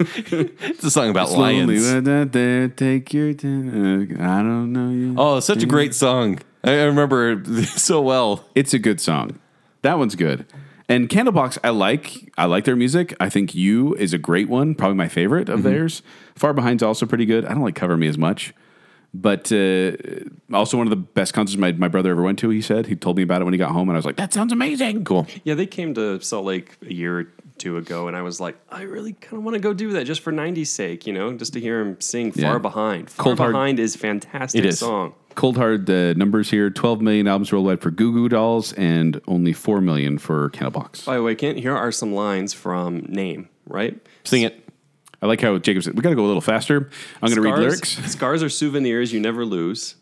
C: It's a song about
B: Slowly,
C: lions.
B: da, da, da, take your time. I don't know you.
C: Oh, such a great song. I I remember it so well.
B: It's a good song. That one's good. And Candlebox, I like. I like their music. I think "You" is a great one, probably my favorite
C: Mm-hmm.
B: of theirs. "Far Behind's also pretty good. I don't like "Cover Me" as much, but uh, also one of the best concerts my, my brother ever went to. He said he told me about it when he got home, and I was like, "That sounds amazing, cool."
D: Yeah, they came to Salt Lake a year or two ago, and I was like, I really kind of want to go do that just for 90's sake, you know, just to hear him sing
B: Yeah.
D: Far Behind. Far
C: Cold Hard-
D: Behind is fantastic
C: It is.
D: song.
B: Cold hard uh, numbers here: twelve million albums worldwide for Goo Goo Dolls, and only four million for Candlebox.
D: By the way, Kent, here are some lines from Name, right?
C: Sing it.
B: I like how Jacob said, "We got to go a little faster." I'm going to read lyrics.
D: Scars are souvenirs you never lose,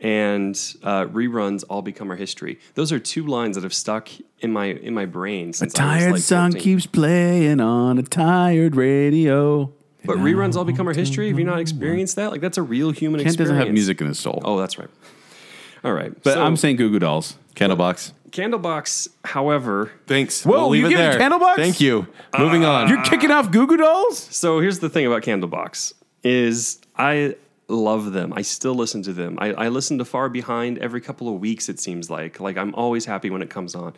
D: and uh, reruns all become our history. Those are two lines that have stuck in my in my brain since I was like 14.
B: playing on a tired radio.
D: But reruns all become our history. Have you not experienced that? Like that's a real human
B: Kent
D: experience.
B: doesn't have music in his soul.
D: Oh, that's right. All right,
B: but
D: so,
B: I'm saying Goo Goo Dolls.
C: Candlebox.
D: Candlebox. However,
C: Thanks.
B: Whoa,
C: We'll leave
B: you
C: it
B: give
C: there.
B: it Candlebox?
C: Thank you. Moving on.
B: Uh, You're kicking off Goo Goo Dolls?
D: So here's the thing about Candlebox is I love them. I still listen to them. I, I listen to Far Behind every couple of weeks. It seems like like I'm always happy when it comes on.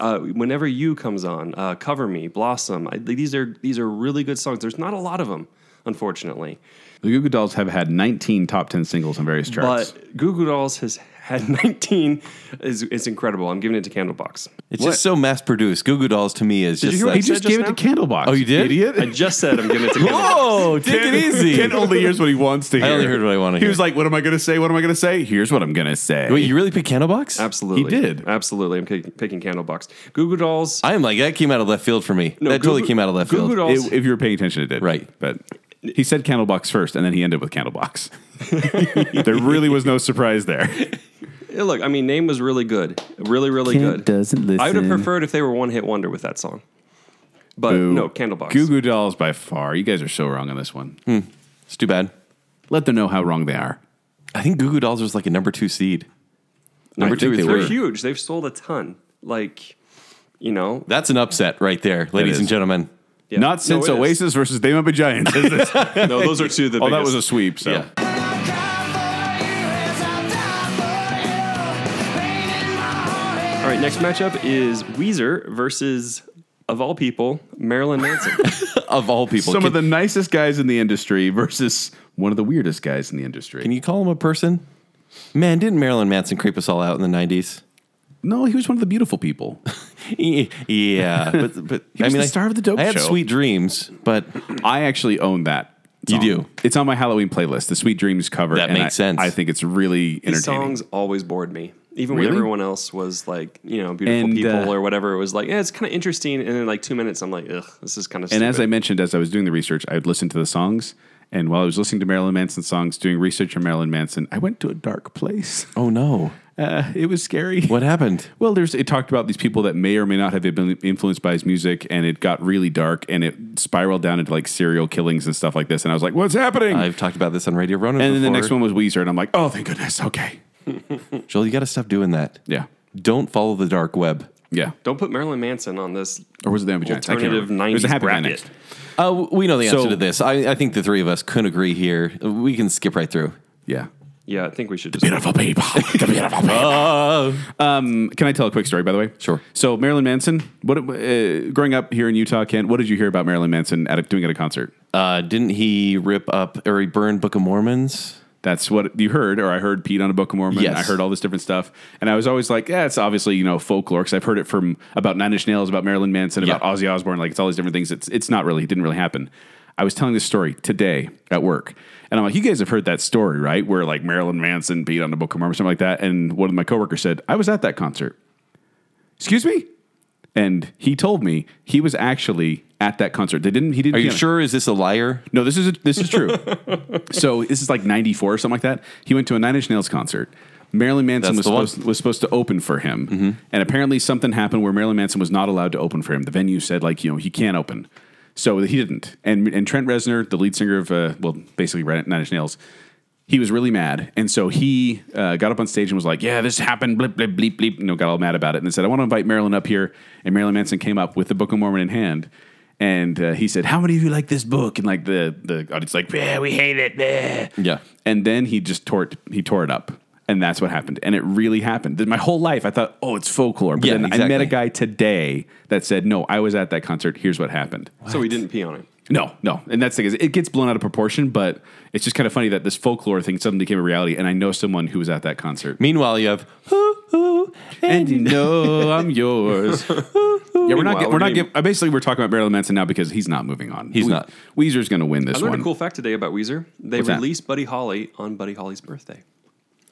D: Uh, whenever you comes on, uh, Cover Me, Blossom. I, these are these are really good songs. There's not a lot of them, unfortunately.
B: The Goo Goo Dolls have had 19 top 10 singles on various charts.
D: But Goo Goo Dolls has had 19. is It's incredible. I'm giving it to Candlebox.
C: It's
B: What?
C: just so mass produced. Goo Goo Dolls to me is
D: you
C: just
D: hear what
B: he
C: like.
D: said
B: just gave it
D: just
B: to Candlebox.
C: Oh, you did?
B: Idiot.
D: I just said I'm giving it to Candlebox.
C: Whoa, take it easy.
B: Kent only hears what he wants to hear.
C: I only heard what I wanna
B: He was
C: hear.
B: like, what am I going to say? What am I going to say? Here's what I'm going to say.
C: Wait, you really picked Candlebox?
D: Absolutely.
B: He did.
D: Absolutely. I'm picking, picking Candlebox. Goo Goo Dolls.
C: I am like, that came out of left field for me.
D: No,
C: that
D: Goo
C: totally
D: Goo-
C: came out of left
D: Goo Goo
C: field.
D: Dolls-
B: It- if you were paying attention, it did.
C: Right.
B: But he said Candlebox first, and then he ended with Candlebox. there really was no surprise there.
D: Yeah, look, I mean, name was really good, really, really good.
B: listen.
D: I would have preferred if they were one hit wonder with that song, but
B: Boo.
D: Uh, no, Candlebox.
B: Goo Goo Dolls by far. You guys are so wrong on this one.
C: It's too bad.
B: Let them know how wrong they are.
C: I think Goo Goo Dolls was like a number two seed.
D: Number
B: I
D: two,
B: think
D: they
B: they
D: are
B: were.
D: huge. They've sold a ton. Like, you know,
C: That's an upset right there, ladies
B: is.
C: and gentlemen.
D: yeah.
B: Not since
D: no, it is.
B: Oasis versus They Might Be Giants. Is this- oh,
D: No, those are two. The
B: that was
D: biggest.
B: a sweep. So
C: Yeah.
D: All right, next matchup is Weezer versus, of all people, Marilyn Manson.
C: Of all people,
B: some
C: can,
B: of the nicest guys in the industry versus one of the weirdest guys in the industry.
C: can you call him a person? Man, didn't Marilyn Manson creep us all out in the nineties?
B: no, he was one of the beautiful people.
C: yeah, but but
B: was the star of the Dope
C: I had
B: Show.
C: sweet dreams, but
B: I actually own that.
C: You
B: song.
C: do?
B: It's on my Halloween playlist, the Sweet Dreams cover.
C: That
B: and
C: makes
B: I-
C: sense.
B: I think it's really entertaining.
D: These songs always bored me. Even when
B: Really?
D: everyone else was like, you know, beautiful
B: And,
D: people
B: uh,
D: or whatever, it was like, yeah, it's kind of interesting. And then like two minutes, I'm like, ugh, this is kind of.
B: And as I mentioned, as I was doing the research, I would listen to the songs. And while I was listening to Marilyn Manson songs, doing research on Marilyn Manson, I went to a dark place.
C: oh no,
B: Uh, it was scary.
C: what happened?
B: Well, there's it talked about these people that may or may not have been influenced by his music, and it got really dark, and it spiraled down into like serial killings and stuff like this. And I was like, "What's happening?"
C: I've talked about this on Radio Ronan.
B: and then the
C: before.
B: next one was Weezer, and I'm like, "Oh, thank goodness, okay."
C: Joel, you got to stop doing that.
B: Yeah,
C: Don't follow the dark web.
B: yeah.
D: Don't put Marilyn Manson on this.
B: Or was it the Ambi Giants? I can't
D: Alternative
B: remember. It was
D: 90s
B: the Happy Guy
D: bracket.
B: next.
C: Uh, w- we know the answer
B: So-
C: to this. I, I think the three of us couldn't agree here. We can skip right through.
B: Yeah.
D: Yeah, I think we should just.
B: Beautiful people. The beautiful people. um, can I tell a quick story, by the way?
C: Uh. Sure.
B: So Marilyn Manson. What uh, growing up here in Utah, Kent? What did you hear about Marilyn Manson at a, doing at a concert?
C: Uh, didn't he rip up or he burned Book of Mormons?
B: That's what you heard, or I heard Pete on a Book of Mormon.
C: Yes.
B: I heard all this different stuff, and I was always like, "Yeah, it's obviously you know folklore," because I've heard it from about Nine Inch Nails, about Marilyn Manson, about
C: Yeah.
B: Ozzy Osbourne. Like it's all these different things. It's it's not really, it didn't really happen. I was telling this story today at work, and I'm like, "You guys have heard that story, right? Where like Marilyn Manson, Pete on a Book of Mormon, something like that." And one of my coworkers said, "I was at that concert." Excuse me, and he told me he was actually at that concert. They didn't. He didn't.
C: Are you
B: piano-
C: sure? Is this a liar?
B: no, this is this is true. so this is like '94 or something like that. He went to a Nine Inch Nails concert. Marilyn Manson was
C: That's the one.
B: supposed, was supposed to open for him, and apparently something happened where Marilyn Manson was not allowed to open for him. The venue said like you know he can't open, so he didn't. And and Trent Reznor, the lead singer of uh, well basically Nine Inch Nails, he was really mad, and so he uh, got up on stage and was like, "Yeah, this happened." Bleep bleep bleep bleep. You know, got all mad about it, and then said, "I want to invite Marilyn up here." And Marilyn Manson came up with the Book of Mormon in hand, and uh, he said, "How many of you like this book?" And like the the audience like, "Yeah, we hate it." bleh."
C: Yeah.
B: and then he just tore it. He tore it up. And that's what happened. And it really happened. My whole life, I thought, oh, it's folklore. But
C: Yeah,
B: then I met
C: exactly.
B: a guy today that said, no, I was at that concert. Here's what happened.
D: So we didn't pee on it.
B: No, no. And that's the thing is it gets blown out of proportion, but it's just kind of funny that this folklore thing suddenly became a reality. And I know someone who was at that concert.
C: Meanwhile, you have hoo hoo
B: And
C: and
B: you know I'm yours. yeah, we're not.
D: Meanwhile,
B: We're
D: we-
B: not. Get, basically, we're talking about Marilyn Manson now because he's not moving on.
C: He's not.
B: Weezer's going to win
D: I
B: this
D: learned
B: one.
D: a cool fact today about Weezer. They
B: What's that?
D: released Buddy Holly on Buddy Holly's birthday.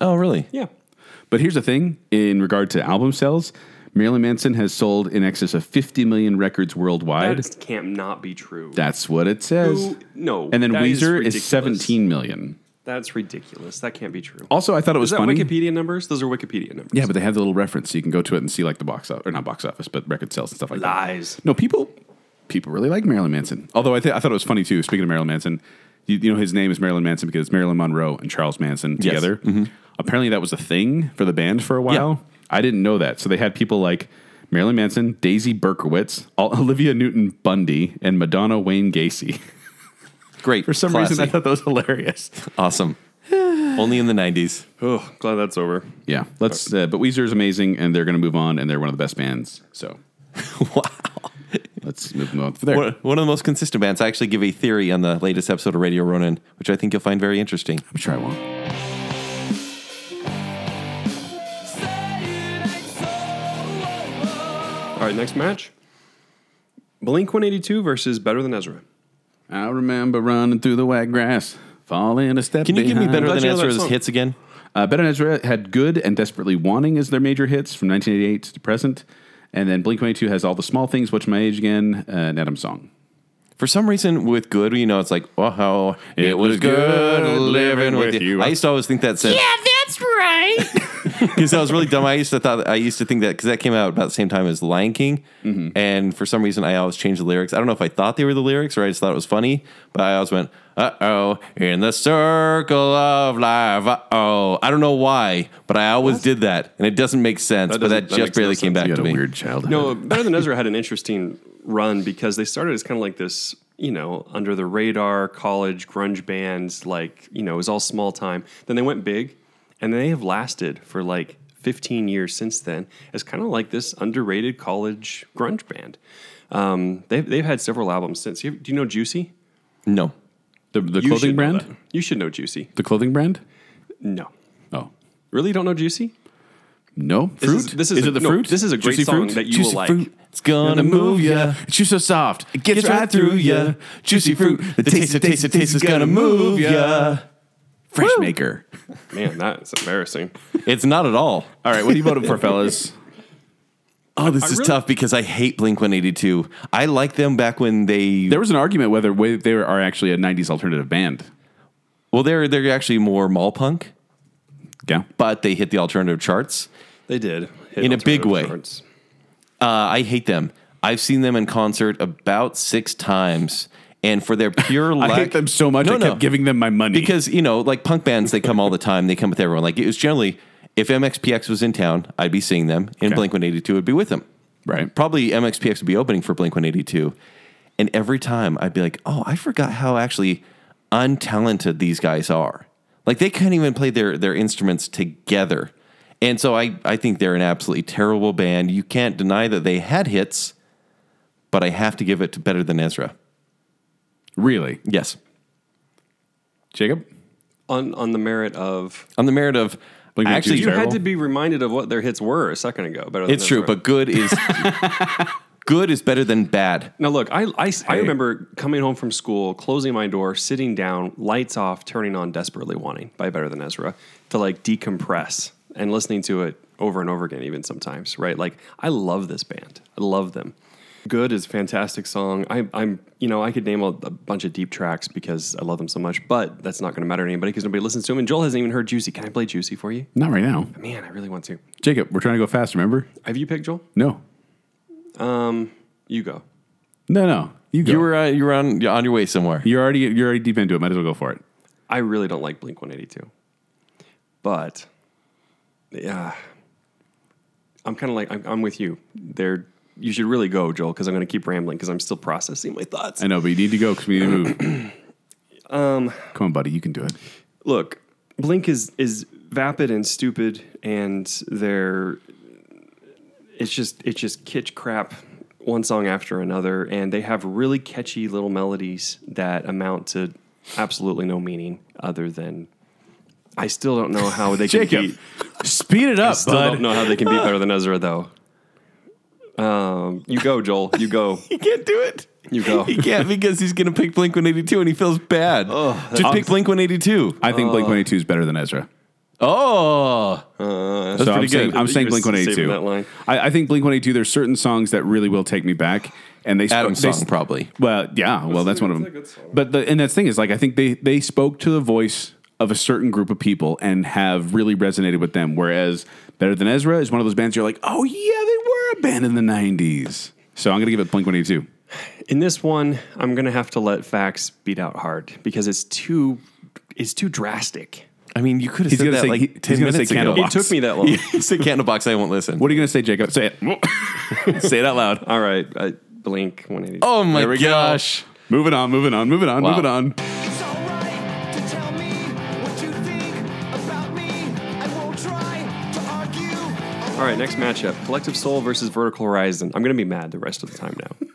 C: oh really?
D: Yeah.
B: But here's the thing in regard to album sales, Marilyn Manson has sold in excess of 50 million records worldwide.
D: That can't not be true.
B: That's what it says.
D: Who- no,
B: And then
D: that is
B: Weezer is,
D: ridiculous.
B: 17 million.
D: That's ridiculous. That can't be true.
B: Also, I thought it was
D: Is that
B: funny.
D: Wikipedia numbers? Those are Wikipedia numbers.
B: Yeah, but they have the little reference, so you can go to it and see like the box office, or not box office, but record sales and stuff like that.
D: Lies.
B: No, people people really like Marilyn Manson. Although I, th- I thought it was funny too. Speaking of Marilyn Manson, you, you know his name is Marilyn Manson because Marilyn Monroe and Charles Manson together. Apparently, that was a thing for the band for a while. I didn't know that. So they had people like Marilyn Manson, Daisy Berkowitz, Ol- Olivia Newton Bundy, and Madonna Wayne Gacy.
C: Great.
B: for some
C: Classy.
B: reason, I thought that was hilarious.
C: awesome. Only in the nineties.
D: Oh, glad that's over.
B: yeah, let's. Uh, but Weezer is amazing, and they're going to move on, and they're one of the best bands. So
C: wow.
B: let's move on from there.
C: One one of the most consistent bands. I actually give a theory on the latest episode of Radio Ronin, which I think you'll find very interesting.
B: I'm sure I won't.
D: All right, next match. Blink 182 versus Better Than Ezra.
B: I remember running through the wet grass, falling a step.
C: Can you give me
B: behind.
C: better
D: Glad
C: than
D: you know that
C: Ezra's
D: song.
C: hits again?
B: Uh, Better Than Ezra had Good and Desperately Wanting as their major hits from 1988 to present. And then Blink 22 has All the Small Things, What's My Age Again, uh, and Adam's Song.
C: For some reason, with good, you know, it's like, wow, it,
B: It
C: was,
B: was
C: good,
B: good
C: living with you. I used to always think that said, yeah,
A: that's right.
C: because that was really dumb. I used to thought, I used to think that because that came out about the same time as Lion King, and for some reason, I always changed the lyrics. I don't know if I thought they were the lyrics or I just thought it was funny, but I always went, uh oh, in the circle of life, uh oh. I don't know why, but I always did that, and it doesn't make sense. but
D: doesn't-
C: that,
D: that
C: just
D: makes no
C: barely came
D: sense.
C: back
B: You
C: to
B: had a
C: me.
B: weird childhood.
D: No, Better Than Ezra had an interesting run because they started as kind of like this, you know, under the radar college grunge bands, like, you know, it was all small time. Then they went big and they have lasted for like 15 years since then as kind of like this underrated college grunge band. Um, they've, they've had several albums since. You, do you know Juicy?
C: No,
B: The, the
D: You
B: clothing
D: should know
B: brand?
D: that. You should know Juicy.
B: The clothing brand?
D: No.
B: Oh.
D: Really don't know Juicy?
B: No? Fruit?
D: is- this is
B: is
D: a-
B: it the
D: no,
B: fruit?
D: this is a great
B: Juicy
D: song
B: fruit?
D: that you
B: Juicy
D: will like.
B: fruit.
C: it's gonna move ya.
B: It's just so soft. It gets,
C: It's right through ya. Juicy fruit. The taste, the taste, the taste is gonna move ya.
B: Fresh maker.
D: Man, that's embarrassing.
C: It's not at all.
B: All right, what are you voting for, fellas?
C: Oh, this is
D: really-
C: tough because I hate Blink 182. I like them back when they
B: There was an argument whether wa- they are actually a 90s alternative band.
C: well, they're they're actually more mall punk,
B: Yeah.
C: but they hit the alternative charts.
D: They did. hit
C: In a big
D: alternative
C: way.
D: charts.
C: Uh, I hate them. I've seen them in concert about six times, and for their pure lack,
B: I hate them so much, I kept giving them my money.
C: because you know, like punk bands, they come all the time. They come with everyone. Like it was generally, if MXPX was in town, I'd be seeing them, and
B: Okay.
C: Blink 182 would be with them.
B: Right.
C: Probably MXPX would be opening for Blink 182, and every time I'd be like, oh, I forgot how actually untalented these guys are. Like they can't even play their their instruments together, and so I I think they're an absolutely terrible band. You can't deny that they had hits, but I have to give it to Better Than Ezra.
B: Really?
C: Yes,
B: Jacob?
D: On, on the merit of
C: on the merit of.
B: Blink
C: actually,
B: 182
D: You
B: Terrible.
D: had to be reminded of what their hits were a second ago. Better than
C: It's true,
D: Ezra.
C: but good is good is better than bad.
D: now look, I, I, I remember coming home from school, closing my door, sitting down, lights off, turning on "Desperately Wanting" by Better Than Ezra to like decompress and listening to it over and over again, even sometimes. Right? Like I love this band. I love them. Good is a fantastic song. I, I'm, you know, I could name a, a bunch of deep tracks because I love them so much, but that's not going to matter to anybody because nobody listens to them. And Joel hasn't even heard Juicy. Can I play Juicy for you?
B: Not right now.
D: Man, I really want to.
B: Jacob, we're trying to go fast, remember?
D: Have you picked Joel?
B: No.
D: You go.
B: No, no. You go.
C: You
B: You're,
C: were uh, you were on you're on your way somewhere.
B: already you're already deep into it. Might as well go for it.
D: I really don't like Blink 182. But yeah, I'm kind of like, I'm, I'm with you. They're, you should really go, Joel, because I'm going to keep rambling because I'm still processing my thoughts.
B: I know, but you need to go because we need to move. um, Come on, buddy. You can do it.
D: Look, Blink is, is vapid and stupid, and they're it's just it's just kitsch crap one song after another and they have really catchy little melodies that amount to absolutely no meaning other than I still don't know how they can
B: Jacob,
D: beat
B: speed it up,
D: still
B: bud.
D: don't know how they can be better than Ezra though. Um, you go, Joel. You go.
C: He can't do it.
D: You go.
C: He can't because he's going to pick Blink 182 and he feels bad. Just pick Blink 182.
B: I think Blink 182 is better than Ezra.
C: Oh.
B: so I'm
C: pretty
B: saying,
C: good.
B: I'm saying
D: You're
B: Blink 182.
D: saving that line.
B: I, I think Blink 182. There's certain songs that really will take me back, and they
C: Adam's
B: they-
C: song, probably.
B: Well, yeah, well that's one of
D: it's a
B: them.
D: good song.
B: But the and that's the thing is like I think they they spoke to the voice of a certain group of people and have really resonated with them. Whereas Better Than Ezra is one of those bands you're like, oh yeah, they were a band in the '90s. So I'm gonna give it Blink 182.
D: In this one, I'm gonna have to let facts beat out hard because it's too it's too drastic.
C: I mean, you could have
B: He's
C: said
B: gonna
C: that
B: say-
C: like
B: he-
C: 10
B: he's gonna say
C: minutes ago.
B: Candlebox.
D: It took me that long.
C: You said Candlebox, I won't listen.
B: What are you gonna say, Jacob? Say it. say it out loud.
D: All right, I blink 180.
C: Oh my
B: There we go.
C: gosh.
B: Moving on, moving on, moving on,
C: Wow.
B: moving on.
F: It's alright to tell me what you think about me. I won't try to argue.
D: All right, next matchup: Collective Soul versus Vertical Horizon. I'm gonna be mad the rest of the time now.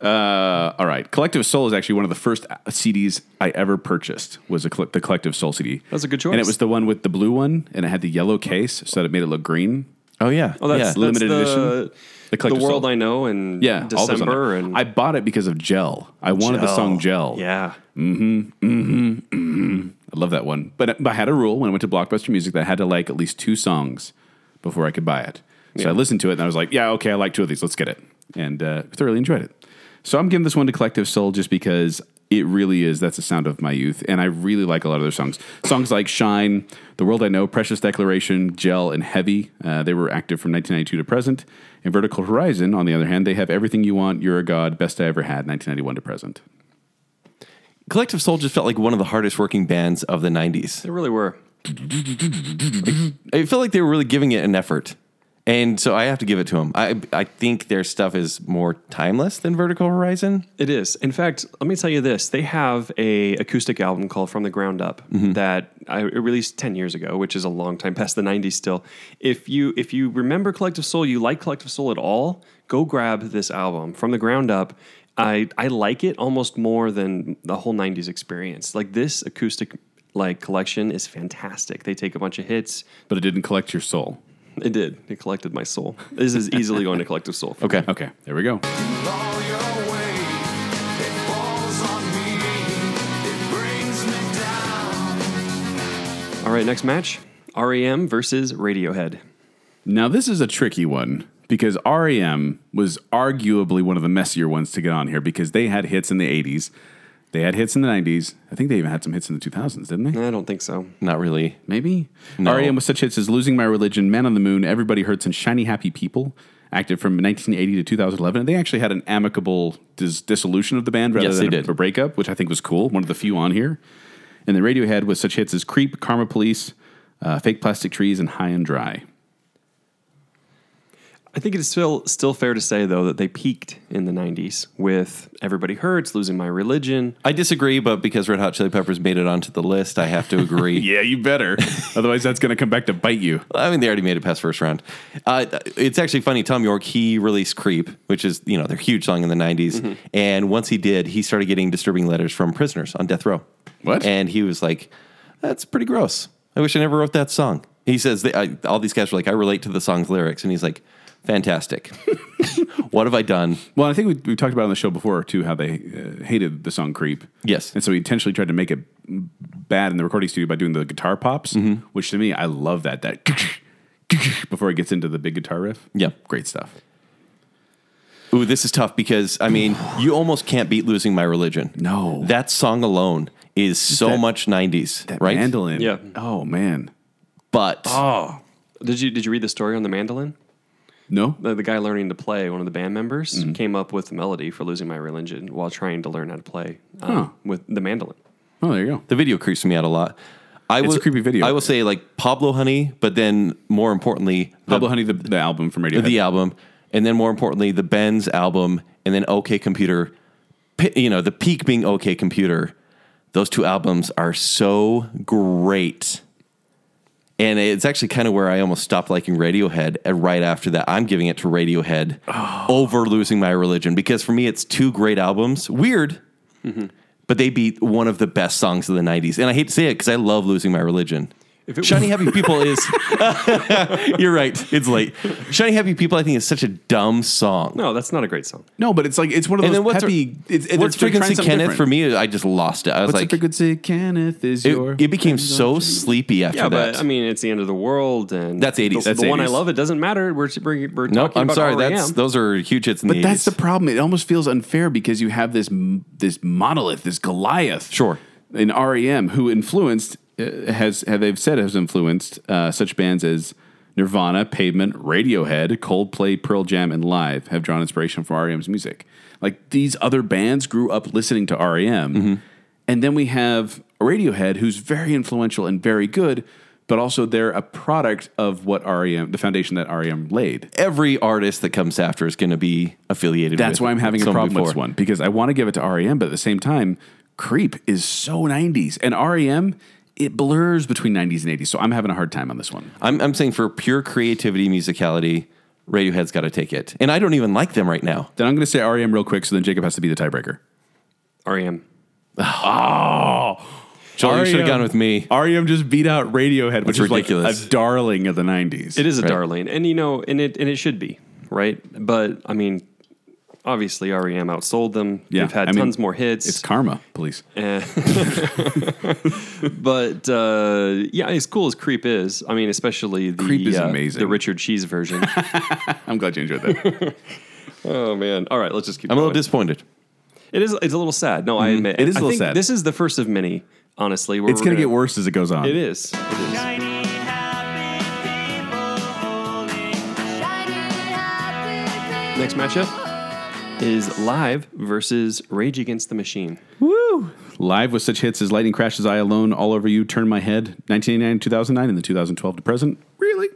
B: Uh, all right, Collective Soul is actually one of the first CDs I ever purchased. Was a coll- the Collective Soul CD.
D: That's a good choice.
B: And it was the one with the blue one, and it had the yellow case, so that it made it look green.
C: Oh, yeah.
D: Oh, that's,
C: yeah.
D: that's
B: limited
D: the,
B: edition. The
D: The,
B: Collective
D: world
B: Soul.
D: I know and
B: Yeah, all those on
D: December
B: there.
D: and Oh,
B: I bought it because of Gel. I wanted the song Gel.
D: Yeah,
B: I love that one. But, but I had a rule when I went to Blockbuster Music that I had to like at least two songs before I could buy it. So I listened to it and I was like, yeah, okay, I like two of these. Let's get it. And uh, thoroughly enjoyed it. So I'm giving this one to Collective Soul just because it really is. That's the sound of my youth. And I really like a lot of their songs. Songs like Shine, The World I Know, Precious Declaration, Gel, and Heavy. Uh, they were active from 1992 to present. And Vertical Horizon, on the other hand, they have Everything You Want, You're a God, Best I Ever Had, 1991 to present.
C: Collective Soul just felt like one of the hardest working bands of the 90s.
D: they really were.
C: It felt like they were really giving it an effort. And so I have to give it to them. I, I think their stuff is more timeless than Vertical Horizon.
D: It is. In fact, let me tell you this: they have a acoustic album called "From the Ground Up" that I it released ten years ago, which is a long time past the '90s. Still, if you if you remember Collective Soul, you like Collective Soul at all, go grab this album "From the Ground Up." I I like it almost more than the whole '90s experience. Like this acoustic like collection is fantastic. They take a bunch of hits.
B: But it didn't collect your soul.
D: It did. It collected my soul. This is easily going to Collective Soul. for
C: Okay.
B: Okay, there we go.
E: all your weight. It falls on me. It brings me down.
D: All right, next match: REM versus Radiohead.
B: Now, this is a tricky one because REM was arguably one of the messier ones to get on here because they had hits in the 80s. They had hits in the 90s. I think they even had some hits in the 2000s, didn't they?
D: I don't think so.
C: Not really.
B: Maybe. REM with such hits as Losing My Religion, Man on the Moon, Everybody Hurts, and Shiny Happy People, active from 1980 to 2011. And they actually had an amicable dis- dissolution of the band rather
C: Yes,
B: than
C: they
B: a,
C: did.
B: a breakup, which I think was cool. One of the few on here. And then Radiohead with such hits as Creep, Karma Police, uh, Fake Plastic Trees, and High and Dry.
D: I think it is still still fair to say though that they peaked in the '90s with "Everybody Hurts," "Losing My Religion."
C: I disagree, but because Red Hot Chili Peppers made it onto the list, I have to agree.
B: Yeah, you better. Otherwise, that's going to come back to bite you.
C: I mean, they already made it past first round. Uh, it's actually funny. Tom York he released "Creep," which is you know their huge song in the '90s.
B: Mm-hmm.
C: And once he did, he started getting disturbing letters from prisoners on death row.
B: What?
C: And he was like, "That's pretty gross. I wish I never wrote that song." He says, they, I, "All these guys were like, I relate to the song's lyrics," and he's like, "Fantastic. what have I done?"
B: Well, I think we, we talked about on the show before too how they uh, hated the song "Creep."
C: Yes.
B: and so he intentionally tried to make it bad in the recording studio by doing the guitar pops,
C: Mm-hmm.
B: which to me I love that that before it gets into the big guitar riff.
C: Yeah.
B: great stuff.
C: Ooh, this is tough because I mean, you almost can't beat losing my religion.
B: No.
C: that song alone is so
B: that-
C: much '90s,
B: That
C: right?
B: mandolin.
D: Yeah.
B: Oh man.
C: But
D: Did you did you read the story on the mandolin?
B: No.
D: The, the guy learning to play, one of the band members,
C: Mm-hmm.
D: came up with the melody for "Losing My Religion" while trying to learn how to play um,
B: Huh.
D: with the mandolin.
B: Oh, there you go.
C: The video creeps me out a lot. I
B: It's
C: will-
B: a creepy video.
C: I will say like Pablo Honey, but then more importantly, the,
B: Pablo Honey, the, the album from Radiohead.
C: the album, and then more importantly, the Benz album, and then OK Computer. P- You know, the peak being OK Computer. Those two albums are so great. And it's actually kind of where I almost stopped liking Radiohead. And right after that, I'm giving it to Radiohead over losing my religion because for me, it's two great albums. Weird, but they beat one of the best songs of the 90s. And I hate to say it because I love losing my religion.
D: If it
C: Shiny Happy People is. you're right. It's late. Shiny Happy People, I think, is such a dumb song.
D: No, that's not a great song.
B: No, but it's like it's one of
C: And
B: those
C: then what's,
B: peppy. it's, it's-
C: what's
B: they're trying
C: Frequency
B: something
C: Kenneth
B: different.
C: for me? I just lost it. I was
B: What's
C: like,
B: Frequency Kenneth is your.
C: it, it became so sleepy after
D: Yeah,
C: that.
D: but I mean, it's the end of the world, and
C: That's 80s.
D: The,
B: That's
D: the one I
B: 80s.
D: love, it doesn't matter. We're, we're, we're
C: No,
D: talking
C: I'm
D: about E
C: sorry.
D: R.E.M..
C: That's those are huge hits in the
B: E But that's
C: 80s.
B: the problem. It almost feels unfair because you have this m- this monolith, this Goliath.
C: Sure.
B: In REM, who influenced uh, has have they've said has influenced uh, such bands as Nirvana, Pavement, Radiohead, Coldplay, Pearl Jam, and Live have drawn inspiration from REM's music. Like these other bands grew up listening to REM, and then we have Radiohead, who's very influential and very good. But also, they're a product of what REM, the foundation that REM laid.
C: Every artist that comes after is going to be affiliated.
B: That's
C: with
B: why I'm having a
C: someone
B: problem with this
C: before.
B: one because I want to give it to REM, but at the same time, Creep is so 90s, and REM it blurs between 90s and 80s. So I'm having a hard time on this one.
C: I'm, I'm saying for pure creativity, musicality, Radiohead's got to take it, and I don't even like them right now.
B: Then I'm going to say REM real quick, so then Jacob has to be the tiebreaker.
D: R.E.M.
B: Oh!
C: Joel, you should
B: E
C: have gone with me.
B: REM just beat out Radiohead, which
C: That's
B: is
C: ridiculous.
B: like a darling of the 90s.
D: It is a
C: Right.
D: darling, and you know, and it and it should be right. But I mean, obviously, REM outsold them.
B: Yeah,
D: They've had
B: I mean,
D: tons more hits.
B: It's karma, please.
D: but uh, yeah, as cool as Creep is, I mean, especially the
B: Creep is
D: uh,
B: amazing.
D: the Richard Cheese version.
B: I'm glad you enjoyed that.
D: oh man! All right, let's just keep.
C: I'm a little
D: going.
C: disappointed.
D: It is. It's a little sad. No, I admit
B: Mm-hmm. It is a
D: I
B: little
D: think
B: sad.
D: This is the first of many. Honestly, where
B: it's
D: we're
B: going to
D: gonna-
B: get worse as it goes on.
D: It is. It is.
G: Shiny, happy people holding. Shiny, happy people.
D: Next matchup is Live versus Rage Against the Machine.
B: Live with such hits as Lightning Crashes, I Alone, All Over You, Turn My Head, 1989 2009, and the 2012 to present. Really?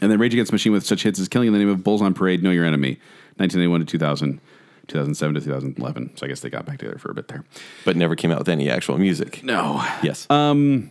B: And then Rage Against the Machine with such hits as Killing in the Name of Bulls on Parade, Know Your Enemy, 1991 to 2000, 2007 to 2011. So I guess they got back together for a bit there.
C: but never came out with any actual music.
B: No.
C: Yes. Um,
B: This,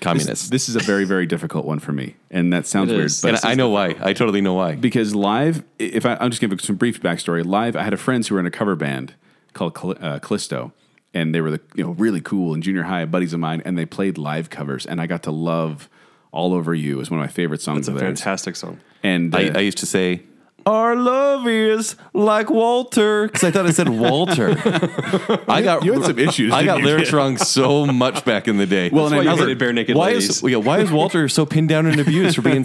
C: communist.
B: this is a very, very difficult one for me. And that sounds
D: It
B: weird,
D: is.
B: but
C: and I know why. I totally know why.
B: because live if I, i'm just giving some brief backstory live i had a friends who were in a cover band called Cal- uh, callisto and they were the you know really cool and junior high buddies of mine and they played live covers and i got to love all over you is one of my favorite songs
D: It's a
B: of theirs
D: fantastic song.
B: and uh,
C: I, I used to say, "Our love is like Walter," because I thought it said Walter. I got
B: you had some issues,
C: I
B: didn't
C: got
B: you,
C: lyrics
B: kid?
C: wrong so much back in the day.
B: Well, and
D: That's
B: I
D: why you
B: remember-
D: hated bare naked
C: why
D: ladies.
C: is yeah, why is Walter so pinned down and abused for being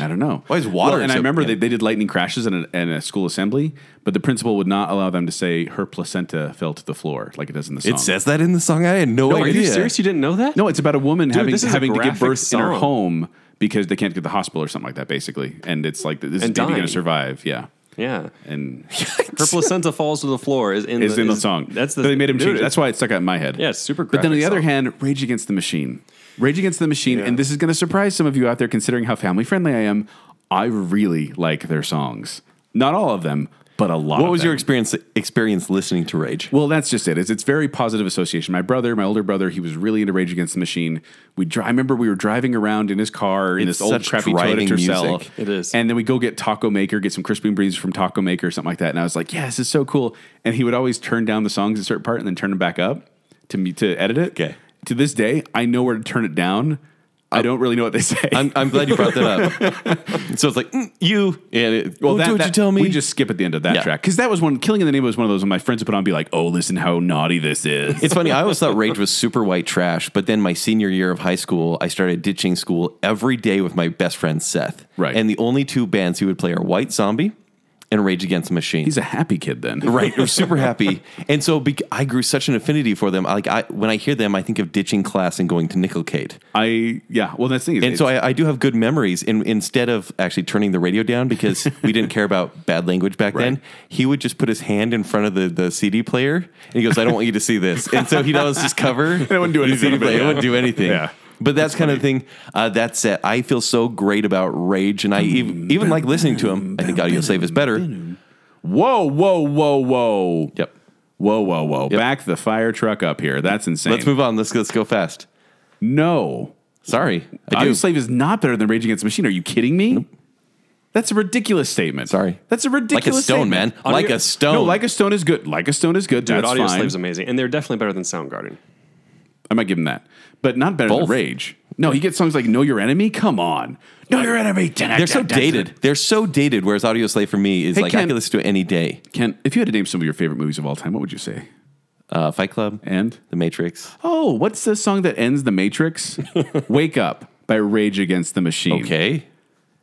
B: I don't know.
C: Why is water?
B: Well, and I
C: so-
B: remember they, they did lightning crashes in a, in a school assembly, but the principal would not allow them to say her placenta fell to the floor like it does in the song.
C: it says that in the song. I had no,
D: Are
C: idea.
D: you serious? You didn't know that?
B: Oh, No, it's about a woman having
D: this is a
B: having to give
D: graphic
B: birth in her
D: song.
B: home because they can't get to the hospital or something like that, basically. And it's like this
D: And
B: is baby going
D: dying.
B: to survive? Yeah,
D: Yeah.
B: and
D: Her placenta falls to the floor is in
B: is
D: the,
B: in the
D: is-
B: song.
D: That's the
B: But they made him
D: dude,
B: change. it.
D: it's-
B: That's why it stuck out in my head.
D: Yeah, it's super
B: But then on
D: graphic
B: the other
D: song.
B: hand, Rage Against the Machine. Rage Against the Machine, and this is going to surprise some of you out there, considering how family friendly I am. I really like their songs. Not all of them, but a lot.
C: What
B: of
C: was your
B: them.
C: experience experience listening to Rage?
B: Well, that's just it. It's, it's very positive association. My brother, my older brother, he was really into Rage Against the Machine. We dri- I remember we were driving around in his car in
C: It's
B: this old
C: such
B: crappy Toyota
C: driving
B: Tercel.
C: music.
D: It is.
B: And then we go get Taco Maker, get some crispy and breeze from Taco Maker or something like that. And I was like, yeah, this is so cool. And he would always turn down the songs at a certain part and then turn them back up to me to edit it.
C: Okay.
B: To this day, I know where to turn it down. I don't really know what they say.
C: I'm, I'm glad you brought that up. so it's like mm, you and it, well,
B: that-
C: do what
B: that-
C: Oh, you tell me.
B: We just skip at the end of that
C: Yeah.
B: track because that was one. Killing in the Name was one of those. When my friends would put on, be like, "Oh, listen, how naughty this is."
C: It's funny. I always thought Rage was super white trash, but then my senior year of high school, I started ditching school every day with my best friend Seth.
B: Right.
C: And the only two bands he would play are White Zombie and Rage Against the Machine.
B: He's a happy kid then,
C: right. We're super happy, and so bec- I grew such an affinity for them. I- Like I, when I hear them, I think of ditching class and going to Nickelcade.
B: I yeah. Well, that's the thing. Is,
C: And so
B: it's-
C: I, I do have good memories. In, instead of actually turning the radio down because we didn't care about bad language back then,
B: Right.
C: he would just put his hand in front of the, the CD player and he goes, "I don't want you to see this." And so he'd always just cover. And
B: wouldn't do anything,
C: CD
B: but
C: player. It
B: yeah.
C: wouldn't do anything.
B: Yeah.
C: But that's, kind of thing. Uh, that's it. I feel so great about Rage, and I even, even like listening to him. I think Audio Slave is better.
B: whoa, whoa, whoa, whoa.
C: Yep.
B: Whoa, whoa, whoa. Back the fire truck up here. That's insane.
C: Let's move on. Let's let's go fast.
B: No.
C: Sorry, I do.
B: Audio Slave is not better than Rage Against the Machine. Are you kidding me? That's a ridiculous statement.
C: Sorry.
B: That's a ridiculous
C: Like a stone,
B: statement.
C: man. Like a stone.
B: No, Like a Stone is good. Like a Stone is good.
D: Dude,
B: That's
D: Audio
B: fine.
D: Slave's amazing, and they're definitely better than Soundgarden.
B: I might give him that. But not better
C: Both.
B: than Rage. No, he gets songs like Know Your Enemy. Come on. Know Your Enemy.
C: They're so dated. They're so dated. Whereas Audio Slave for me is
B: Hey,
C: like I
B: Ken.
C: can listen to it any day.
B: Kent, if you had to name some of your favorite movies of all time, what would you say?
C: Uh, Fight Club,
B: And?
C: The Matrix.
B: Oh, what's the song that ends The Matrix? Wake Up by Rage Against the Machine.
C: Okay.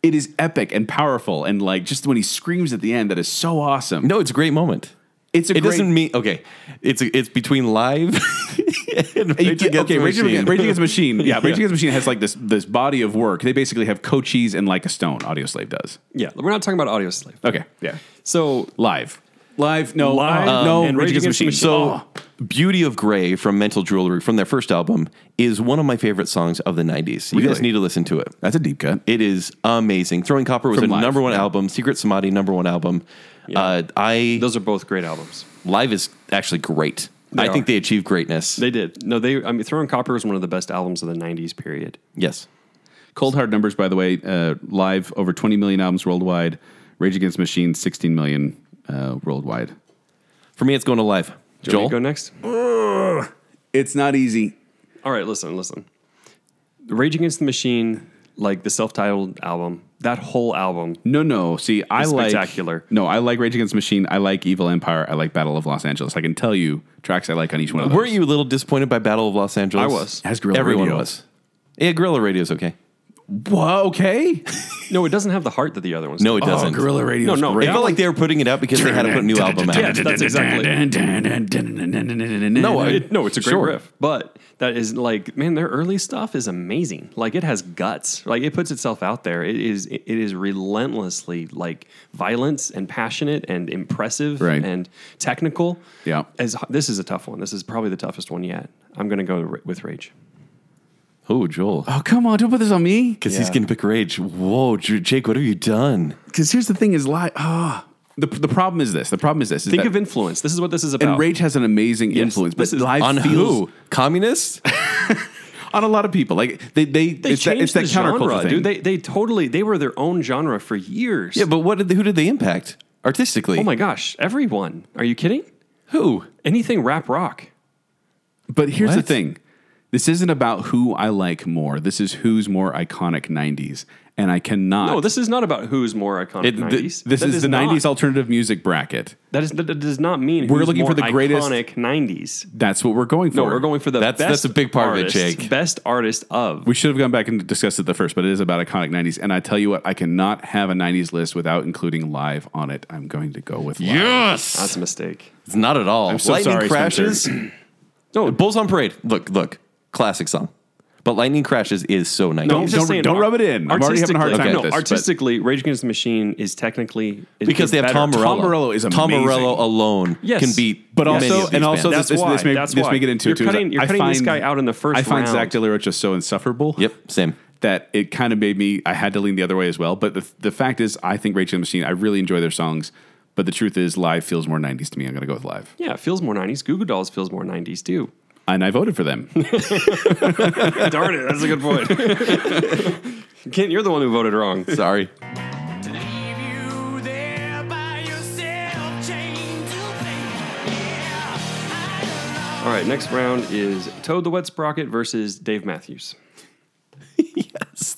B: It is epic and powerful. And like just when he screams at the end, that is so awesome.
C: No, it's a great moment.
B: it's a
C: it
B: great,
C: doesn't mean okay. It's it's between live and
B: You
C: Rage
B: get-
C: Against
B: okay,
C: the
B: Rage
C: Machine.
B: Against, Rage Against the Machine. Yeah, Rage
C: Yeah.
B: Against the Machine has like this this body of work. They basically have Cochise and Like a Stone. Audio Slave does.
D: Yeah, we're not talking about Audio Slave.
B: Okay, yeah,
D: So
B: live, live, no,
C: um,
D: Live,
B: uh, no,
D: and
B: Rage Against the Machine.
C: So,
B: Oh.
C: Beauty of Grey from Mental Jewelry from their first album is one of my favorite songs of the 90s. You guys
B: Really?
C: need to listen to it.
B: that's a deep cut.
C: It is amazing. Throwing Copper was
B: From
C: a
B: Live,
C: number one
B: yeah.
C: album. Secret Samadhi, number one album. Uh, I
D: those are both great albums.
C: live is actually great.
D: They
C: I think
D: are.
C: they achieved greatness.
D: They did. No, they. I mean, Throwing Copper is one of the best albums of the '90s period.
C: yes.
B: Cold Hard numbers, by the way, uh, live over 20 million albums worldwide. Rage Against the Machine, 16 million uh, worldwide.
C: For me, it's going to live.
D: Do you want me
C: Joel,
D: to go next.
B: It's not easy.
D: All right, listen, listen. Rage Against the Machine, like the self-titled album, that whole album.
B: No, no. See, I
D: It's
B: like
D: spectacular.
B: No, I like Rage Against the Machine. I like Evil Empire. I like Battle of Los Angeles. I can tell you tracks I like on each one of those.
C: were you a little disappointed by Battle of Los Angeles?
D: I was.
B: Has Guerrilla
C: Everyone
B: Radio.
C: was. Yeah, Guerrilla Radio's okay.
B: Whoa, okay.
D: No, it doesn't have the heart that the other ones.
C: No,
D: do.
C: it doesn't.
B: Gorilla Radio.
D: No, no,
C: It felt like they were putting it out because they had to put a new album out.
D: Yeah, that's exactly-
B: No,
C: I-
D: It- no, it's a great
C: Sure.
D: riff, but that is like, man, their early stuff is amazing. Like it has guts. Like it puts itself out there. It is it is relentlessly like violent and passionate and impressive
B: Right.
D: and technical.
B: Yeah.
D: As this is a tough one. This is probably the toughest one yet. I'm going to go ra- with Rage.
C: Oh, Joel.
B: Oh, come on! Don't put this on me.
C: Because he's going to pick Rage. Whoa, J- Jake, what have you done?
B: Because here's the thing: is live. Ah, the the problem is this. The problem is this. is
D: Think
B: that-
D: of influence. This is what this is about.
B: and Rage has an amazing
D: Yes,
B: influence, but
D: this is-
B: live
C: On
B: feels
C: who? Communists?
B: on a lot of people. Like they they,
D: They
B: it's that, it's
D: changed
B: that
D: the
B: counterculture
D: genre,
B: thing.
D: dude. They they totally they were their own genre for years.
C: yeah, but what did they, who did they impact artistically?
D: oh my gosh, everyone. Are you kidding?
C: Who?
D: Anything rap rock.
B: but here's the
C: What?
B: thing: this isn't about who I like more. This is who's more iconic '90s, and I cannot.
D: No, Oh, this is not about who's more iconic.
B: It- th-
D: 90s.
B: this
D: That
B: is the
D: not-
B: '90s alternative music bracket.
D: That is that, that does not mean
B: We're
D: who's
B: looking for
D: more
B: the greatest-
D: iconic '90s.
B: That's what we're going for.
D: No, we're going for the
C: That's-
D: best.
C: that's a big part of it,
D: artist,
C: Jake.
D: Best artist of.
B: We should have gone back and discussed it the first, but it is about iconic 90s. And I tell you what, I cannot have a 90s list without including live on it. I'm going to go with live.
D: that's a mistake.
C: It's not at all. I'm
B: so
C: lightning
B: sorry,
C: crashes.
D: No,
C: Bulls on Parade. Look, look. Classic song. But Lightning Crashes is so 90s.
D: I'm just
B: don't- don't rub it in. I'm already having a hard
D: artistically-
B: time
D: No,
B: with this, but-
D: artistically, Rage Against the Machine is technically is-
C: because
D: is
C: they have
D: better.
C: Tom Morello.
B: Tom Morello is
C: Tom
B: amazing.
C: Morello alone
D: Yes.
C: can beat.
B: But also,
C: many of these
B: and also,
C: bands.
B: this, this,
D: That's
B: this may,
D: why. That's
B: this
D: why.
B: may get into
D: You're
B: it too. is
D: cutting-
B: that
D: you're
B: I
D: cutting this
B: find-
D: guy out in the first
B: I find
D: round.
B: Zach De La Rocha so insufferable.
C: Yep, same.
B: That it kind of made me. I had to lean the other way as well. But the, the fact is, I think Rage Against the Machine. I really enjoy their songs. But the truth is, live feels more 90s to me. I'm going to go with live,
D: Yeah, it feels more '90s. Goo Goo Dolls feels more '90s too.
B: and I voted for them.
D: Darn it, that's a good point. Kent, you're the one who voted wrong.
C: Sorry.
F: Leave you there by yourself, chained to pain. Yeah, I don't know.
D: All right, next round is Toad the Wet Sprocket versus Dave Matthews.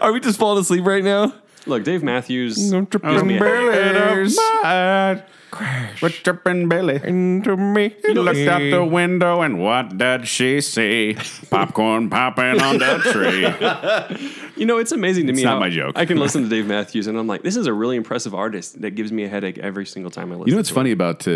C: Are we just falling asleep right now?
D: Look, Dave Matthews.
C: Gives me a-
B: What's up in Billy?
C: Into me.
B: He looked out the window and what did she see? Popcorn popping on the tree.
D: You know, it's amazing to me.
B: not
D: how
B: my joke.
D: I can listen to Dave Matthews, and I'm like, this is a really impressive artist that gives me a headache every single time I listen.
B: You know what's
D: to
B: funny about uh,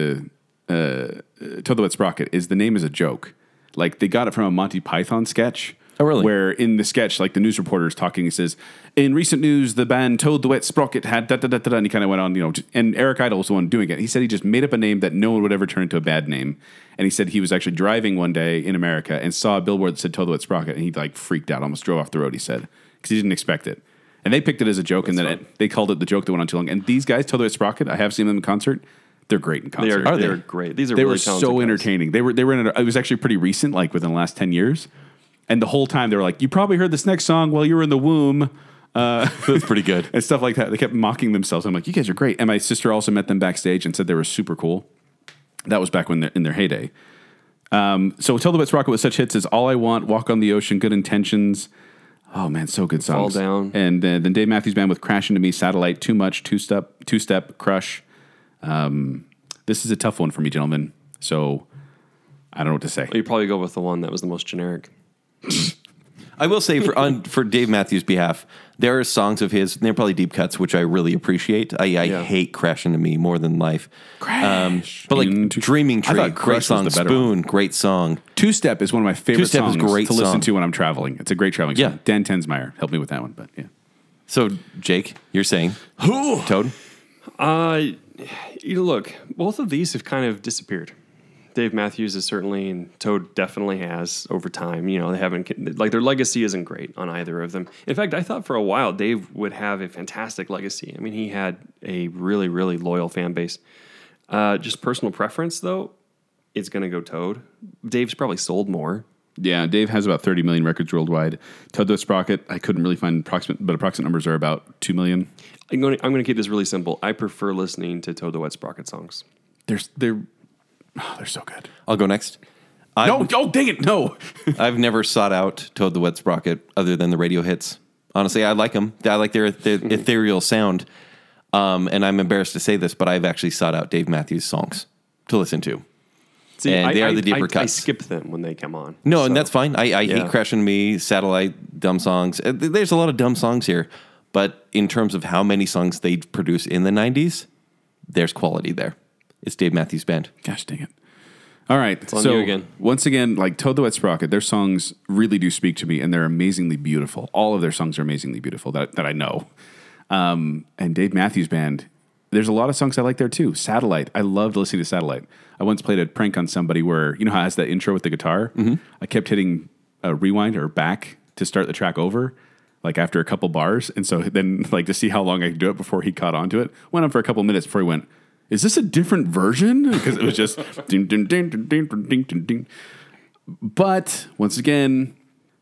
B: uh, Toad the Wet Sprocket is the name is a joke. Like they got it from a Monty Python sketch.
C: Oh, really?
B: Where in the sketch, like the news reporter is talking, he says, "In recent news, the band Toad the Wet Sprocket had da da da da," da," and he kind of went on, you know. j- And Eric Idle was the one doing it. He said he just made up a name that no one would ever turn into a bad name. And he said he was actually driving one day in America and saw a billboard that said Toad the Wet Sprocket, and he like freaked out, almost drove off the road. He said because he didn't expect it. And they picked it as a joke, and then it, they called it the joke that went on too long. And these guys, Toad the Wet Sprocket, I have seen them in concert. They're great in
D: They
B: concert
D: are,
C: they?
D: they? are great. These are
B: they
D: really
B: were
D: talented
B: so
D: guys.
B: entertaining. They were they were in a, it was actually pretty recent, like within the last ten years. And the whole time they were like, "You probably heard this next song while you were in the womb." Uh,
C: That's pretty good.
B: and stuff like that. They kept mocking themselves. I'm like, you guys are great. And my sister also met them backstage and said they were super cool. That was back when they're in their heyday. Um, so tell the Bits Rocket with such hits as All I Want, Walk on the Ocean, Good Intentions. Oh man, so good songs.
D: Down.
B: And uh, then Dave Matthews Band with Crash Into Me, Satellite, Too Much, Two Step, Two Step, Crush. Um, this is a tough one for me, gentlemen. So I don't know what to say.
D: You probably go with the one that was the most generic.
C: I will say for on for Dave Matthews' behalf, there are songs of his, and they're probably deep cuts, which I really appreciate. I, I
D: Yeah.
C: hate Crash into Me more than life. Crash, but like
B: Into-
C: Dreaming
B: I thought
C: Tree,
B: Crush
C: great
B: was
C: song.
B: the better
C: Spoon, great song.
B: Two Step is one of my favorite
C: Two Step is
B: songs
C: great
B: to listen
C: song.
B: to when I'm traveling. It's a great traveling
C: Yeah.
B: song. Dan Tensmeyer helped me with that one, but yeah.
C: So Jake, you're saying
D: Who?
C: Toad?
D: Uh, you look, both of these have kind of disappeared. Dave Matthews is certainly, and Toad definitely has over time. You know, they haven't, like, their legacy isn't great on either of them. In fact, I thought for a while Dave would have a fantastic legacy. I mean, he had a really, really loyal fan base. Uh, just personal preference, though, it's going to go Toad. Dave's probably sold more.
B: Yeah, Dave has about 30 million records worldwide. Toad the Sprocket, I couldn't really find approximate, but approximate numbers are about 2 million.
D: I'm going to I'm going to keep this really simple. I prefer listening to Toad the Wet Sprocket songs.
B: They're, they're, oh, they're so good.
C: I'll go next. I,
B: No, oh, dang it, no.
C: I've never sought out Toad the Wet Sprocket other than the radio hits. Honestly, I like them. I like their, their
D: Hmm.
C: ethereal sound. Um, and I'm embarrassed to say this, but I've actually sought out Dave Matthews songs to listen to.
D: See,
C: And
D: I,
C: they are
D: I-
C: the deeper
D: I, I
C: cuts.
D: skip them when they come on.
C: No,
D: So-
C: and that's fine. I, I
D: Yeah.
C: hate crashing me, satellite, dumb songs. Uh, th- There's a lot of dumb songs here, but in terms of how many songs they produce in the '90s, there's quality there. It's Dave Matthews Band.
B: Gosh, dang it. All right,
D: on
B: so
D: you again.
B: once again, like Toad the Wet Sprocket, their songs really do speak to me, and they're amazingly beautiful. All of their songs are amazingly beautiful that, that I know. Um, and Dave Matthews Band, there's a lot of songs I like there too. Satellite, I loved listening to Satellite. I once played a prank on somebody where you know how it has that intro with the guitar.
D: Mm-hmm.
B: I kept hitting uh, rewind or back to start the track over, like after a couple bars, and so then like to see how long I could do it before he caught on to it. Went on for a couple minutes before he went. Is this a different version? Because it was just ding, ding, ding, ding, ding, ding, ding, ding. But once again,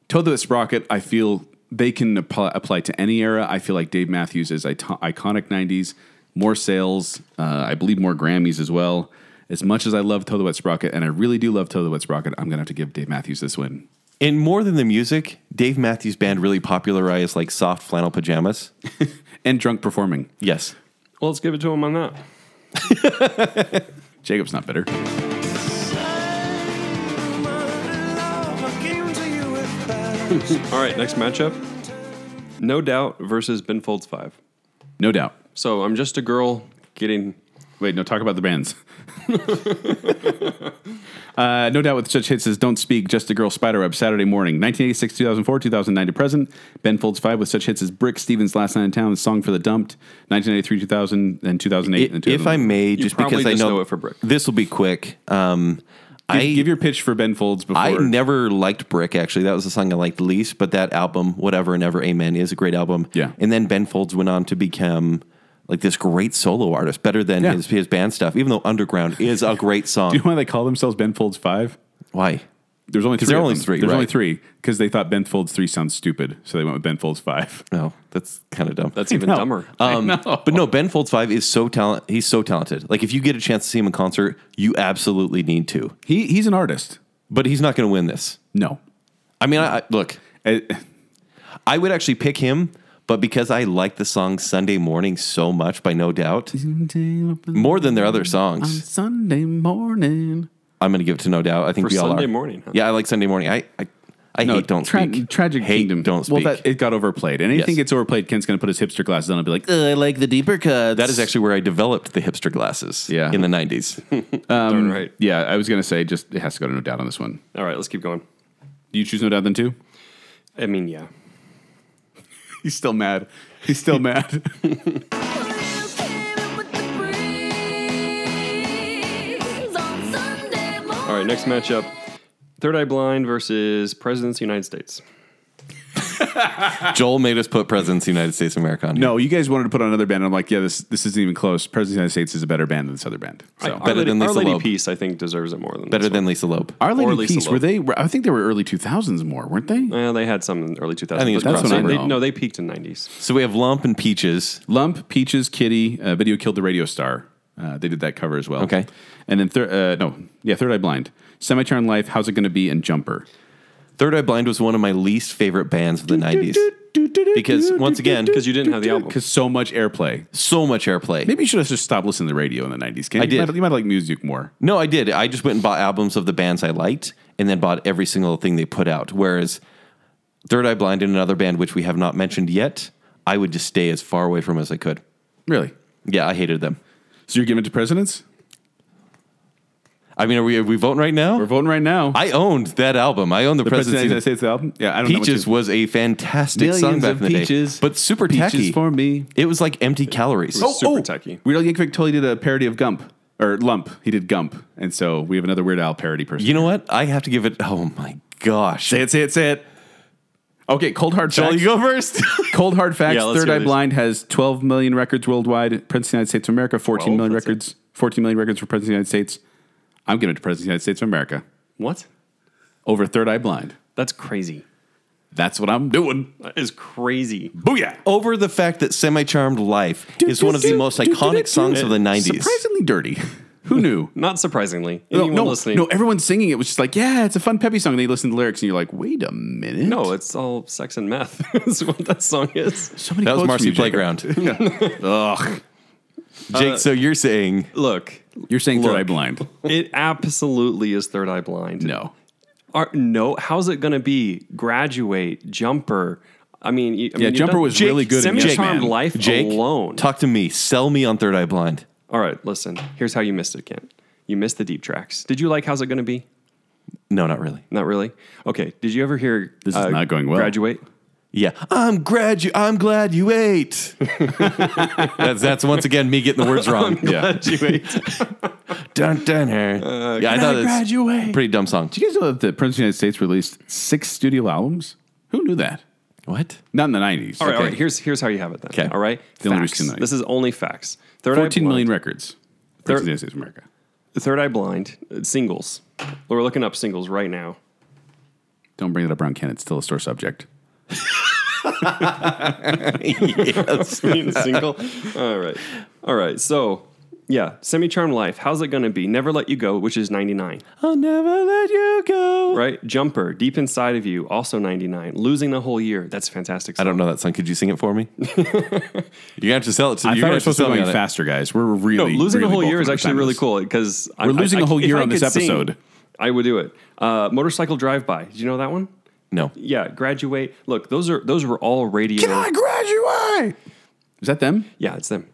B: Toad the Wet Sprocket, I feel they can apply, apply to any era. I feel like Dave Matthews is ito- iconic 90s, more sales, uh, I believe more Grammys as well. As much as I love Toad the Wet Sprocket, and I really do love Toad the Wet Sprocket, I'm going to have to give Dave Matthews this win.
C: And more than the music, Dave Matthews Band really popularized like soft flannel pajamas.
B: And drunk performing.
C: Yes,
D: Well, let's give it to him on that.
B: Jacob's not bitter.
D: All right, next matchup. No Doubt versus Ben Folds 5.
B: No doubt.
D: So I'm just a girl getting.
B: Wait, no, talk about the bands. uh, no doubt with such hits as Don't Speak, Just a Girl, Spiderweb, Saturday Morning, 1986, 2004, 2009 to present. Ben Folds 5 with such hits as Brick, Stevens, Last Night in Town, Song for the Dumped, 1993, 2000, and 2008. and
C: if I
B: 2011.
C: may, just
D: probably
C: because I
D: just
C: know,
D: know it for Brick.
C: this will be quick. Um, I
B: Give- give your pitch for Ben Folds before.
C: I never liked Brick, actually. That was the song I liked least, but that album, Whatever and Ever Amen, is a great album.
B: Yeah.
C: And then Ben Folds went on to become like this great solo artist, better than
B: Yeah.
C: his, his band stuff, even though Underground is a great song.
B: Do you know why they call themselves Ben Folds 5?
C: Why?
B: There's only three.
C: there are
B: of
C: only
B: them.
C: three,
B: There's
C: right.
B: only three because they thought Ben Folds 3 sounds stupid. So they went with Ben Folds 5.
C: No, that's kind of dumb.
D: That's even
B: No.
D: dumber.
C: Um, But no, Ben Folds Five is so talent. He's so talented. Like if you get a chance to see him in concert, you absolutely need to.
B: He, he's an artist.
C: But he's not going to win this.
B: No.
C: I mean, I, I look.
B: Uh,
C: I would actually pick him, but because I like the song Sunday Morning so much by No Doubt, more than their other songs,
B: Sunday morning.
C: I'm going to give it to No Doubt. I think
D: For
C: we all
D: Sunday
C: are.
D: morning, huh?
C: Yeah, I like Sunday Morning. I I, I hate Don't
B: tra-
C: Speak.
B: Tragic
C: hate
B: Kingdom.
C: Don't Speak.
B: Well, that, it got overplayed. And anything
C: Yes.
B: gets overplayed, Kent's going to put his hipster glasses on and be like, "Ugh, I like the deeper cuts.
C: that is actually where I developed the hipster glasses
B: Yeah. Um,
C: in the 90s.
D: Darn right.
B: Yeah, I was going to say, just it has to go to no doubt on this one.
D: All right, let's keep going.
B: Do you choose no doubt then too?
D: I mean, yeah.
B: He's still mad. He's still mad.
D: All right, next matchup Third Eye Blind versus Presidents of the United States.
C: Joel made us put Presidents of the United States of America on. here.
B: No, you guys wanted to put on another band. And I'm like, yeah, this this isn't even close. President of the United States is a better band than this other band. So.
D: Our
C: better
D: Lady-
C: than
D: Our
C: Lisa
D: Lady
C: Loeb.
D: Peace, I think, deserves it more than
C: better
D: this
C: than Lisa Loeb.
B: Our Lady
D: Or Lisa
B: Peace,
D: Loeb.
B: were they? I think they were early 2000s more, weren't they?
D: One. Yeah, they had some in the early 2000s.
C: I think it's
D: but
B: That's what I
D: they-
B: know.
D: No, they peaked in 90s.
C: So we have Lump and Peaches.
B: Lump, Peaches, Kitty, uh, Video Killed the Radio Star. Uh, they did that cover as well.
C: Okay.
B: And then, thir- uh, no, yeah, Third Eye Blind, Semi-Charmed Life, How's It Gonna Be, and Jumper.
C: Third Eye Blind was one of my least favorite bands of the '90s because once again,
D: Because you didn't have the album.
B: Because so much airplay.
C: so much airplay.
B: Maybe you should have just stopped listening to the radio in the 90s. Can
C: I
B: you?
C: did.
B: You might, you might like music more.
C: No, I did. I just went and bought albums of the bands I liked, and then bought every single thing they put out. Whereas Third Eye Blind and another band which we have not mentioned yet, I would just stay as far away from as I could.
B: Really?
C: Yeah, I hated them.
B: So you're giving it to presidents?
C: I mean, are we are we voting right now?
B: We're voting right now.
C: I owned that album. I owned the,
B: the president of the United
C: Presidents.
B: States album? Yeah, I don't know.
C: Peaches was a fantastic song
B: Millions
C: back
B: of
C: in the
B: peaches.
C: day, but super
B: Peaches Oh.
C: tacky.
B: for me.
C: It was like empty calories.
D: was super techie.
B: Weird Al Yankovic totally did a parody of Gump or Lump. He did Gump, and so we have another Weird Al parody person.
C: You know what? I have to give it. Oh my gosh!
B: say it, say it, say it. Okay, cold hard
C: Joel,
B: facts.
C: you go first.
B: Cold hard facts.
D: Yeah, let's
B: Third
D: hear
B: Eye
D: these.
B: Blind has 12 million records worldwide. President of the United States of America, 14
D: Twelve,
B: million
D: that's it.
B: records. 14 million records for President of the United States. I'm giving it to President of the United States of America
D: What?
B: over Third Eye Blind.
D: That's crazy.
B: That's what I'm doing.
D: That is crazy.
B: Booyah!
C: Over the fact that "Semi Charmed Life" is one of the most iconic songs of the '90s.
B: Surprisingly dirty. Who knew?
D: Not surprisingly.
B: No,
D: Anyone
B: no,
D: listening?
B: no, everyone's singing it was just like, yeah, it's a fun peppy song. And they listen to lyrics and you're like, wait a minute.
D: No, it's all sex and meth. is what that song is.
B: so many
C: That was
B: quotes
C: Marcy
B: from you, Jacob. Uh,
C: Playground. Ugh. Jake, so you're saying
D: Look,
B: You're saying Third
C: Look.
B: Eye Blind.
D: it absolutely is Third Eye Blind.
B: No.
D: Are, no, how's it going to be? Graduate, Jumper. I mean, you, I
B: Yeah,
D: mean,
B: Jumper was really good in
D: Semi
B: Yes
D: charmed
B: Man.
D: life
C: Jake
D: alone.
C: Talk to me. Sell me on Third Eye Blind.
D: All right, listen. Here's how you missed it, Kent. You missed the deep tracks. Did you like How's It Gonna Be?
C: No, not really.
D: Not really. Okay. Did you ever hear uh,
B: This is not going well.
D: Graduate?
C: Yeah, I'm glad you. I'm glad you ate. that's that's once again me getting the words wrong.
B: Yeah.
D: Graduate.
C: dun dun. Uh, yeah, I thought that's a
B: graduate.
C: pretty dumb song.
B: Do you guys know that the Prince of the United States released six studio albums? Who knew that?
C: What?
B: Not in the 90s.
D: all right, all
B: Okay.
D: right. Here's here's how you have it then.
C: Okay.
D: All right.
B: The only
D: Facts.
B: reason I-
D: This is only facts. Third
B: 14
D: Eye
B: million
D: Blind,
B: records. Prince of
D: Third-
B: the United States of America.
D: Third Eye Blind uh, singles. We're looking up singles right now.
B: Don't bring that up around Ken. It's still a sore subject.
C: yes.
D: single. All right. All right. So yeah, semi charmed life. How's it gonna be? Never let you go, which is ninety nine.
C: I'll never let you go.
D: Right? Jumper, deep inside of you, also ninety nine. Losing the whole year. That's a
C: I
D: fantastic. Song.
C: don't know that song. Could you sing it for me? you have to sell it to
B: I
C: me.
B: thought we were supposed to be going faster, guys. We're really
D: no, losing
B: really
D: the whole
B: both
D: year is
B: over
D: actually
B: time
D: really
B: this.
D: cool because
B: We're losing a whole year on this episode.
D: I would do it. Uh, motorcycle drive by. Did you know that one?
C: No.
D: Yeah, graduate. Look, those are those were all radio.
B: Can I graduate? Is that them?
D: yeah, it's them.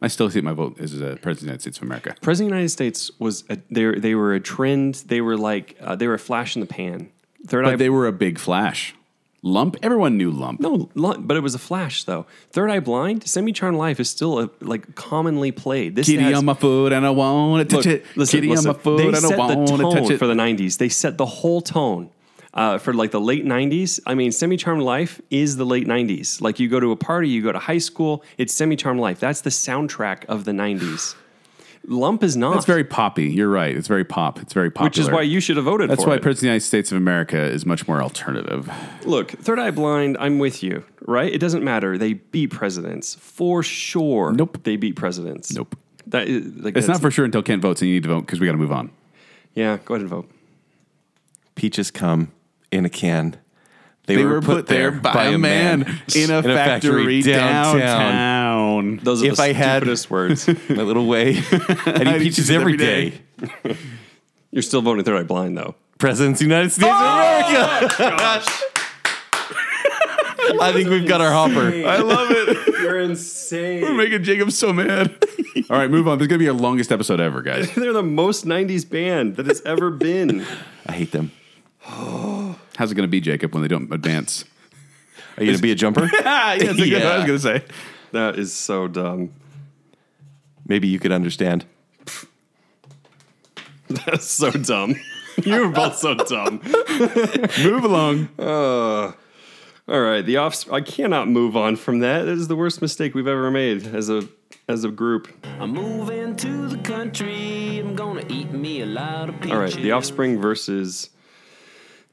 B: I still see my vote as a President of the United States of America.
D: President of the United States was a, they were- they were a trend. They were like uh, they were a flash in the pan. Third eye.
B: But they were a big flash. Lump. Everyone knew Lump.
D: no, lo- but it was a flash though. Third Eye Blind, Semi Charmed Life is still a, like commonly played. This
B: Kitty
D: has-
B: on my foot and I want to touch
D: Look,
B: it.
D: listen,
B: Kitty
D: listen.
B: on my foot
D: They
B: and I
D: set
B: want
D: the
B: to
D: tone
B: touch it.
D: for the '90s. They set the whole tone uh, for like the late '90s. I mean, Semi Charmed Life is the late '90s. Like you go to a party, you go to high school. It's Semi Charmed Life. That's the soundtrack of the '90s. Lump is not.
B: That's very poppy. You're right. It's very pop. It's very popular.
D: which is why you should have voted.
B: That's
D: for
B: why
D: it.
B: President of the United States of America is much more alternative.
D: Look, Third Eye Blind. I'm with you, right? It doesn't matter. They beat presidents for sure.
B: Nope.
D: They beat presidents.
B: Nope.
D: That is like
B: It's
D: that's-
B: not for sure until Kent votes and you need to vote because we got to move on.
D: Yeah, go ahead and vote.
C: Peaches come in a can.
B: They were put there by a man in a factory downtown.
D: Those are
C: If
D: the
C: I had-
D: stupidest words.
C: My little way. and he peaches every day.
D: You're still voting Third Eye Blind though.
C: Presidents of the United States of America. I think we've got our hopper.
B: I love it.
D: You're insane.
B: We're making Jacob so mad. All right, move on. This is going to be our longest episode ever, guys.
D: They're the most 90s band that has ever been.
C: I hate them.
B: How's it going to be, Jacob, when they don't advance?
C: Are you going to be a jumper?
B: Ah, yeah, that's
C: a good- I was
B: going to say.
D: that is so dumb.
C: Maybe you could understand.
D: That's so dumb. You were both so dumb.
B: Move along.
D: All right, the offs. I cannot move on from that. That is the worst mistake we've ever made as a as a group.
H: I'm moving to the country. I'm gonna eat me a lot of peaches.
D: All right, the offspring versus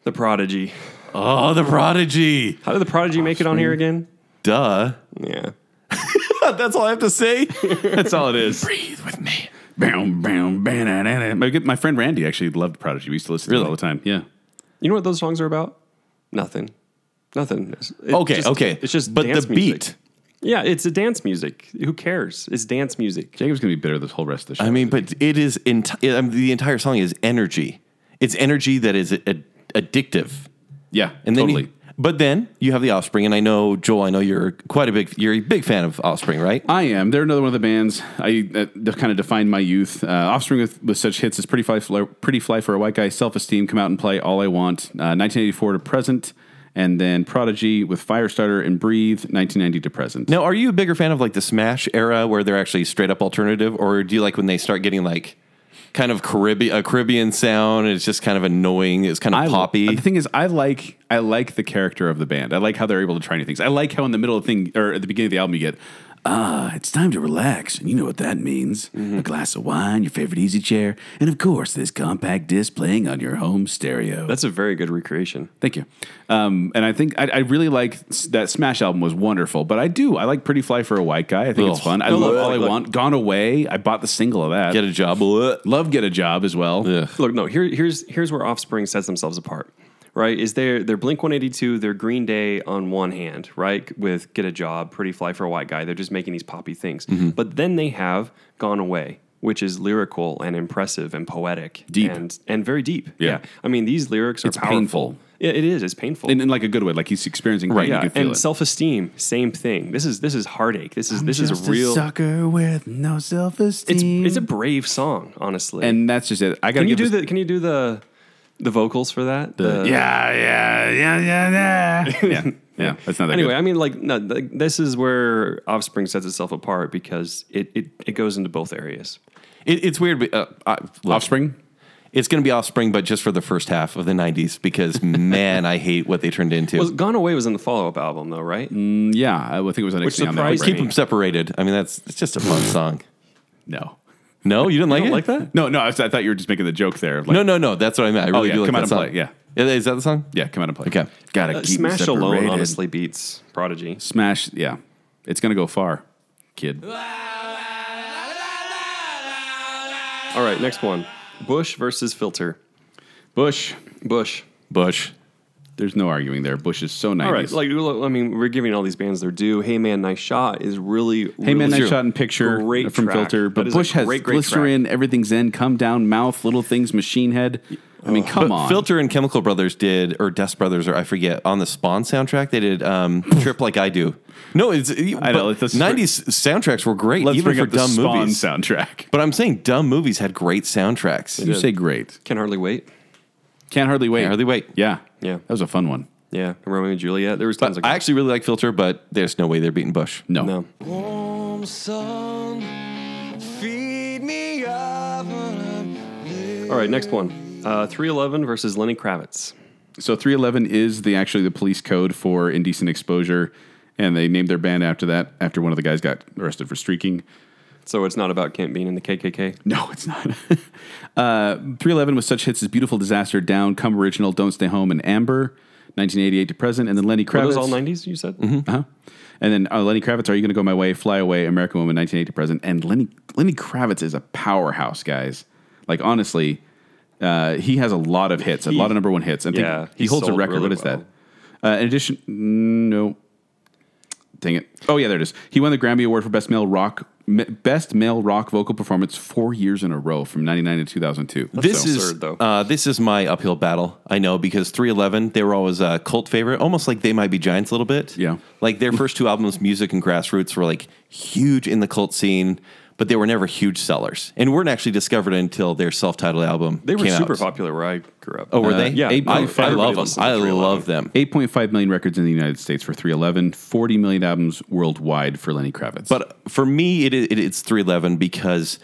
D: the prodigy.
C: Oh, the prodigy.
D: How did the prodigy make it on here again?
C: Duh.
D: Yeah.
B: Uh,
C: That's all I have to say.
D: That's all it is.
B: Breathe with me. Bam, bam, bam, my, good- my friend Randy actually loved Prodigy. We used to listen to it
C: Really?
B: all the time. Yeah.
D: You know what those songs are about? Nothing. Nothing. It's- it's
C: Okay,
D: just-
C: okay.
D: It's just
C: but
D: dance
C: the beat.
D: music. Yeah, it's a dance music. Who cares? It's dance music.
B: Jacob's going to be bitter this whole rest of the show.
C: I mean, but it is enti- I mean, the entire song is energy. It's energy that is ad- addictive.
B: yeah,
C: And then you-
B: totally.
C: but then you have the Offspring, and I know Joel. I know you're quite a big. You're a big fan of Offspring, right?
B: I am. They're another one of the bands I that kind of defined my youth. Uh, offspring with, with such hits as "Pretty Fly, Flo- Pretty Fly for a White Guy," "Self Esteem," "Come Out and Play," "All I Want," uh, 1984 to present, and then Prodigy with "Firestarter" and "Breathe," 1990 to present.
C: Now, are you a bigger fan of like the Smash era, where they're actually straight up alternative, or do you like when they start getting like kind of Caribbean a Caribbean sound? And it's just kind of annoying. It's kind of
B: I,
C: poppy.
B: The thing is, I like I like the character of the band. I like how they're able to try new things. I like how in the middle of thing or at the beginning of the album you get. Ah, it's time to relax, and you know what that means. A glass of wine, your favorite easy chair, and of course, this compact disc playing on your home stereo.
D: That's a very good recreation.
B: Thank you. Um, and I think I, I really like s- that Smash album was wonderful, but I do I like Pretty Fly for a White Guy. I think it's
C: Ugh.
B: fun. I
C: Ugh.
B: love All I
C: Ugh.
B: Want. Gone Away. I bought the single of that.
C: Get a job. Ugh.
B: love Get a Job as well.
D: Look, no, here, here's here's where Offspring sets themselves apart. Right? Is they're they're Blink 182, they're Green Day on one hand, right? With Get a Job, Pretty Fly for a White Guy. They're just making these poppy things. But then they have Gone Away, which is lyrical and impressive and poetic.
B: Deep.
D: And, and very deep.
B: Yeah.
D: I mean, these lyrics are
B: It's
D: powerful.
B: painful.
D: Yeah, it is. It's painful.
B: And in like a good way, like he's experiencing
C: Right,
B: pain,
D: yeah,
B: you can feel
D: and
B: it.
D: self-esteem, same thing. This is this is heartache. This is this is
B: Just
D: a real.
B: sucker with no self
D: it's
B: esteem.
D: it's a brave song, honestly.
B: and that's just it. I got
D: can you do
B: this,
D: the can you do the the vocals for that? The-
B: Yeah, yeah, yeah, yeah, yeah, yeah. Yeah, that's not that
D: Anyway,
B: good.
D: I mean, like, no, th- this is where Offspring sets itself apart because it, it, it goes into both areas.
C: It, it's weird. But, uh, I, look,
B: Offspring.
C: It's going to be Offspring, but just for the first half of the '90s, because man, I hate what they turned into.
D: Was Gone Away was in the follow up album though, right?
B: Yeah, I think it was the next thing on that.
D: surprised
B: right?
C: Keep them separated. I mean, that's it's just a fun song.
B: No,
C: No, you didn't like
D: don't
C: it.
D: like that?
B: no, no. I, was- I thought you were just making the joke there. Like,
C: No, no, no. That's what I meant. I really
B: Oh, yeah,
C: do like
B: Come
C: that
B: Out and
C: song.
B: Play, yeah.
C: yeah, is that the song?
B: Yeah, come out and play.
C: Okay.
B: gotta
D: Uh,
B: keep 'em
D: Smash alone
B: separated.
D: honestly beats Prodigy.
B: Smash, yeah, it's gonna go far, kid.
D: All right, next one: Bush versus Filter.
B: Bush,
D: Bush.
C: Bush.
B: there's no arguing there. Bush is so nice.
D: All right, like look, I mean, we're giving all these bands their due. Hey man, nice shot is really.
B: Hey man,
D: really
B: nice shot and picture
D: Great
B: from
D: track.
B: Filter,
D: That
B: but
D: is a
B: Bush has
D: great, great
B: glycerin, everything Zen, come down, mouth, little things, machine head. I mean, come on,
C: Filter and Chemical Brothers did, or Dust Brothers, or I forget, on the Spawn soundtrack, they did um, Trip Like I Do. No, it's
B: I
C: I
B: know,
C: know,
B: let's- let's bring-
C: 90s soundtracks were great,
B: Let's
C: even
B: bring
C: for
B: up the
C: dumb
B: Spawn
C: movies.
B: soundtrack.
C: But I'm saying dumb movies had great soundtracks.
B: You say great.
D: Can hardly wait.
B: Can't hardly wait.
C: Can't Hardly Wait.
B: Yeah,
D: Yeah.
B: That was a fun one.
D: Yeah, Romeo and Juliet. There was tons
C: But
D: of.
C: I actually really like Filter, but there's no way they're beating Bush.
B: No,
D: no.
E: Warm sun, feed me up.
D: All right, next one: uh, Three Eleven versus Lenny Kravitz.
B: So 311 is the actually the police code for indecent exposure, and they named their band after that after one of the guys got arrested for streaking.
D: So it's not about Kent being in the KKK.
B: No, it's not. uh, 311 with such hits as Beautiful Disaster, Down, Come Original, Don't Stay Home, and Amber, 1988 to present, and then Lenny
D: Were
B: Kravitz.
D: those all '90s? You said.
B: Uh-huh. And then uh, Lenny Kravitz, Are You Gonna Go My Way, Fly Away, American Woman, 1980 to present. And Lenny, Lenny Kravitz is a powerhouse, guys. Like, honestly, uh, he has a lot of hits, a lot of number one hits. And
D: Yeah,
B: he
D: he
B: holds a
D: sold
B: record.
D: really
B: what is
D: well.
B: that? Uh, in addition, no. Dang it. Oh, yeah, there it is. He won the Grammy Award for Best Male Rock. m- Best male rock vocal performance four years in a row from 99 to 2002.
C: This
D: so
C: is
D: absurd, though.
C: Uh, this is my uphill battle. I know because 311 they were always a cult favorite, almost like they might be Giants a little bit.
B: Yeah.
C: like their first two albums, Music and Grassroots, were like huge in the cult scene, but they were never huge sellers, and weren't actually discovered until their self-titled album.
D: They were
C: came
D: super
C: out.
D: popular where I grew up. Uh,
C: Oh, were they?
D: yeah,
C: I, I
D: everybody
C: love them.
D: listened to
C: I
D: 311.
C: love them.
B: 8.5 million records in the United States for 311, 40 million albums worldwide for Lenny Kravitz.
C: But for me, it, it it's 311 because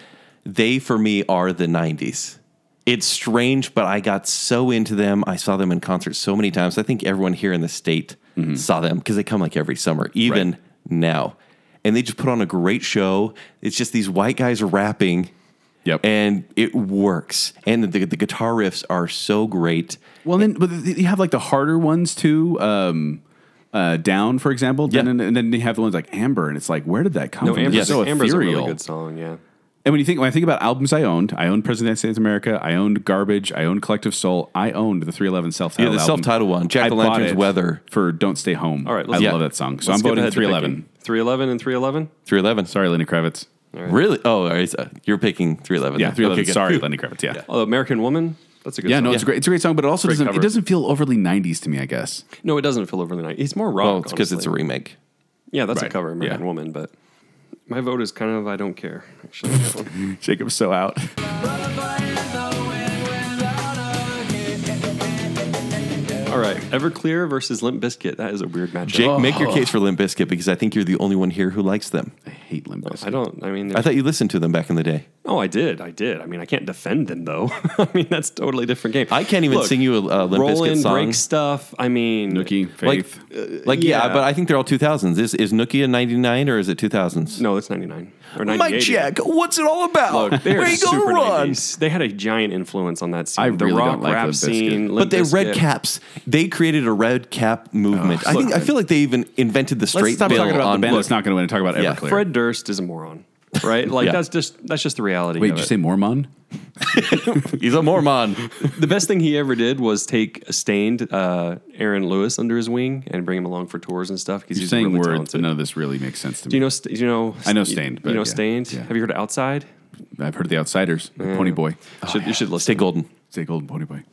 C: they for me are the 90s. It's strange, but I got so into them. I saw them in concert so many times. I think everyone here in the state Saw them because they come like every summer, even
B: Mm-hmm. Right.
C: now. And they just put on a great show. It's just these white guys rapping
B: Yep.
C: and it works. And the, the guitar riffs are so great.
B: Well, then, but th- you have like the harder ones too. Um, uh, down, for example.
C: Yeah.
B: Then, and then you have the ones like Amber, and it's like, where did that come
D: No,
B: from?
D: Amber's,
B: It's so
D: Amber's a really
B: ethereal.
D: good song. Yeah.
B: and when you think, when I think about albums I owned, I owned President of the States of America, I owned Garbage, I owned Collective Soul, I owned the 311 self-titled.
C: Yeah, the
B: album.
C: self-titled one, Jack
B: I
C: the
B: bought
C: Lantern's
B: it
C: Weather.
B: for "Don't Stay Home."
D: All right,
B: I
D: let's-
B: love
C: yeah.
B: that song, so I'm voting 311.
D: 311 and 311?
C: 311.
B: Sorry, Lenny Kravitz.
C: Really? Oh, all right, so you're picking 311.
B: Yeah,
C: then.
B: 311.
C: Okay, good.
B: Sorry, Lenny Kravitz. Yeah.
D: Oh, American Woman? That's a good
B: Yeah,
D: song.
B: no, it's a great, it's a great song, but it also
D: Great
B: doesn't, it
D: cover.
B: doesn't feel overly '90s to me. I guess.
D: No, it doesn't feel over the night. It's more rock.
C: Well, it's because it's a
D: honestly.
C: remake.
D: Yeah, that's
B: Right.
D: a cover, American
B: Yeah.
D: Woman, but my vote is kind of I don't care, actually. on that one.
B: Jacob's so out.
D: All right. Everclear versus Limp Bizkit. That is a weird matchup. Oh,
C: Jake, make your case for Limp Bizkit because I think you're the only one here who likes them.
B: I hate Limp Bizkit.
D: I don't, I mean,
C: I thought you listened to them back in the day.
D: oh, I did. I did. I mean, I can't defend them, though. I mean, that's a totally different game.
C: I can't even
D: Look,
C: sing you a, a Limp
D: roll in,
C: Bizkit song.
D: break stuff. I mean,
B: Nookie,
C: Like, uh,
B: Faith.
C: like yeah.
D: yeah.
C: but I think they're all 2000s. Is, is Nookie a 99 or is it 2000s?
D: no, it's 99 or 98.
C: Mike Jack, what's it all about?
D: Look, they're
C: Where you gonna
D: super
C: run?
D: 90s. They had a giant influence on that scene.
B: I
D: the
B: really
D: rock
B: don't like
D: rap
B: Limp Bizkit.
D: scene.
C: But
D: Limp
C: they red
D: Bizkit.
C: caps. They created a red cap movement. I think I feel like they even invented the straight
B: Let's stop
C: bill
B: talking about
C: on
B: the band
C: look,
B: that's not going to win and talk about
C: Yeah.
B: Everclear.
D: Fred Durst is a moron, right? Like
C: Yeah.
D: that's just that's just the reality.
B: Wait,
D: of
B: did you
D: it.
B: say Mormon?
C: He's a Mormon.
D: the best thing he ever did was take a stained uh, Aaron Lewis under his wing and bring him along for tours and stuff because
B: You're
D: he's
B: saying
D: really
B: words,
D: talented.
B: but none of this really makes sense to me.
D: do you know? St- Do you know?
B: I know
D: you-
B: Stained,
D: you
B: but
D: know
B: yeah,
D: stained.
B: yeah.
D: Have you heard of Outside?
B: I've heard of the Outsiders, Pony Boy.
D: should, You should
C: Stay
D: listen.
C: golden.
B: Say Golden Pony Boy.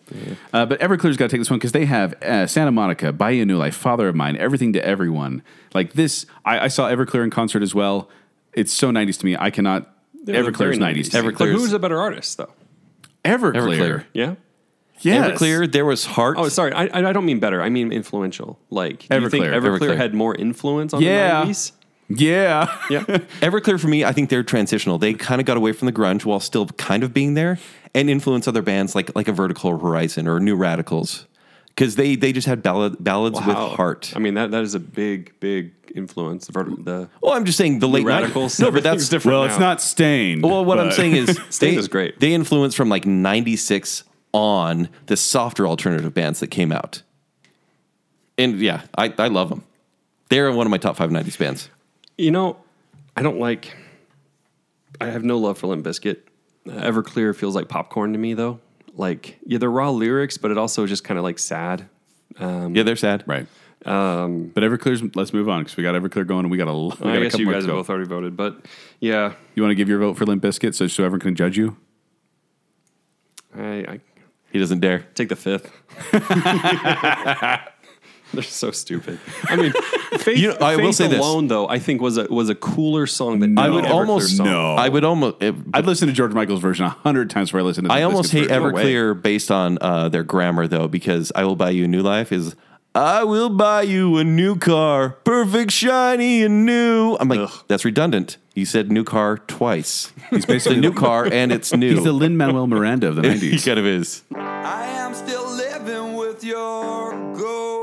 B: Uh, but Everclear's got to take this one because they have uh, Santa Monica, Bayou New Life, Father of Mine, Everything to Everyone. Like this, I, I saw Everclear in concert as well. It's so 90s to me. I cannot.
D: They're very
B: Everclear's 90s.
D: But
C: Everclear's-
D: who's a better artist though?
B: Everclear.
C: Everclear.
D: Yeah.
B: Yes.
C: Everclear. There was heart.
D: Oh, sorry. I, I- I don't mean better. I mean influential. Like, do you think
B: Everclear.
D: Everclear,
C: Everclear.
D: had more influence on
B: Yeah.
D: the 90s?
B: Yeah.
D: Yeah.
C: Everclear for me, I think they're transitional. They kind of got away from the grunge while still kind of being there and influence other bands like like a Vertical Horizon or New Radicals because they they just had ballad, ballads with
D: Wow.
C: heart.
D: I mean, that, that is a big, big influence. The, vert- the
C: well, I'm just saying the late
D: Radicals.
C: No, but that's
D: Everything's different
B: well,
D: now.
B: it's not stained.
C: Well, what I'm
B: but-
C: saying is,
D: Sting is great.
C: They influenced from like '96 on the softer alternative bands that came out, and yeah, I, I love them. They're one of my top five '90s bands.
D: You know, I don't like. I have no love for Limp Bizkit. Everclear feels like popcorn to me, though. Like, yeah, they're raw lyrics, but it also just kind of like sad.
C: Yeah, they're sad.
B: Right. Um, but Everclear's, let's move on because we got Everclear going and we got a, lo- we got
D: I
B: a
D: guess
B: couple
D: you
B: more
D: guys
B: to
D: have
B: go.
D: both already voted, but yeah,
B: You want to give your vote for Limp Bizkit so, so everyone can judge you?
D: I, I
C: He doesn't dare.
D: take the fifth. They're so stupid. I mean, Faith,
C: You know, I will
D: Faith
C: say this.
D: alone, though, I think was a was a cooler song than
C: I
D: any
C: would
D: Everclear
C: almost
D: song.
B: No.
C: I would almost. it-
B: I'd listen to George Michael's version a hundred times before I listen to.
C: I almost hate
B: ever
C: Everclear based on uh, their grammar though, because "I will buy you a new life" is "I will buy you a new car, perfect, shiny, and new." I'm like, that's redundant. You said "new car" twice. He's
B: basically
C: it's a new car, and it's new.
B: He's the Lin Manuel Miranda of the
C: he
B: nineties.
C: kind of is.
E: I am still living with your ghost.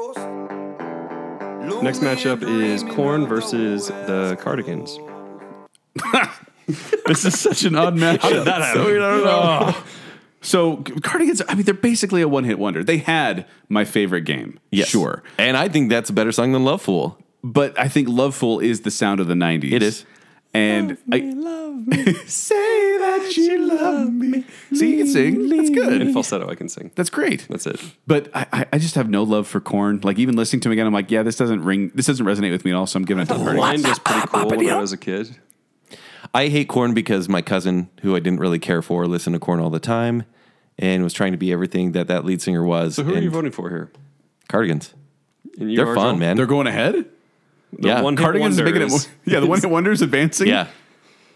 D: Next matchup is Corn versus the Cardigans.
B: this is such an odd matchup. How did that happen? So, Cardigans. I mean, they're basically a one-hit wonder. They had my favorite game.
C: Yes.
B: Sure,
C: And I think that's a better song than Love Fool.
B: but I think "Loveful" is the sound of the nineties.
C: It is.
B: And I say that you love me. See, you can sing. That's
D: In
B: good.
D: falsetto, I can sing.
B: That's great.
D: That's it.
B: But I, I- I just have no love for corn. Like even listening to him again, I'm like, yeah, this doesn't ring. This doesn't resonate with me at all. So I'm giving it to
D: The
B: Cardigans.
D: line was pretty cool when I was a kid.
C: I hate corn because my cousin, who I didn't really care for, listened to corn all the time and was trying to be everything that that lead singer was.
D: So who are
C: and
D: you voting for here?
C: Cardigans.
D: And you
C: They're
D: are
C: fun,
D: Joel?
C: man.
B: They're going ahead.
C: yeah.
D: one-
B: Cardigans is making it. More,
D: Wonders.
B: yeah, the one hit wonder is advancing.
C: yeah.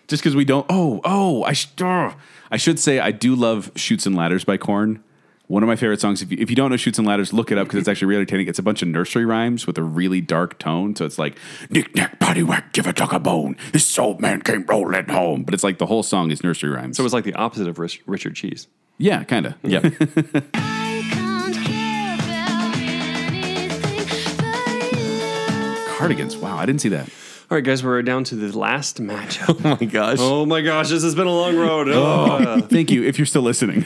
B: just because we don't. Oh, oh, I sh- oh. I should say I do love "Shoots and Ladders" by Korn. One of my favorite songs. If you, if you don't know "Shoots and Ladders," look it up because it's actually really entertaining. It's a bunch of nursery rhymes with a really dark tone. So it's like knick knack, patty whack, give a tuck a bone. This old man came rolling home. But it's like the whole song is nursery rhymes.
D: So it was like the opposite of Rich, Richard Cheese.
B: yeah, kind of.
C: Yeah.
G: I can't care about anything but you.
B: cardigans. Wow, I didn't see that.
D: All right, guys, we're down to the last matchup.
C: Oh my gosh.
D: oh my gosh, this has been a long road. Uh,
B: Thank you. If you're still listening,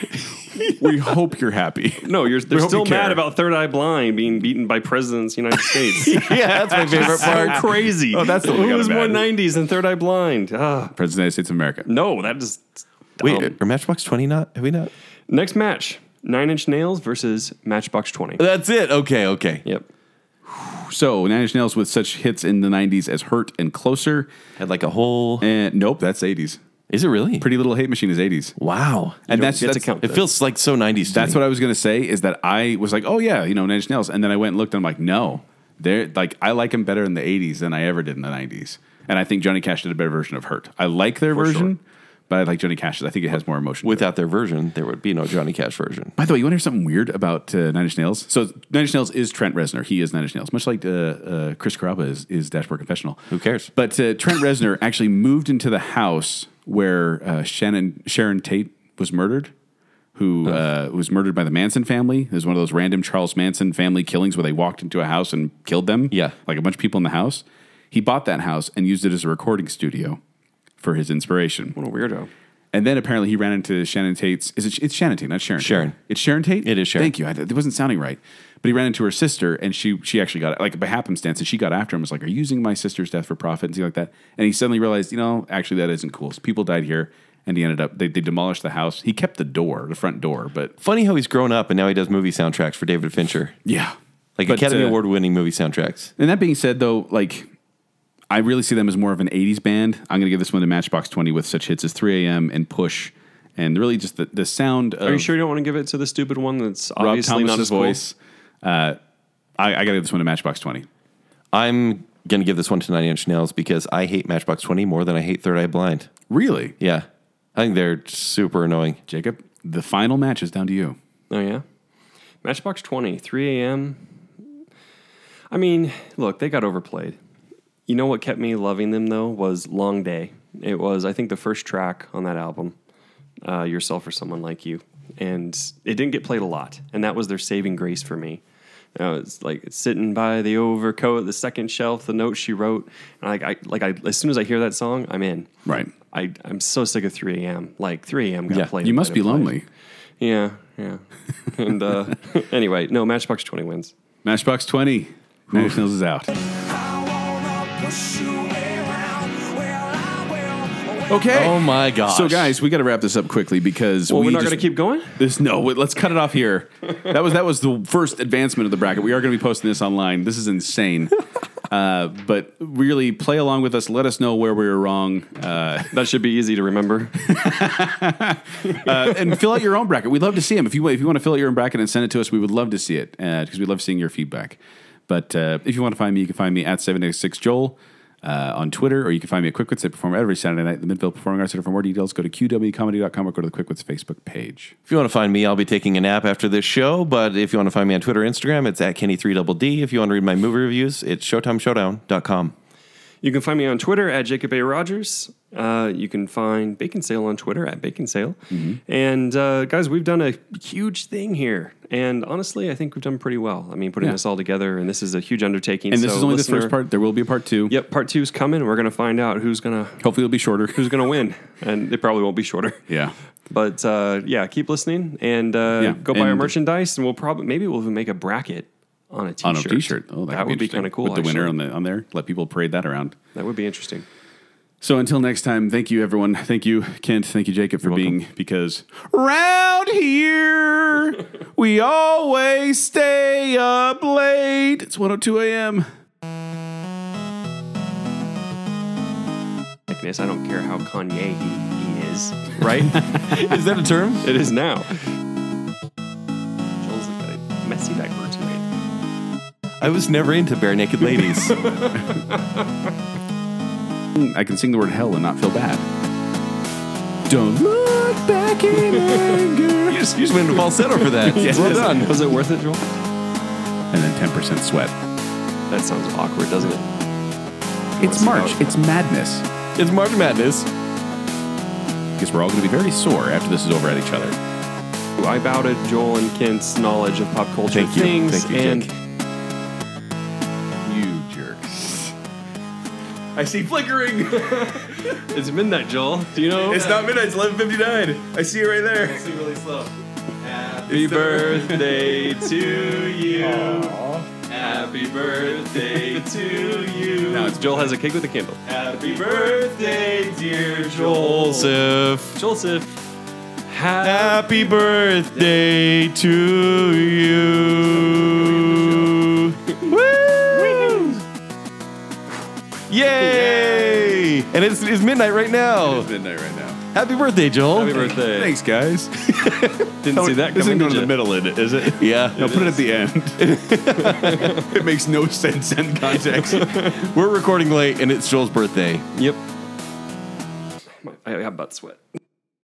B: we hope you're happy.
D: no, you're they're
B: We hope
D: still
B: you care.
D: mad about Third Eye Blind being beaten by presidents of the United States.
C: Yeah, that's my favorite
D: so
C: part.
D: crazy.
B: Oh, that's the one we
D: Who
B: got
D: was
B: mad at.
D: 190s and Third Eye Blind? Ah,
B: President of the United States of America.
D: no, that is dumb.
C: Wait, are Matchbox 20 not? Have we not?
D: Next match Nine Inch Nails versus Matchbox 20.
C: That's it. Okay, okay.
D: Yep.
B: So Nine Inch Nails with such hits in the '90s as "Hurt" and "Closer."
C: Had like a whole.
B: And nope, that's '80s.
C: Is it really?
B: Pretty Little Hate Machine is '80s.
C: Wow.
B: And that's,
D: get to
B: that's
D: count
C: It feels like so 90s. To
B: That's
C: me.
B: what I was gonna say. Is that I was like, oh yeah, you know, Nine Inch Nails, and then I went and looked, and I'm like, no, they're like, I like them better in the '80s than I ever did in the '90s, and I think Johnny Cash did a better version of "Hurt." I like their version, but I like Johnny Cash's. I think it has more emotion. to it.
C: Without their version, there would be no Johnny Cash version.
B: By the way, you want to hear something weird about uh, Nine Inch Nails? So Nine Inch Nails is Trent Reznor. He is Nine Inch Nails, much like uh, uh, Chris Caraba is, is Dashboard Confessional.
C: Who cares?
B: But uh, Trent Reznor actually moved into the house where uh, Shannon Sharon Tate was murdered, who uh, was murdered by the Manson family. It was one of those random Charles Manson family killings where they walked into a house and killed them.
C: Yeah.
B: like a bunch of people in the house. He bought that house and used it as a recording studio for his inspiration.
D: What a weirdo.
B: And then apparently he ran into Shannon Tate's. Is it? It's Shannon Tate, not Sharon. Tate.
C: Sharon.
B: It's Sharon Tate.
C: It is Sharon.
B: Thank you. I, it wasn't sounding right. But he ran into her sister, and she she actually got like by happenstance, and she got after him. Was like, "Are you using my sister's death for profit?" and things like that. And he suddenly realized, you know, actually that isn't cool. So people died here, and he ended up they, they demolished the house. He kept the door, the front door, but
C: Funny how he's grown up and now he does movie soundtracks for David Fincher.
B: yeah,
C: Like
B: But,
C: Academy
B: uh,
C: Award winning movie soundtracks.
B: And that being said, though, like I really see them as more of an '80s band. I'm going to give this one to Matchbox Twenty with such hits as "3 A.M." and "Push," and really just the the sound. Of
D: Are you sure you don't want to give it to the stupid one that's
B: Rob
D: obviously
B: Thomas's
D: not his
B: voice. Uh, I, I got to give this one to Matchbox Twenty.
C: I'm going to give this one to Nine Inch Nails because I hate Matchbox 20 more than I hate Third Eye Blind.
B: Really,
C: Yeah. I think they're super annoying.
B: Jacob? The final match is down to you.
D: Oh yeah, Matchbox Twenty, three a.m. I mean, look, they got overplayed. You know what kept me loving them though was Long Day. It was, I think, the first track on that album, uh, Yourself or Someone Like You, and it didn't get played a lot, and that was their saving grace for me. You know, it's like sitting by the overcoat, the second shelf, the note she wrote, and like I like I as soon as I hear that song, I'm in.
B: Right.
D: I I'm so sick of 3 a.m. Like 3 a.m. got
C: Yeah,
D: played.
B: You
D: and
B: must
D: played
B: be
D: and played.
B: lonely.
D: Yeah, yeah. And uh, anyway, no, Matchbox 20 wins.
B: Matchbox Twenty. Nationals is out. Okay.
C: Oh my gosh.
B: So guys, we got to wrap this up quickly because
D: Well,
B: we
D: we're not
B: just-
D: going to keep going?
B: This no, wait, let's cut it off here. That was that was the first advancement of the bracket. We are going to be posting this online. This is insane. Uh, but really, play along with us. Let us know where we were wrong, uh,
D: That should be easy to remember.
B: and fill out your own bracket. We'd love to see them. If you if you want to fill out your own bracket and send it to us, we would love to see it because we love seeing your feedback. But uh, if you want to find me, you can find me at seven eight six Joel. Uh, on Twitter, or you can find me at Quickwits. I perform every Saturday night at the Midville Performing Arts Center. For more details, go to qwcomedy.com or go to the Quickwits Facebook page.
C: If you want to find me, I'll be taking a nap after this show. But if you want to find me on Twitter or Instagram, it's at Kenny3DD. If you want to read my movie reviews, it's ShowtimeShowdown.com.
D: You can find me on Twitter at Jacob A. Rogers. Uh, you can find Bacon Sale on Twitter at Bacon Sale.
B: Mm-hmm.
D: And uh, guys, we've done a huge thing here. And honestly, I think we've done pretty well. I mean, putting
B: Yeah.
D: this all together, and this is a huge undertaking.
B: And this
D: So,
B: is only
D: listener-
B: the first part. There will be a part two.
D: Yep, part two's coming. We're going to find out who's going to
B: Hopefully, it'll be shorter.
D: who's going to win, and it probably won't be shorter.
B: yeah.
D: But uh, yeah, keep listening and uh,
B: Yeah,
D: go buy our
B: and-
D: merchandise, and we'll probably maybe we'll even make a bracket on a
B: on
D: t-shirt.
B: a T-shirt. Oh, that,
D: that,
B: could
D: would be
B: interesting.
D: kind of cool.
B: With the
D: actually.
B: winner on the on there, let people parade that around.
D: that would be interesting.
B: So until next time, thank you everyone. Thank you Kent. Thank you Jacob for being because round here we always stay up late. It's 102 a.m.
D: Thickness. I don't care how Kanye he, he is, right?
C: Is that a term?
D: it is now. Joel's like a messy diaper tonight.
C: I was never into bare naked ladies.
B: Mm, I can sing the word hell and not feel bad. Don't look back in anger.
C: you, just, you just went into falsetto for that. Well done.
D: Was it worth it, Joel?
B: And then 10% sweat.
D: That sounds awkward, doesn't it?
B: It's March. It's madness.
C: It's March Madness.
B: Because we're all going to be very sore after this is over at each other.
D: I bow to Joel and Kent's knowledge of pop culture
C: Thank you.
D: things
C: Thank you,
D: and
C: Jake.
B: You jerks. I see flickering.
D: It's midnight, Joel. Do you know?
B: It's not midnight. It's eleven fifty nine. I see it right there.
D: really slow. Happy birthday to you. Happy birthday to you. Now it's Joel has a cake with a candle. Happy birthday, dear Joel.
C: Joseph,
D: Joseph. Happy
C: happy birthday to you. Woo! Yay! And it's, it's midnight right now.
B: It's midnight right now.
C: Happy birthday, Joel. Oh,
D: birthday.
B: Thanks, guys.
D: Didn't see that
B: This isn't
D: coming.
B: going to
D: did ya?
B: the middle, in it, is it?
C: Yeah.
B: No, put it at the end. it makes no sense in context.
C: We're recording late and it's Joel's birthday.
D: Yep. I I got butt sweat.